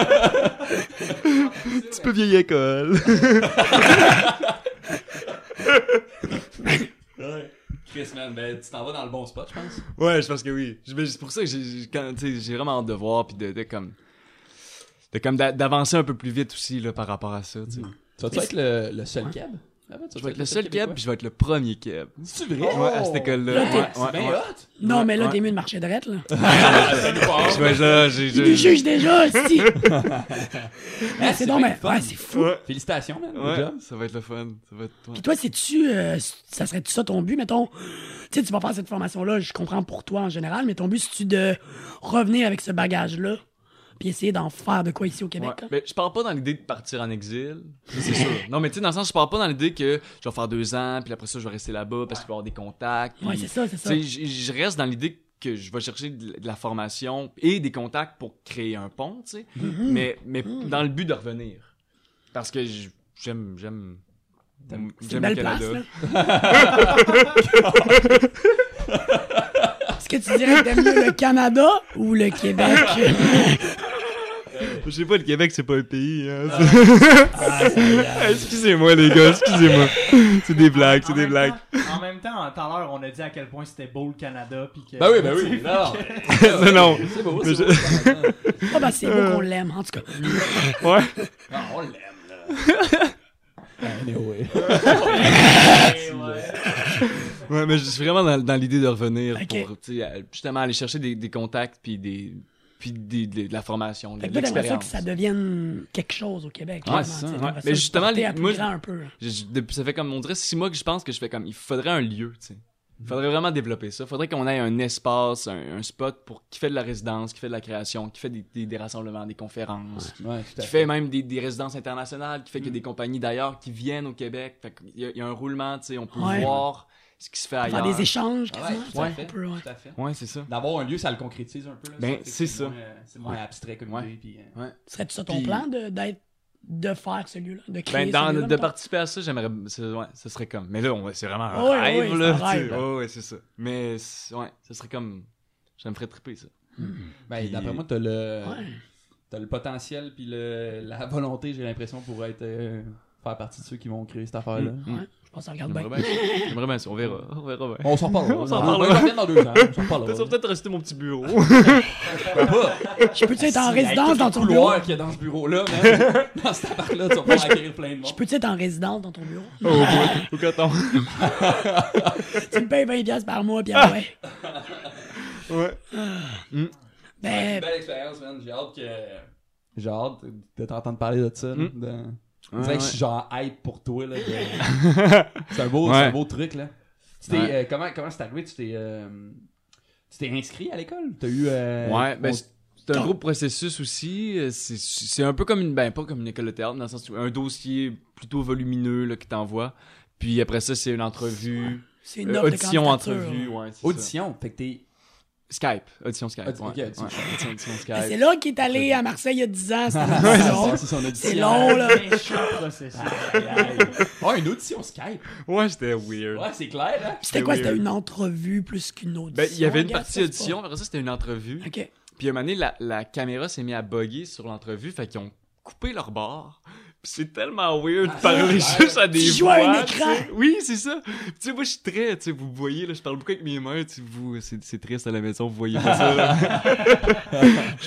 [SPEAKER 3] Petit peu vieille école.
[SPEAKER 2] Ouais. Chris, man, ben, tu t'en vas dans le bon spot, je pense.
[SPEAKER 3] Ouais, je pense que oui. Je- mais C'est pour ça que j'ai- j'ai quand- tu sais, j'ai vraiment hâte de voir puis de, de comme de comme d'a- d'avancer un peu plus vite aussi là, par rapport à ça. tu sais.
[SPEAKER 2] Tu vas-tu être le, le seul keb? ben,
[SPEAKER 3] Je vais être le seul keb puis je vais être le premier keb.
[SPEAKER 2] C'est vrai? Ah,
[SPEAKER 3] Ouais, à cette école-là.
[SPEAKER 1] Là, t'es-
[SPEAKER 3] Ouais,
[SPEAKER 2] C'est
[SPEAKER 3] ouais,
[SPEAKER 2] bien
[SPEAKER 3] ouais.
[SPEAKER 2] hot!
[SPEAKER 1] Non,
[SPEAKER 3] Ouais,
[SPEAKER 1] mais là,
[SPEAKER 3] ouais.
[SPEAKER 1] t'es mis le marché de rette, là.
[SPEAKER 2] Ah, ben,
[SPEAKER 3] Je vais là, j'ai
[SPEAKER 1] Ils nous
[SPEAKER 3] j'ai-
[SPEAKER 1] jugent déjà, si! Ouais, c'est donc,
[SPEAKER 2] bien
[SPEAKER 1] mais...
[SPEAKER 2] fun.
[SPEAKER 1] Ouais, c'est fou.
[SPEAKER 3] Ouais,
[SPEAKER 2] Félicitations, man.
[SPEAKER 3] ouais,
[SPEAKER 2] Good job.
[SPEAKER 3] ça va être le fun. Ça va être
[SPEAKER 1] Puis toi, c'est-tu... euh, ça serait-tu ça ton but, mettons? Tu sais, tu vas faire cette formation-là, je comprends pour toi en général, mais ton but, c'est-tu de revenir avec ce bagage-là puis essayer d'en faire de quoi ici au Québec,
[SPEAKER 3] Ouais,
[SPEAKER 1] là?
[SPEAKER 3] Mais je pars pas dans l'idée de partir en exil, ça, c'est sûr. Non, mais tu sais, dans le sens, je pars pas dans l'idée que je vais faire deux ans, puis après ça, je vais rester là-bas parce qu'il va y avoir des contacts.
[SPEAKER 1] Ouais,
[SPEAKER 3] puis-
[SPEAKER 1] c'est ça, c'est
[SPEAKER 3] Tu
[SPEAKER 1] ça.
[SPEAKER 3] sais, je je reste dans l'idée que je vais chercher de la- de la formation et des contacts pour créer un pont, tu sais,
[SPEAKER 1] Mm-hmm.
[SPEAKER 3] mais, mais dans le but de revenir. Parce que je- j'aime, j'aime, j'aime
[SPEAKER 1] C'est une belle place, là. Est-ce que tu dirais que t'aimes mieux le Canada ou le Québec?
[SPEAKER 3] Je sais pas, le Québec, c'est pas un pays. hein.
[SPEAKER 1] Ah.
[SPEAKER 3] excusez-moi, les gars, excusez-moi. C'est des blagues,
[SPEAKER 6] En même temps- En même temps, tout à l'heure, on a dit à quel point c'était beau le Canada. Puis que...
[SPEAKER 2] Ben oui, ben oui. Non,
[SPEAKER 3] non, non.
[SPEAKER 2] c'est beau,
[SPEAKER 3] Mais
[SPEAKER 2] c'est beau. c'est beau.
[SPEAKER 1] Ah ben c'est beau qu'on l'aime, en tout cas.
[SPEAKER 3] Ouais.
[SPEAKER 2] Ah, on l'aime, là. Anyway.
[SPEAKER 6] Ouais, ouais.
[SPEAKER 3] Ouais, mais je suis vraiment dans, dans l'idée de revenir
[SPEAKER 1] Ok.
[SPEAKER 3] pour, tu sais, à- justement, aller chercher des, des contacts puis des, puis des, des- de la formation, de
[SPEAKER 1] Fait que toi, t'aimerais ça que
[SPEAKER 3] l'expérience.
[SPEAKER 1] ça devienne quelque chose au Québec.
[SPEAKER 3] Ouais,
[SPEAKER 1] clairement,
[SPEAKER 3] c'est ça,
[SPEAKER 1] tu sais,
[SPEAKER 3] ouais.
[SPEAKER 1] t'aimerais
[SPEAKER 3] Mais
[SPEAKER 1] le
[SPEAKER 3] justement,
[SPEAKER 1] porter
[SPEAKER 3] les-
[SPEAKER 1] à plus
[SPEAKER 3] moi,
[SPEAKER 1] grand un peu. là.
[SPEAKER 3] Je- je- depuis- ça fait comme on dirait six mois que je pense que je fais comme il faudrait un lieu, tu sais. Il
[SPEAKER 1] Mhm.
[SPEAKER 3] faudrait vraiment développer ça. Il faudrait qu'on ait un espace, un, un spot pour qui fait de la résidence, qui fait de la création, qui fait des, des- des rassemblements, des conférences,
[SPEAKER 2] Ouais, tout à
[SPEAKER 3] qui fait même des, des résidences internationales, qui fait qu'il
[SPEAKER 1] Mhm.
[SPEAKER 3] y a des compagnies d'ailleurs qui viennent au Québec. Fait qu'il y a- il y, a un roulement, tu sais, on peut
[SPEAKER 1] Ouais.
[SPEAKER 3] voir ce qui se fait
[SPEAKER 1] Faire
[SPEAKER 3] ailleurs.
[SPEAKER 1] des échanges,
[SPEAKER 2] Ah Ouais,
[SPEAKER 1] quasiment.
[SPEAKER 2] tout à
[SPEAKER 3] Ouais.
[SPEAKER 2] fait.
[SPEAKER 1] Un peu, ouais.
[SPEAKER 2] Tout à fait.
[SPEAKER 3] Ouais, c'est ça.
[SPEAKER 2] D'avoir un lieu, ça le concrétise un peu. Là,
[SPEAKER 3] Ben,
[SPEAKER 2] fait que
[SPEAKER 3] c'est ça.
[SPEAKER 2] moins, euh, c'est moins abstrait comme
[SPEAKER 3] Ouais.
[SPEAKER 2] idée. Puis, euh,
[SPEAKER 1] Serait-tu ça ton
[SPEAKER 3] Puis-
[SPEAKER 1] plan de, d'être, de faire ce lieu-là, de créer
[SPEAKER 3] Ben, dans,
[SPEAKER 1] ce lieu-là,
[SPEAKER 3] de
[SPEAKER 1] mettons?
[SPEAKER 3] participer à ça, j'aimerais. c'est- Ouais, ce serait comme. Mais là, on- c'est vraiment un
[SPEAKER 1] Ouais, ouais,
[SPEAKER 3] rêve,
[SPEAKER 1] ouais,
[SPEAKER 3] là.
[SPEAKER 1] c'est un
[SPEAKER 3] tu sais.
[SPEAKER 1] rêve.
[SPEAKER 3] Ouais, ouais, c'est ça. Mais, c'est- ouais, ce serait comme. Ça me ferait triper, ça.
[SPEAKER 2] Ben,
[SPEAKER 3] Puis-
[SPEAKER 2] d'après moi, t'as le,
[SPEAKER 1] Ouais.
[SPEAKER 2] t'as le potentiel puis le, la volonté, j'ai l'impression, pour être euh, faire partie de ceux qui vont créer cette affaire-là.
[SPEAKER 3] Mm, mm.
[SPEAKER 1] Ouais. Je pense que ça regarde bien.
[SPEAKER 3] J'aimerais bien ça. J'aimerais bien ça. On verra. On verra bien.
[SPEAKER 2] On s'en reparle. On
[SPEAKER 3] s'en
[SPEAKER 2] On
[SPEAKER 3] reparlera.
[SPEAKER 2] revient dans deux ans. On s'en reparle.
[SPEAKER 3] Peut-être, ça va peut-être rester mon petit bureau.
[SPEAKER 1] Je peux-tu être
[SPEAKER 2] Ah,
[SPEAKER 1] en résidence dans ton bureau?
[SPEAKER 2] couloir qu'il y a dans ce bureau-là, man. dans cet appart-là, tu vas pouvoir acquérir plein de
[SPEAKER 1] Je
[SPEAKER 2] monde.
[SPEAKER 1] peux-tu être en résidence dans ton bureau?
[SPEAKER 3] Au coton.
[SPEAKER 1] tu me payes 20$ piastres par mois, puis ah ouais. Ah.
[SPEAKER 3] Ouais. Hmm.
[SPEAKER 2] C'est une
[SPEAKER 1] Ben,
[SPEAKER 2] belle expérience, man. J'ai hâte que. J'ai hâte de t'entendre parler de ça. là, de- On dirait que je suis genre hype pour toi. là. de- c'est un, beau- c'est un
[SPEAKER 3] Ouais.
[SPEAKER 2] beau truc. là. Tu t'es,
[SPEAKER 3] Ouais.
[SPEAKER 2] euh, comment comment c'est arrivé Tu t'es, euh, tu t'es inscrit à l'école T'as eu. euh,
[SPEAKER 3] Ouais, ben,
[SPEAKER 2] on-
[SPEAKER 3] c'est- c'est un gros processus aussi. Euh, C'est- C'est un peu comme une, ben, pas comme une école de théâtre, dans le sens où un dossier plutôt volumineux là, qui t'envoie. Puis après ça, c'est une entrevue.
[SPEAKER 1] c'est
[SPEAKER 3] euh,
[SPEAKER 1] une offre de
[SPEAKER 3] audition,
[SPEAKER 1] candidature.
[SPEAKER 3] entrevue, ouais. c'est ça.
[SPEAKER 2] audition. Fait que t'es.
[SPEAKER 3] Skype. Audition Skype.
[SPEAKER 2] Audi-
[SPEAKER 3] ouais.
[SPEAKER 2] ok, audition.
[SPEAKER 3] Ouais, audition- audition Skype.
[SPEAKER 1] Ben, C'est là qu'il est allé à Marseille il y a 10 ans. c'était
[SPEAKER 2] C'est
[SPEAKER 1] long.
[SPEAKER 2] ça, c'est son audition.
[SPEAKER 1] C'est long, là.
[SPEAKER 2] Ah, une audition Skype.
[SPEAKER 3] Ouais, c'était weird.
[SPEAKER 2] Ouais, c'est clair, hein?
[SPEAKER 1] C'était
[SPEAKER 3] Ben
[SPEAKER 1] quoi?
[SPEAKER 3] oui,
[SPEAKER 1] C'était
[SPEAKER 3] oui.
[SPEAKER 1] une entrevue plus qu'une audition?
[SPEAKER 3] Ben, il y avait une
[SPEAKER 1] regarde,
[SPEAKER 3] partie
[SPEAKER 1] ça, c'est
[SPEAKER 3] audition, après ça, c'était une entrevue.
[SPEAKER 1] pas- OK.
[SPEAKER 3] Puis à un moment donné, la, la caméra s'est mise à bugger sur l'entrevue, fait qu'ils ont coupé leur bord. Puis c'est tellement weird de parler juste à des
[SPEAKER 1] Ah, Tu joues
[SPEAKER 3] voix.
[SPEAKER 1] à un
[SPEAKER 3] tu
[SPEAKER 1] écran.
[SPEAKER 3] sais. Oui, c'est ça. Puis tu sais, moi, je suis très, tu sais, vous voyez, là, je parle beaucoup avec mes mains, tu sais, vous, c'est, c'est triste à la maison, vous voyez pas ça, là.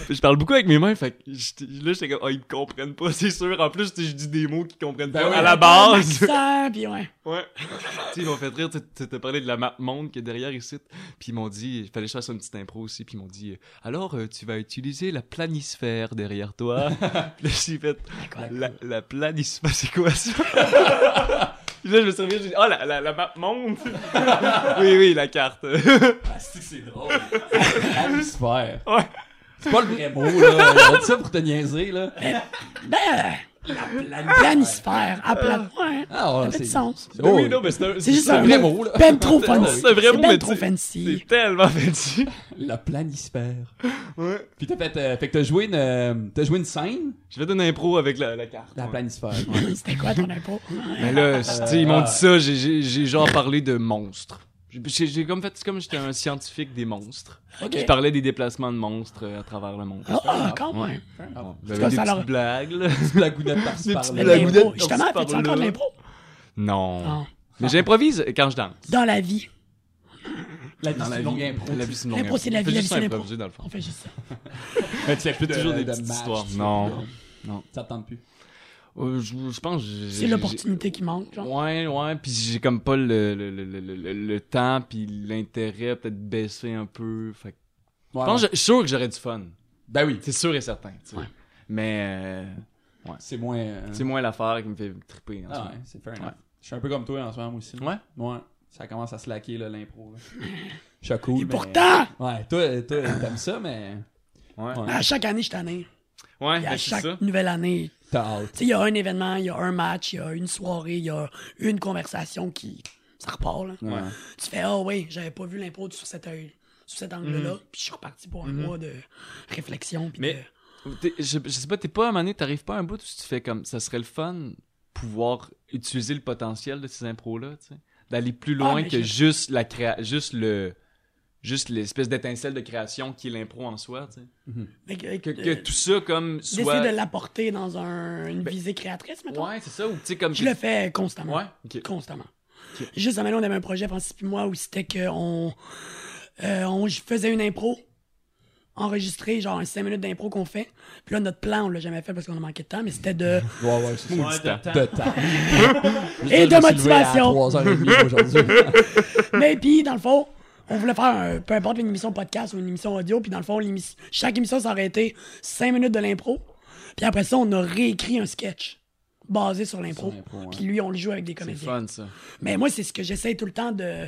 [SPEAKER 3] je, je parle beaucoup avec mes mains, fait que j'étais- là, j'étais comme, ah, ils me comprennent pas, c'est sûr. En plus, tu sais, je dis des mots qu'ils comprennent
[SPEAKER 2] Ben
[SPEAKER 3] pas
[SPEAKER 2] oui.
[SPEAKER 3] à la
[SPEAKER 1] Un
[SPEAKER 3] base.
[SPEAKER 1] accent, puis ouais.
[SPEAKER 3] Ouais. tu sais, ils m'ont fait rire. Tu tu- t'as parlé de la map monde qui est derrière ici. Puis ils m'ont dit, il fallait que je fasse une petite impro aussi. Puis ils m'ont dit, euh, alors euh, tu vas utiliser la planisphère derrière toi. Puis là, j'ai fait, la, la planisphère, c'est quoi ça? Puis là, je me souviens, j'ai dit, oh, la, la, la map monde! oui, oui, la carte.
[SPEAKER 2] Ah, c'est que c'est drôle. Atmosphère.
[SPEAKER 3] Ouais.
[SPEAKER 2] C'est pas le vrai mot, là. On dit ça pour te niaiser, là.
[SPEAKER 1] Ben,
[SPEAKER 2] La
[SPEAKER 1] planisphère, à plat. Ouais,
[SPEAKER 2] Ah, ouais,
[SPEAKER 1] ça fait du sens.
[SPEAKER 2] C'est oh,
[SPEAKER 3] oui, non, mais c'est un,
[SPEAKER 1] C'est juste
[SPEAKER 2] c'est un
[SPEAKER 1] un
[SPEAKER 2] vrai
[SPEAKER 1] mot.
[SPEAKER 2] mot, là.
[SPEAKER 1] Ben trop
[SPEAKER 3] c'est un
[SPEAKER 1] fancy.
[SPEAKER 3] vrai mot, mais
[SPEAKER 1] ben trop
[SPEAKER 3] tu-
[SPEAKER 1] fancy.
[SPEAKER 3] c'est tellement fancy.
[SPEAKER 2] La planisphère.
[SPEAKER 3] Ouais.
[SPEAKER 2] Puis t'as fait, euh, fait que t'as joué une, euh, t'as joué une scène
[SPEAKER 3] Je vais donner une impro avec la, la carte.
[SPEAKER 2] de la
[SPEAKER 3] Ouais.
[SPEAKER 2] planisphère.
[SPEAKER 1] C'était quoi ton impôt?
[SPEAKER 3] Mais
[SPEAKER 2] Euh,
[SPEAKER 3] là, tu sais, ils
[SPEAKER 2] ah.
[SPEAKER 3] m'ont dit ça, j'ai- j'ai j'ai genre parlé de monstres. J'ai j'ai comme fait, c'est comme j'étais un scientifique des monstres.
[SPEAKER 1] Ok.
[SPEAKER 3] Je parlais des déplacements de monstres euh, à travers le monde.
[SPEAKER 1] Ah, ah, quand même.
[SPEAKER 2] Ah,
[SPEAKER 3] J'avais des
[SPEAKER 1] ça leur-
[SPEAKER 3] petites blagues, là.
[SPEAKER 2] petite blagounette par-ci
[SPEAKER 3] Des
[SPEAKER 2] par
[SPEAKER 3] petites
[SPEAKER 1] Mais
[SPEAKER 3] La
[SPEAKER 1] l'impro,
[SPEAKER 3] goudette,
[SPEAKER 1] justement,
[SPEAKER 3] on se
[SPEAKER 1] fais-tu
[SPEAKER 3] parle
[SPEAKER 1] encore de
[SPEAKER 3] là. Ah.
[SPEAKER 1] l'impro?
[SPEAKER 3] Non.
[SPEAKER 1] Non.
[SPEAKER 3] Mais j'improvise quand je danse.
[SPEAKER 1] Dans la vie.
[SPEAKER 2] La
[SPEAKER 3] Dans la
[SPEAKER 2] Ah, longue
[SPEAKER 3] vie.
[SPEAKER 2] impro.
[SPEAKER 3] La vie, c'est une
[SPEAKER 1] L'impro,
[SPEAKER 3] longue
[SPEAKER 1] c'est la
[SPEAKER 3] impro.
[SPEAKER 1] vie, la
[SPEAKER 3] Je
[SPEAKER 1] vie,
[SPEAKER 3] fais
[SPEAKER 1] c'est
[SPEAKER 3] juste
[SPEAKER 1] l'impro.
[SPEAKER 3] improviser, dans le fond.
[SPEAKER 1] On fait juste ça.
[SPEAKER 2] Mais tu fais plus de-
[SPEAKER 3] toujours des
[SPEAKER 2] de
[SPEAKER 3] petites
[SPEAKER 2] match,
[SPEAKER 3] histoires.
[SPEAKER 2] tu fais
[SPEAKER 3] Non.
[SPEAKER 2] plus de-
[SPEAKER 3] Non.
[SPEAKER 2] Ça te tente plus.
[SPEAKER 3] Euh, Je je pense que j'ai-
[SPEAKER 1] C'est l'opportunité qui manque, genre.
[SPEAKER 3] Ouais, ouais, puis j'ai comme pas le, le, le, le, le- le- le temps, puis l'intérêt a peut-être baissé un peu. Fait que-
[SPEAKER 2] Ouais,
[SPEAKER 3] Je pense
[SPEAKER 2] ouais.
[SPEAKER 3] que je suis sûr que j'aurais du fun.
[SPEAKER 2] Ben oui.
[SPEAKER 3] C'est sûr et certain, tu sais.
[SPEAKER 1] Ouais.
[SPEAKER 3] Mais... euh,
[SPEAKER 2] C'est moins.
[SPEAKER 1] Hein?
[SPEAKER 2] euh,
[SPEAKER 3] C'est moins l'affaire qui me fait triper. En ce
[SPEAKER 2] Ah
[SPEAKER 3] moment.
[SPEAKER 2] ouais, c'est fair enough.
[SPEAKER 3] Ouais.
[SPEAKER 2] Je suis un peu comme toi en ce moment aussi. là.
[SPEAKER 3] Ouais?
[SPEAKER 2] Ouais. Ça commence à se laquer, là, l'impro. là. Je suis cool.
[SPEAKER 1] Et
[SPEAKER 2] mais-
[SPEAKER 1] pourtant,
[SPEAKER 2] Ouais, toi, toi, t'aimes ça, mais.
[SPEAKER 3] Ouais.
[SPEAKER 2] Ouais.
[SPEAKER 1] à chaque année, je t'en ai.
[SPEAKER 3] Ouais,
[SPEAKER 1] Et
[SPEAKER 3] ben,
[SPEAKER 1] à
[SPEAKER 3] c'est
[SPEAKER 1] chaque
[SPEAKER 3] ça.
[SPEAKER 1] nouvelle année,
[SPEAKER 2] T'as hâte.
[SPEAKER 1] tu sais, il y a un événement, il y a un match, il y a une soirée, il y a une conversation qui. Ça repart, là.
[SPEAKER 2] Ouais.
[SPEAKER 1] Tu fais, ah oui, j'avais pas vu l'impro sous cet œil. Sous cet angle-là, puis je suis reparti pour un mois de réflexion. puis
[SPEAKER 3] Mhm. Mais-
[SPEAKER 1] de-
[SPEAKER 3] T'es- Je, je sais pas, t'es pas à un moment donné, t'arrives pas à un bout où tu te fais comme ça serait le fun pouvoir utiliser le potentiel de ces impros-là, tu sais. D'aller plus
[SPEAKER 1] Ah,
[SPEAKER 3] loin
[SPEAKER 1] mais
[SPEAKER 3] que
[SPEAKER 1] je-
[SPEAKER 3] juste la créa... juste le juste l'espèce d'étincelle de création qui est l'impro en soi, tu sais.
[SPEAKER 1] mais que-
[SPEAKER 3] Que,
[SPEAKER 1] de-
[SPEAKER 3] que tout ça
[SPEAKER 1] Euh,
[SPEAKER 3] comme
[SPEAKER 1] d'essayer
[SPEAKER 3] soit Ben,
[SPEAKER 1] de l'apporter dans un- une visée créatrice, mettons.
[SPEAKER 3] Ouais, c'est ça ou tu sais comme
[SPEAKER 1] Je le fais constamment.
[SPEAKER 3] Ouais, OK.
[SPEAKER 1] Constamment. Juste à maintenant, on avait un projet, Francis puis moi, où c'était qu'on euh, on j- faisait une impro enregistrée, genre un 5 minutes d'impro qu'on fait. Puis là, notre plan, on l'a jamais fait parce qu'on a manqué de temps, mais c'était de...
[SPEAKER 2] Ouais, ouais, c'est ça.
[SPEAKER 3] Maudit temps.
[SPEAKER 2] De temps.
[SPEAKER 1] Et de motivation.
[SPEAKER 2] 3h30 aujourd'hui.
[SPEAKER 1] mais puis, dans le fond, on voulait faire, un- peu importe, une émission podcast ou une émission audio, puis dans le fond, l'émis- chaque émission, ça aurait été 5 minutes de l'impro. Puis après ça, on a réécrit un sketch basé sur l'impro.
[SPEAKER 2] Sur l'impro, ouais.
[SPEAKER 1] Puis lui, on le joue avec des
[SPEAKER 3] c'est le
[SPEAKER 1] comédiens.
[SPEAKER 3] fun ça.
[SPEAKER 1] Mais moi, c'est ce que j'essaie tout le temps de.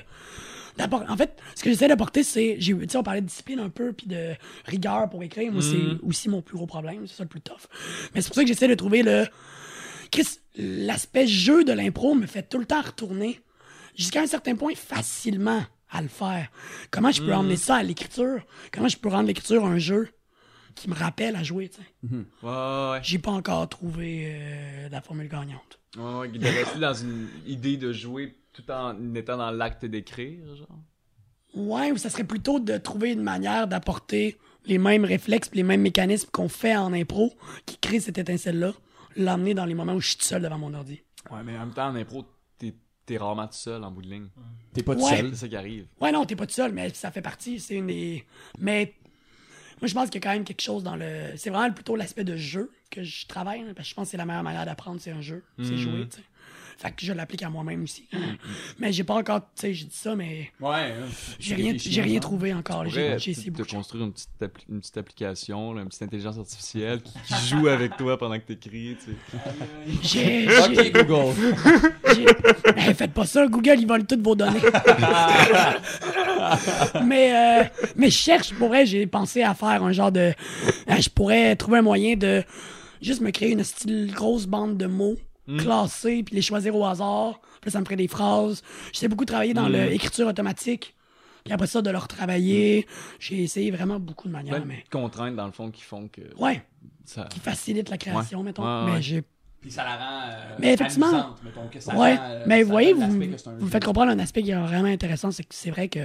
[SPEAKER 1] d'appor- En fait, ce que j'essaie d'apporter, c'est. j'ai- Tu sais, on parlait de discipline un peu, puis de rigueur pour écrire. Moi, c'est aussi mon plus gros problème. C'est ça le plus tough. Mais c'est pour ça que j'essaie de trouver le. Chris, l'aspect jeu de l'impro me fait tout le temps retourner jusqu'à un certain point facilement à le faire. Comment je peux emmener ça à l'écriture? Comment je peux rendre l'écriture un jeu qui me rappelle à jouer, tu sais?
[SPEAKER 3] Ouais, ouais,
[SPEAKER 1] J'ai pas encore trouvé euh, la formule gagnante.
[SPEAKER 3] ouais. ouais, ouais, de rester dans une idée de jouer tout en étant dans l'acte d'écrire, genre.
[SPEAKER 1] Ouais, ou ça serait plutôt de trouver une manière d'apporter les mêmes réflexes pis les mêmes mécanismes qu'on fait en impro qui crée cette étincelle-là, l'emmener dans les moments où je suis tout seul devant mon ordi.
[SPEAKER 3] Ouais, mais en même temps, en impro, t'es t'es rarement tout seul en bout de ligne.
[SPEAKER 2] T'es pas tout
[SPEAKER 1] Ouais.
[SPEAKER 2] seul.
[SPEAKER 3] C'est ça qui arrive.
[SPEAKER 1] Ouais, non, t'es pas tout seul, mais ça fait partie. C'est une des. Mais moi, je pense qu'il y a quand même quelque chose dans le. C'est vraiment plutôt l'aspect de jeu que je travaille. hein, parce que je pense que c'est la meilleure manière d'apprendre, c'est un jeu.
[SPEAKER 3] Mm-hmm.
[SPEAKER 1] C'est jouer, tu sais. Fait que je l'applique à moi-même aussi. Mais j'ai pas encore. Tu sais, je dis ça, mais
[SPEAKER 2] Ouais. hein.
[SPEAKER 1] j'ai rien, j'ai rien trouvé encore. J'ai
[SPEAKER 3] Pourrais
[SPEAKER 1] j'ai essayé
[SPEAKER 3] te
[SPEAKER 1] beaucoup. de choses.
[SPEAKER 3] construire une petite, appli- une petite application, là, une petite intelligence artificielle qui, qui joue avec toi pendant que t'écris. Tu sais.
[SPEAKER 1] J'ai. j'ai-
[SPEAKER 2] Ok, Google.
[SPEAKER 1] J'ai- Eh, faites pas ça, Google, ils volent toutes vos données. mais, euh, mais je cherche, pour vrai, j'ai pensé à faire un genre de. euh, Je pourrais trouver un moyen de juste me créer une style grosse bande de mots
[SPEAKER 3] Hmm.
[SPEAKER 1] classés, puis les choisir au hasard. Puis là, ça me ferait des phrases. J'essaie beaucoup travailler dans
[SPEAKER 3] Hmm.
[SPEAKER 1] l'écriture automatique. Puis après ça, de leur travailler. J'ai essayé vraiment beaucoup de
[SPEAKER 3] Plein
[SPEAKER 1] manières, mais.
[SPEAKER 3] de contraintes dans le fond qui font que
[SPEAKER 1] Ouais,
[SPEAKER 3] ça.
[SPEAKER 1] qui facilite la création,
[SPEAKER 3] Ouais.
[SPEAKER 1] mettons.
[SPEAKER 3] Ouais, ouais,
[SPEAKER 1] mais
[SPEAKER 3] ouais.
[SPEAKER 1] j'ai
[SPEAKER 2] Puis ça la rend. euh,
[SPEAKER 1] Mais effectivement.
[SPEAKER 2] amusante, mettons, que ça
[SPEAKER 1] Ouais,
[SPEAKER 2] rend, euh,
[SPEAKER 1] mais
[SPEAKER 2] ça
[SPEAKER 1] vous voyez, vous,
[SPEAKER 2] donne l'aspect que c'est un
[SPEAKER 1] vous me
[SPEAKER 2] jeu.
[SPEAKER 1] faites comprendre un aspect qui est vraiment intéressant, c'est que c'est vrai que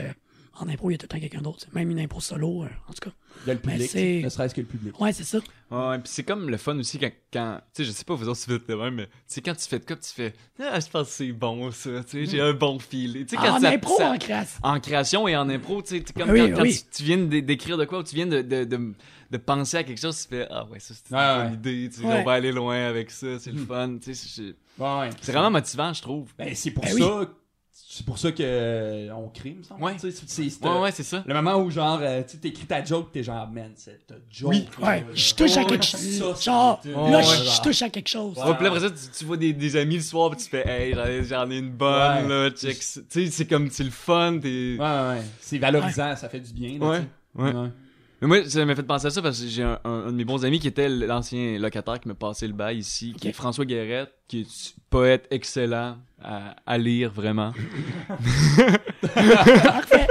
[SPEAKER 1] en impro, il y a tout le temps quelqu'un d'autre. Même une impro solo, euh, en tout cas.
[SPEAKER 2] Il y a le
[SPEAKER 1] Mais
[SPEAKER 2] public.
[SPEAKER 1] c'est-
[SPEAKER 2] Ne serait-ce que le public.
[SPEAKER 1] Ouais, c'est ça.
[SPEAKER 3] Ouais, ouais, puis c'est comme le fun aussi quand, quand tu sais, je sais pas vous autres si vous êtes le même, mais tu sais, quand tu fais de quoi, tu fais, ah, je pense que c'est bon ça, tu sais, j'ai un bon fil. Tu sais, quand
[SPEAKER 1] Mm. Ah, en
[SPEAKER 3] ça-
[SPEAKER 1] impro,
[SPEAKER 3] ça-
[SPEAKER 1] en crasse.
[SPEAKER 3] en création et en impro, tu sais, t'es comme
[SPEAKER 1] Ah Oui,
[SPEAKER 3] quand, quand
[SPEAKER 1] oui.
[SPEAKER 3] tu, tu viens de- d'écrire de quoi ou tu viens de, de, de, de penser à quelque chose, tu fais Ah ouais, Hmm. ça c'est
[SPEAKER 2] Ouais,
[SPEAKER 3] une
[SPEAKER 2] ouais.
[SPEAKER 3] bonne idée, tu sais,
[SPEAKER 1] Ouais.
[SPEAKER 3] on va aller loin avec ça, c'est le fun, tu sais, c'est-
[SPEAKER 2] Ouais, ouais.
[SPEAKER 3] c'est vraiment motivant, je trouve.
[SPEAKER 2] Ben, c'est pour
[SPEAKER 1] Ben oui.
[SPEAKER 2] ça. C'est pour ça que euh, on crée, me semble.
[SPEAKER 3] Ouais.
[SPEAKER 2] Tu sais, c'est- c'est- c'est,
[SPEAKER 3] Ouais,
[SPEAKER 2] euh,
[SPEAKER 3] ouais, c'est ça.
[SPEAKER 2] Le moment où, genre, euh, tu sais, t'écris ta joke, t'es genre, man, cette joke.
[SPEAKER 1] Oui, ouais. Je touche à quelque chose. Genre, là, je je touche à quelque chose.
[SPEAKER 3] Ouais, puis là, après ça, tu, tu vois des, des amis le soir, puis tu fais Hey, j'en ai- j'en ai une bonne,
[SPEAKER 2] Ouais.
[SPEAKER 3] là, check. ça. Tu sais, c'est comme, c'est le fun, t'es.
[SPEAKER 2] Ouais, ouais, ouais. C'est valorisant, ça fait du bien. là,
[SPEAKER 3] Ouais,
[SPEAKER 2] tu sais.
[SPEAKER 3] ouais. Mais moi, ça m'a fait penser à ça parce que j'ai un, un- un de mes bons amis qui était l'ancien locataire qui me passait le bail ici, qui est François Guérette, qui est un poète excellent à, à lire vraiment.
[SPEAKER 1] Parfait.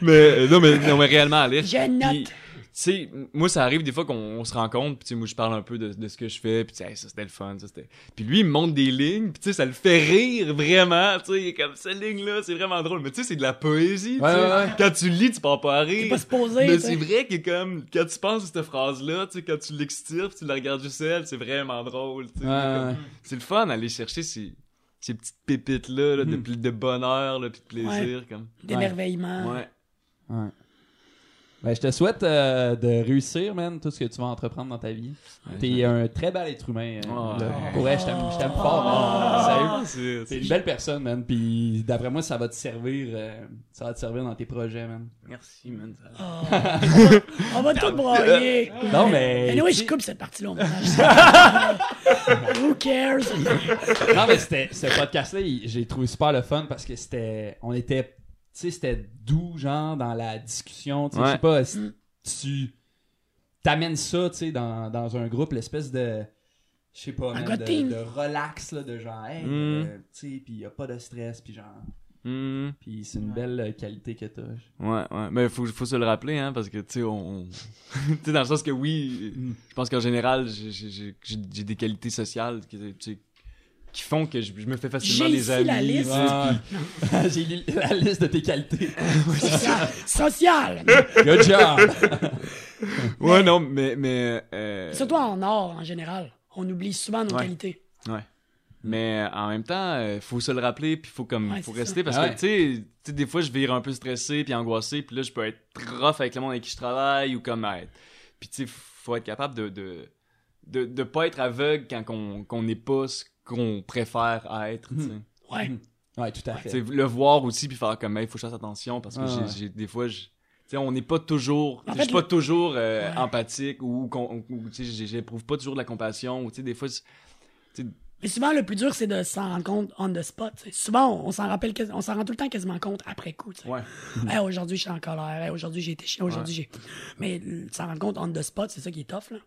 [SPEAKER 3] mais euh, non, mais non, mais réellement à lire.
[SPEAKER 1] Je
[SPEAKER 3] Puis,
[SPEAKER 1] note.
[SPEAKER 3] tu sais, m- moi, ça arrive des fois qu'on on se rencontre, puis tu sais, moi, je parle un peu de, de ce que je fais, puis tu sais, Hey, ça, c'était le fun, ça, c'était... Puis lui, il me montre des lignes, puis tu sais, ça le fait rire, vraiment, tu sais, il est comme, cette ligne-là, c'est vraiment drôle, mais tu sais, c'est de la poésie, tu
[SPEAKER 2] Ouais,
[SPEAKER 3] sais.
[SPEAKER 2] ouais, ouais.
[SPEAKER 3] Quand tu lis, tu pars pas à
[SPEAKER 1] T'es
[SPEAKER 3] rire.
[SPEAKER 1] pas supposé.
[SPEAKER 3] Mais
[SPEAKER 1] t'sais.
[SPEAKER 3] c'est vrai que comme quand tu penses à cette phrase-là, tu sais, quand tu l'extirpes, tu la regardes juste elle, c'est vraiment drôle. tu sais.
[SPEAKER 2] Ouais, ouais.
[SPEAKER 3] C'est le fun d'aller chercher ces, ces petites pépites-là là, de,
[SPEAKER 2] Hmm.
[SPEAKER 3] pl- de bonheur là, puis de plaisir. Comme.
[SPEAKER 1] D'émerveillement.
[SPEAKER 3] Ouais.
[SPEAKER 2] Ouais. Ben, je te souhaite euh, de réussir, man, tout ce que tu vas entreprendre dans ta vie. T'es un très bel être humain. euh,
[SPEAKER 3] Oh.
[SPEAKER 2] là. Pour vrai, je t'aime je t'aime fort, man. Sérieux.
[SPEAKER 3] Ah. C'est-
[SPEAKER 2] T'es
[SPEAKER 3] c'est-
[SPEAKER 2] une belle personne, man. Puis d'après moi, ça va te servir, euh, ça va te servir dans tes projets, man.
[SPEAKER 3] Merci, man. ça-
[SPEAKER 1] Oh. On va- On va tout broyer.
[SPEAKER 2] Non, mais-
[SPEAKER 1] oui, je coupe cette partie-là au montage. Who cares?
[SPEAKER 2] non, mais c'était, ce podcast-là, il- j'ai trouvé super le fun parce que c'était, on était, tu sais, c'était doux, genre, dans la discussion, tu sais, je sais
[SPEAKER 3] Ouais.
[SPEAKER 2] pas, si tu t'amènes ça, tu sais, dans, dans un groupe, l'espèce de, je sais pas, man, de,
[SPEAKER 1] gotting.
[SPEAKER 2] de relax, là, de genre, hey,
[SPEAKER 3] Mm.
[SPEAKER 2] euh, tu sais, pis y a pas de stress, pis genre,
[SPEAKER 3] Hmm.
[SPEAKER 2] pis c'est une belle euh, qualité que t'as.
[SPEAKER 3] Ouais, ouais. Mais faut, faut se le rappeler, hein, parce que, tu sais, on. on- tu sais, dans le sens que oui, je pense qu'en général, j'ai- j'ai j'ai- j'ai- j'ai des qualités sociales qui, tu sais, qui font que je, je me fais facilement
[SPEAKER 1] J'ai
[SPEAKER 3] des
[SPEAKER 1] ici
[SPEAKER 3] amis.
[SPEAKER 1] la liste.
[SPEAKER 3] tu sais,
[SPEAKER 2] j'ai lu la liste de tes qualités.
[SPEAKER 1] Social. Social.
[SPEAKER 3] Euh.
[SPEAKER 2] Good job!
[SPEAKER 3] Ouais, non, mais. mais euh,
[SPEAKER 1] Surtout en or, en général. On oublie souvent nos
[SPEAKER 3] Ouais.
[SPEAKER 1] qualités.
[SPEAKER 3] Mais en même temps, euh, faut se le rappeler, puis faut comme
[SPEAKER 1] Ouais,
[SPEAKER 3] faut
[SPEAKER 1] c'est
[SPEAKER 3] rester parce
[SPEAKER 2] Ah
[SPEAKER 3] que tu sais, tu sais, des fois je vais être un peu stressé puis angoissé, puis là je peux être rough avec le monde avec qui je travaille ou comme être. Puis tu sais, faut être capable de de de, de pas être aveugle quand qu'on qu'on n'est pas ce qu'on préfère être, tu sais.
[SPEAKER 2] Hmm.
[SPEAKER 1] Ouais.
[SPEAKER 2] Ouais, tout à
[SPEAKER 3] Tu
[SPEAKER 2] fait.
[SPEAKER 3] sais, le voir aussi puis faire comme il faut que je fasse attention parce que
[SPEAKER 2] Ah,
[SPEAKER 3] j'ai-
[SPEAKER 2] ouais.
[SPEAKER 3] j'ai des fois je tu sais, on n'est pas toujours,
[SPEAKER 1] En
[SPEAKER 3] tu sais, je suis
[SPEAKER 1] fait,
[SPEAKER 3] pas toujours euh,
[SPEAKER 1] Ouais.
[SPEAKER 3] empathique ou, qu'on- ou, tu sais, j'ai- j'éprouve pas toujours de la compassion ou tu sais, des fois, c'est-
[SPEAKER 1] Mais souvent, le plus dur, c'est de s'en rendre compte on the spot. tu sais. Souvent, on, on s'en rappelle, quasi- on s'en rend tout le temps quasiment compte après coup. tu sais.
[SPEAKER 3] ouais.
[SPEAKER 1] Hey, aujourd'hui, je suis en colère. Hey, aujourd'hui, j'ai été chiant. Aujourd'hui, j'ai. Mais euh, s'en rendre compte on the spot, c'est ça qui est tough. là.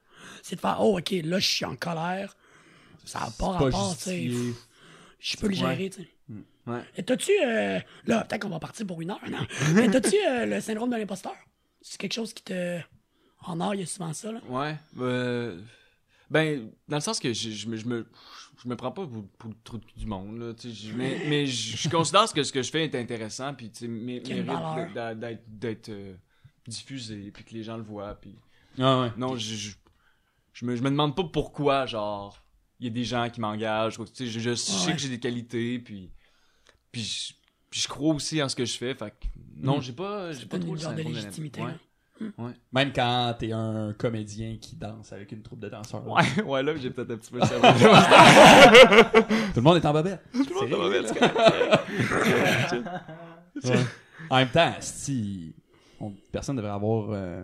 [SPEAKER 1] C'est de faire, oh, OK, là, je suis en colère. Ça n'a pas rapport, tu sais.
[SPEAKER 2] justifié.
[SPEAKER 1] Je peux le
[SPEAKER 3] Ouais.
[SPEAKER 1] gérer, tu sais.
[SPEAKER 3] Ouais.
[SPEAKER 1] Et T'as-tu. euh, là, peut-être qu'on va partir pour une heure. Non. Mais t'as-tu euh, le syndrome de l'imposteur? C'est quelque chose qui te. En or, il y a souvent ça, là.
[SPEAKER 3] Ouais. euh, ben, dans le sens que je, je, me- je me je me prends pas pour, pour le trou de cul du monde, là, tu sais, je- mais, mais je, je considère ce que ce que je fais est intéressant, puis tu sais, mé-
[SPEAKER 1] Qu'il y a une
[SPEAKER 3] mérite
[SPEAKER 1] valeur.
[SPEAKER 3] d'a- d'être d'être, euh, diffusé, puis que les gens le voient, puis...
[SPEAKER 2] Ah ouais.
[SPEAKER 3] Non, je, je, je me, je me demande pas pourquoi, genre, il y a des gens qui m'engagent, ou, tu sais, je, je sais
[SPEAKER 1] Ouais.
[SPEAKER 3] que j'ai des qualités, puis... Puis je, puis je crois aussi en ce que je fais. Fait que non, j'ai pas, j'ai pas
[SPEAKER 1] donne Hmm. une
[SPEAKER 3] trop le
[SPEAKER 1] genre de
[SPEAKER 3] syndrome la-
[SPEAKER 1] légitimité.
[SPEAKER 3] Ouais.
[SPEAKER 1] là.
[SPEAKER 2] Même quand t'es un comédien qui danse avec une troupe de danseurs.
[SPEAKER 3] Ouais, ouais, là, j'ai peut-être un petit peu le cerveau.
[SPEAKER 2] Tout le monde est en bobette.
[SPEAKER 3] Ça va bien, c'est correct.
[SPEAKER 2] En même temps, si on- personne devrait avoir euh,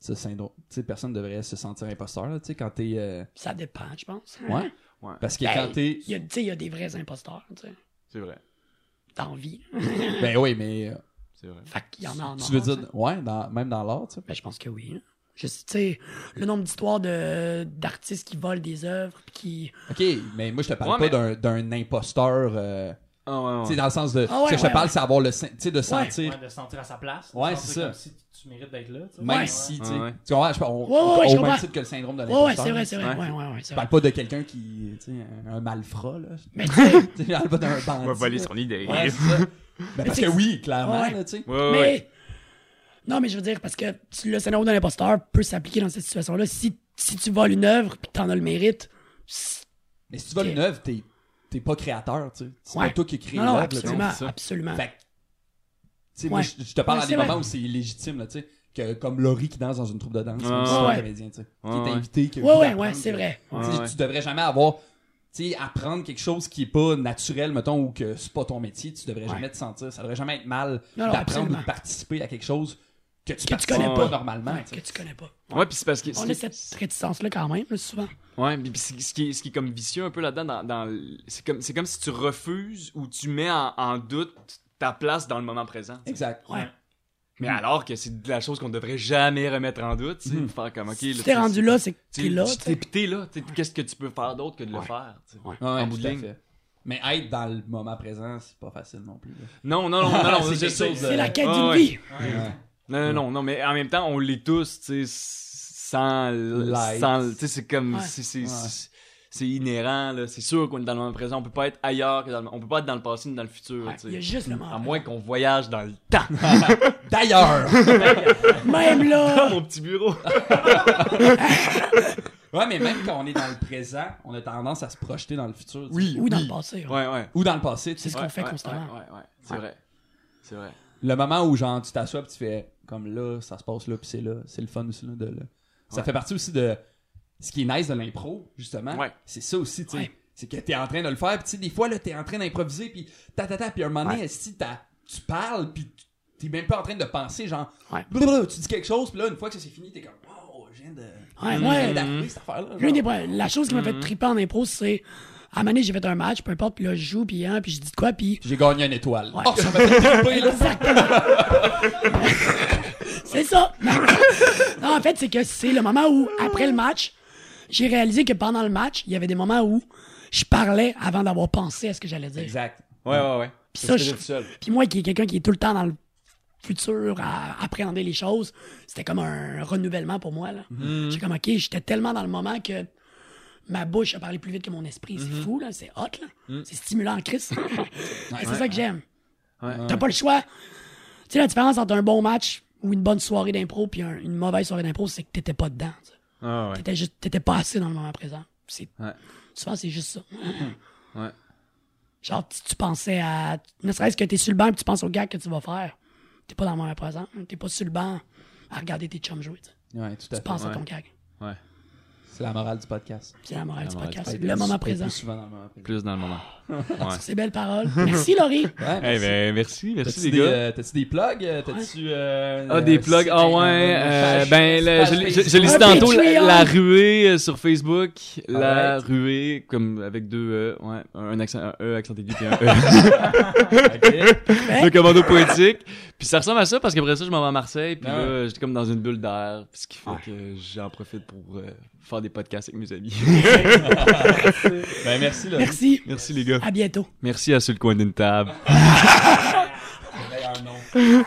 [SPEAKER 2] ce syndrome, tu sais, personne devrait se sentir imposteur là, tu sais, quand t'es, euh,
[SPEAKER 1] Ça dépend, je pense.
[SPEAKER 2] ouais,
[SPEAKER 3] Ouais.
[SPEAKER 2] parce que
[SPEAKER 1] Ben,
[SPEAKER 2] quand t'es,
[SPEAKER 1] Il y a, tu sais, il y a des vrais imposteurs, tu sais,
[SPEAKER 3] C'est vrai.
[SPEAKER 1] dans la vie.
[SPEAKER 2] ben oui, mais euh,
[SPEAKER 3] C'est vrai.
[SPEAKER 1] Fait qu'il y en a en
[SPEAKER 2] tu
[SPEAKER 1] or,
[SPEAKER 2] veux
[SPEAKER 1] sais.
[SPEAKER 2] dire, ouais, dans- même dans l'art, tu sais.
[SPEAKER 1] Ben, je pense que oui. là. Je sais, tu sais, le nombre d'histoires de- d'artistes qui volent des œuvres, puis qui...
[SPEAKER 2] Ok, mais moi je te parle
[SPEAKER 3] Ouais,
[SPEAKER 2] pas d'un- d'un imposteur, euh,
[SPEAKER 3] Ah,
[SPEAKER 2] tu
[SPEAKER 3] ouais,
[SPEAKER 2] sais,
[SPEAKER 3] ouais.
[SPEAKER 2] dans le sens de,
[SPEAKER 1] Ah ouais,
[SPEAKER 2] tu sais, je
[SPEAKER 1] ouais,
[SPEAKER 2] te parle, c'est avoir le, sen- tu sais, de sentir.
[SPEAKER 6] Ouais, de se sentir à sa place. de
[SPEAKER 2] Ouais,
[SPEAKER 6] se sentir
[SPEAKER 2] c'est ça.
[SPEAKER 6] Comme si tu, tu mérites d'être là. tu sais.
[SPEAKER 2] Même
[SPEAKER 1] Ouais.
[SPEAKER 2] si, tu
[SPEAKER 3] Ouais,
[SPEAKER 2] sais,
[SPEAKER 3] ouais.
[SPEAKER 2] tu comprends, je parle, on-
[SPEAKER 1] Ouais, ouais, ouais, je
[SPEAKER 2] au même
[SPEAKER 1] comprends.
[SPEAKER 2] titre que le syndrome de
[SPEAKER 1] Ouais, ouais,
[SPEAKER 2] l'imposteur.
[SPEAKER 1] c'est vrai,
[SPEAKER 2] là,
[SPEAKER 1] c'est vrai. Ouais,
[SPEAKER 3] ouais.
[SPEAKER 1] ouais, ouais, c'est
[SPEAKER 2] Je
[SPEAKER 1] vrai.
[SPEAKER 2] parle pas de quelqu'un qui, tu sais, un, un malfrat, là.
[SPEAKER 1] Mais tu sais,
[SPEAKER 2] Tu sais, je parle pas d'un bandit.
[SPEAKER 3] On va voler
[SPEAKER 2] là.
[SPEAKER 3] son idée.
[SPEAKER 2] Ouais, c'est ça. Ben, parce que oui, clairement,
[SPEAKER 1] Ouais.
[SPEAKER 2] là, tu sais.
[SPEAKER 3] Ouais, ouais,
[SPEAKER 1] mais...
[SPEAKER 3] ouais.
[SPEAKER 1] Non, mais je veux dire, parce que tu- le scénario de l'imposteur peut s'appliquer dans cette situation-là. Si, si tu voles une œuvre, puis que t'en as le mérite, c'est-
[SPEAKER 2] Mais si tu voles une œuvre, t'es, t'es pas créateur, tu sais. C'est
[SPEAKER 1] Ouais.
[SPEAKER 2] pas toi qui crée
[SPEAKER 1] Non, non,
[SPEAKER 2] l'œuvre, là, tu sais.
[SPEAKER 1] absolument,
[SPEAKER 2] C'est ça.
[SPEAKER 1] absolument.
[SPEAKER 2] Fait que, tu sais, moi,
[SPEAKER 1] Hein? Ouais.
[SPEAKER 2] je, je te parle
[SPEAKER 1] Ouais,
[SPEAKER 2] à des
[SPEAKER 1] c'est vrai.
[SPEAKER 2] moments où c'est illégitime, là, tu sais. Que, comme Laurie qui danse dans une troupe de danse,
[SPEAKER 3] Ouais,
[SPEAKER 2] même si c'est pas un
[SPEAKER 1] ouais.
[SPEAKER 2] comédien, tu sais. Qui
[SPEAKER 3] Ouais,
[SPEAKER 2] est
[SPEAKER 3] ouais.
[SPEAKER 2] invité, qui a
[SPEAKER 1] Ouais,
[SPEAKER 2] voulu
[SPEAKER 1] ouais,
[SPEAKER 2] apprendre,
[SPEAKER 1] ouais, c'est
[SPEAKER 2] que-
[SPEAKER 1] vrai.
[SPEAKER 2] Tu sais,
[SPEAKER 3] Ouais, ouais.
[SPEAKER 2] Tu devrais jamais avoir, tu sais, apprendre quelque chose qui est pas naturel, mettons, ou que c'est pas ton métier, tu devrais
[SPEAKER 1] Ouais.
[SPEAKER 2] jamais te sentir. Ça devrait jamais être mal
[SPEAKER 1] Non, non,
[SPEAKER 2] d'apprendre ou
[SPEAKER 1] absolument.
[SPEAKER 2] de participer à quelque chose que tu, participes
[SPEAKER 1] connais
[SPEAKER 3] pas.
[SPEAKER 2] normalement,
[SPEAKER 1] Ouais,
[SPEAKER 2] tu sais.
[SPEAKER 1] que tu connais pas.
[SPEAKER 3] Ouais, puis c'est parce que.
[SPEAKER 1] On a cette réticence-là quand même, là, souvent.
[SPEAKER 3] Ouais, mais pis ce qui- ce qui, est- ce qui est comme vicieux un peu là-dedans, dans, dans le- c'est comme, c'est comme si tu refuses ou tu mets en, en doute ta place dans le moment présent. tu sais.
[SPEAKER 2] Exact.
[SPEAKER 1] Ouais.
[SPEAKER 3] Mais alors que c'est de la chose qu'on devrait jamais remettre en doute, tu sais, faire comme, ok,
[SPEAKER 1] Si
[SPEAKER 3] là,
[SPEAKER 1] tu t'es
[SPEAKER 3] tu-
[SPEAKER 1] rendu là, c'est que
[SPEAKER 3] tu-
[SPEAKER 1] t'es là.
[SPEAKER 3] tu-
[SPEAKER 1] tu
[SPEAKER 3] t'es
[SPEAKER 1] sais.
[SPEAKER 3] pité là, tu sais, qu'est-ce que tu peux faire d'autre que de le
[SPEAKER 1] Ouais.
[SPEAKER 3] faire, tu sais.
[SPEAKER 1] Ouais.
[SPEAKER 2] Ouais,
[SPEAKER 3] bout de
[SPEAKER 2] tout à
[SPEAKER 3] ligne.
[SPEAKER 2] fait. Mais être dans le moment présent, c'est pas facile non plus. là.
[SPEAKER 3] Non, non, non, non, non,
[SPEAKER 2] C'est
[SPEAKER 3] je
[SPEAKER 2] quelque
[SPEAKER 3] sais,
[SPEAKER 2] chose de-
[SPEAKER 1] C'est la quête
[SPEAKER 3] Ouais,
[SPEAKER 1] d'une
[SPEAKER 3] Ah ouais.
[SPEAKER 1] vie.
[SPEAKER 3] Non, non, non, non, mais en même temps, on l'est tous, tu sais, sans, le-
[SPEAKER 2] Light.
[SPEAKER 3] sans, le- tu sais, c'est comme,
[SPEAKER 1] Ouais.
[SPEAKER 3] c'est, c'est,
[SPEAKER 2] Ouais.
[SPEAKER 3] c'est- c'est inhérent, là, c'est sûr qu'on est dans le moment présent, on peut pas être ailleurs, que dans le- on peut pas être dans le passé ni dans le futur,
[SPEAKER 1] Ouais,
[SPEAKER 3] tu
[SPEAKER 1] Il y a
[SPEAKER 3] sais.
[SPEAKER 1] juste le
[SPEAKER 3] À
[SPEAKER 1] moment.
[SPEAKER 3] moins qu'on voyage dans le temps.
[SPEAKER 2] D'ailleurs!
[SPEAKER 1] Même là,
[SPEAKER 3] mon petit bureau.
[SPEAKER 2] ouais, mais même quand on est dans le présent, on a tendance à se projeter dans le futur. tu sais.
[SPEAKER 1] ou dans le passé. hein.
[SPEAKER 3] Ouais, ouais.
[SPEAKER 2] Ou dans le passé, tu
[SPEAKER 1] C'est
[SPEAKER 2] sais.
[SPEAKER 1] ce qu'on fait constamment.
[SPEAKER 3] Ouais, ouais, ouais. C'est vrai. C'est vrai.
[SPEAKER 2] Le moment où genre tu t'assois pis tu fais comme là, ça se passe là, puis c'est là, c'est le fun aussi là, de là. Ça
[SPEAKER 3] Ouais.
[SPEAKER 2] fait partie aussi de ce qui est nice de l'impro, justement.
[SPEAKER 3] Ouais.
[SPEAKER 2] C'est ça aussi, tu sais.
[SPEAKER 1] Ouais.
[SPEAKER 2] C'est que t'es en train de le faire, pis tu sais, des fois là, t'es en train d'improviser, puis ta ta ta, puis un moment donné, si t'as- tu parles, puis tu- t'es même pas en train de penser, genre,
[SPEAKER 1] Ouais.
[SPEAKER 2] blablabla, tu dis quelque chose, puis là, une fois que c'est fini, t'es comme, wow, je viens de.
[SPEAKER 1] Ouais,
[SPEAKER 2] je
[SPEAKER 1] ouais.
[SPEAKER 2] viens d'arriver cette affaire-là.
[SPEAKER 1] L'une
[SPEAKER 2] genre.
[SPEAKER 1] des pre- la chose qui m'a fait triper en impro, c'est à un moment donné, j'ai fait un match, peu importe, puis là, je joue, puis hein, puis je dis de quoi, puis.
[SPEAKER 2] J'ai gagné une étoile.
[SPEAKER 1] Ouais.
[SPEAKER 2] Oh, ça m'a fait triper, là.
[SPEAKER 1] Exactement. c'est ça. non, en fait, c'est que c'est le moment où, après le match, j'ai réalisé que pendant le match, il y avait des moments où je parlais avant d'avoir pensé à ce que j'allais dire.
[SPEAKER 2] Exact.
[SPEAKER 3] Ouais, ouais, ouais.
[SPEAKER 1] Puis ça, je- Puis moi, qui est quelqu'un qui est tout le temps dans le futur à appréhender les choses, c'était comme un renouvellement pour moi. là. J'ai comme, OK, j'étais tellement dans le moment que ma bouche a parlé plus vite que mon esprit. C'est fou, là. C'est hot, là. C'est stimulant en crise. c'est ça que j'aime. T'as pas le choix. Tu sais, la différence entre un bon match ou une bonne soirée d'impro puis un- une mauvaise soirée d'impro, c'est que t'étais pas dedans. tu sais.
[SPEAKER 3] Ah, ouais.
[SPEAKER 1] T'étais juste, t'étais pas assez dans le moment présent. C'est,
[SPEAKER 3] Ouais. Hum.
[SPEAKER 1] souvent, c'est juste ça.
[SPEAKER 3] Ouais.
[SPEAKER 1] Genre, si tu pensais à. Ne serait-ce que t'es sur le banc et tu penses au gars que tu vas faire, t'es pas dans le moment présent. T'es pas sur le banc à regarder tes chums jouer. tu sais.
[SPEAKER 2] Ouais, tout à
[SPEAKER 1] Tu
[SPEAKER 2] fait.
[SPEAKER 1] penses à
[SPEAKER 3] ouais.
[SPEAKER 1] ton gag.
[SPEAKER 2] C'est la morale du podcast.
[SPEAKER 1] C'est la morale du
[SPEAKER 3] morale du
[SPEAKER 1] podcast. Le moment présent.
[SPEAKER 2] Plus souvent dans le moment présent.
[SPEAKER 3] Plus dans le moment.
[SPEAKER 1] Sur ces belles paroles. Merci, Laurie.
[SPEAKER 2] Ouais,
[SPEAKER 3] Eh ben, merci, merci
[SPEAKER 2] T'as-tu
[SPEAKER 3] les
[SPEAKER 2] des,
[SPEAKER 3] gars.
[SPEAKER 2] euh, t'as-tu des plugs? euh, T'as-tu. euh,
[SPEAKER 3] Ah, des
[SPEAKER 2] euh,
[SPEAKER 3] plugs.
[SPEAKER 2] site,
[SPEAKER 3] Ah,
[SPEAKER 2] un-
[SPEAKER 3] ouais.
[SPEAKER 2] une
[SPEAKER 3] euh,
[SPEAKER 2] page
[SPEAKER 3] ben, là, je,
[SPEAKER 2] Facebook?
[SPEAKER 3] l'ai- je- je l'ai
[SPEAKER 1] Un
[SPEAKER 3] dit tantôt, la,
[SPEAKER 1] Patreon.
[SPEAKER 3] la ruée euh, sur Facebook. La
[SPEAKER 2] Alright.
[SPEAKER 3] ruée, comme avec deux E. Ouais, un accent, un E, accent aigu, puis un E.
[SPEAKER 2] Ok.
[SPEAKER 3] le commando poétique. Puis ça ressemble à ça parce qu'après ça, je m'en vais à Marseille. Puis
[SPEAKER 2] Ah
[SPEAKER 3] là, j'étais comme dans une bulle d'air. Puis ce qui fait que j'en profite pour euh, faire des podcasts avec mes amis.
[SPEAKER 2] Ben, merci, là.
[SPEAKER 1] Merci.
[SPEAKER 3] Merci les gars.
[SPEAKER 1] À bientôt.
[SPEAKER 3] Merci à ceux le coin d'une table.
[SPEAKER 2] Meilleur nom.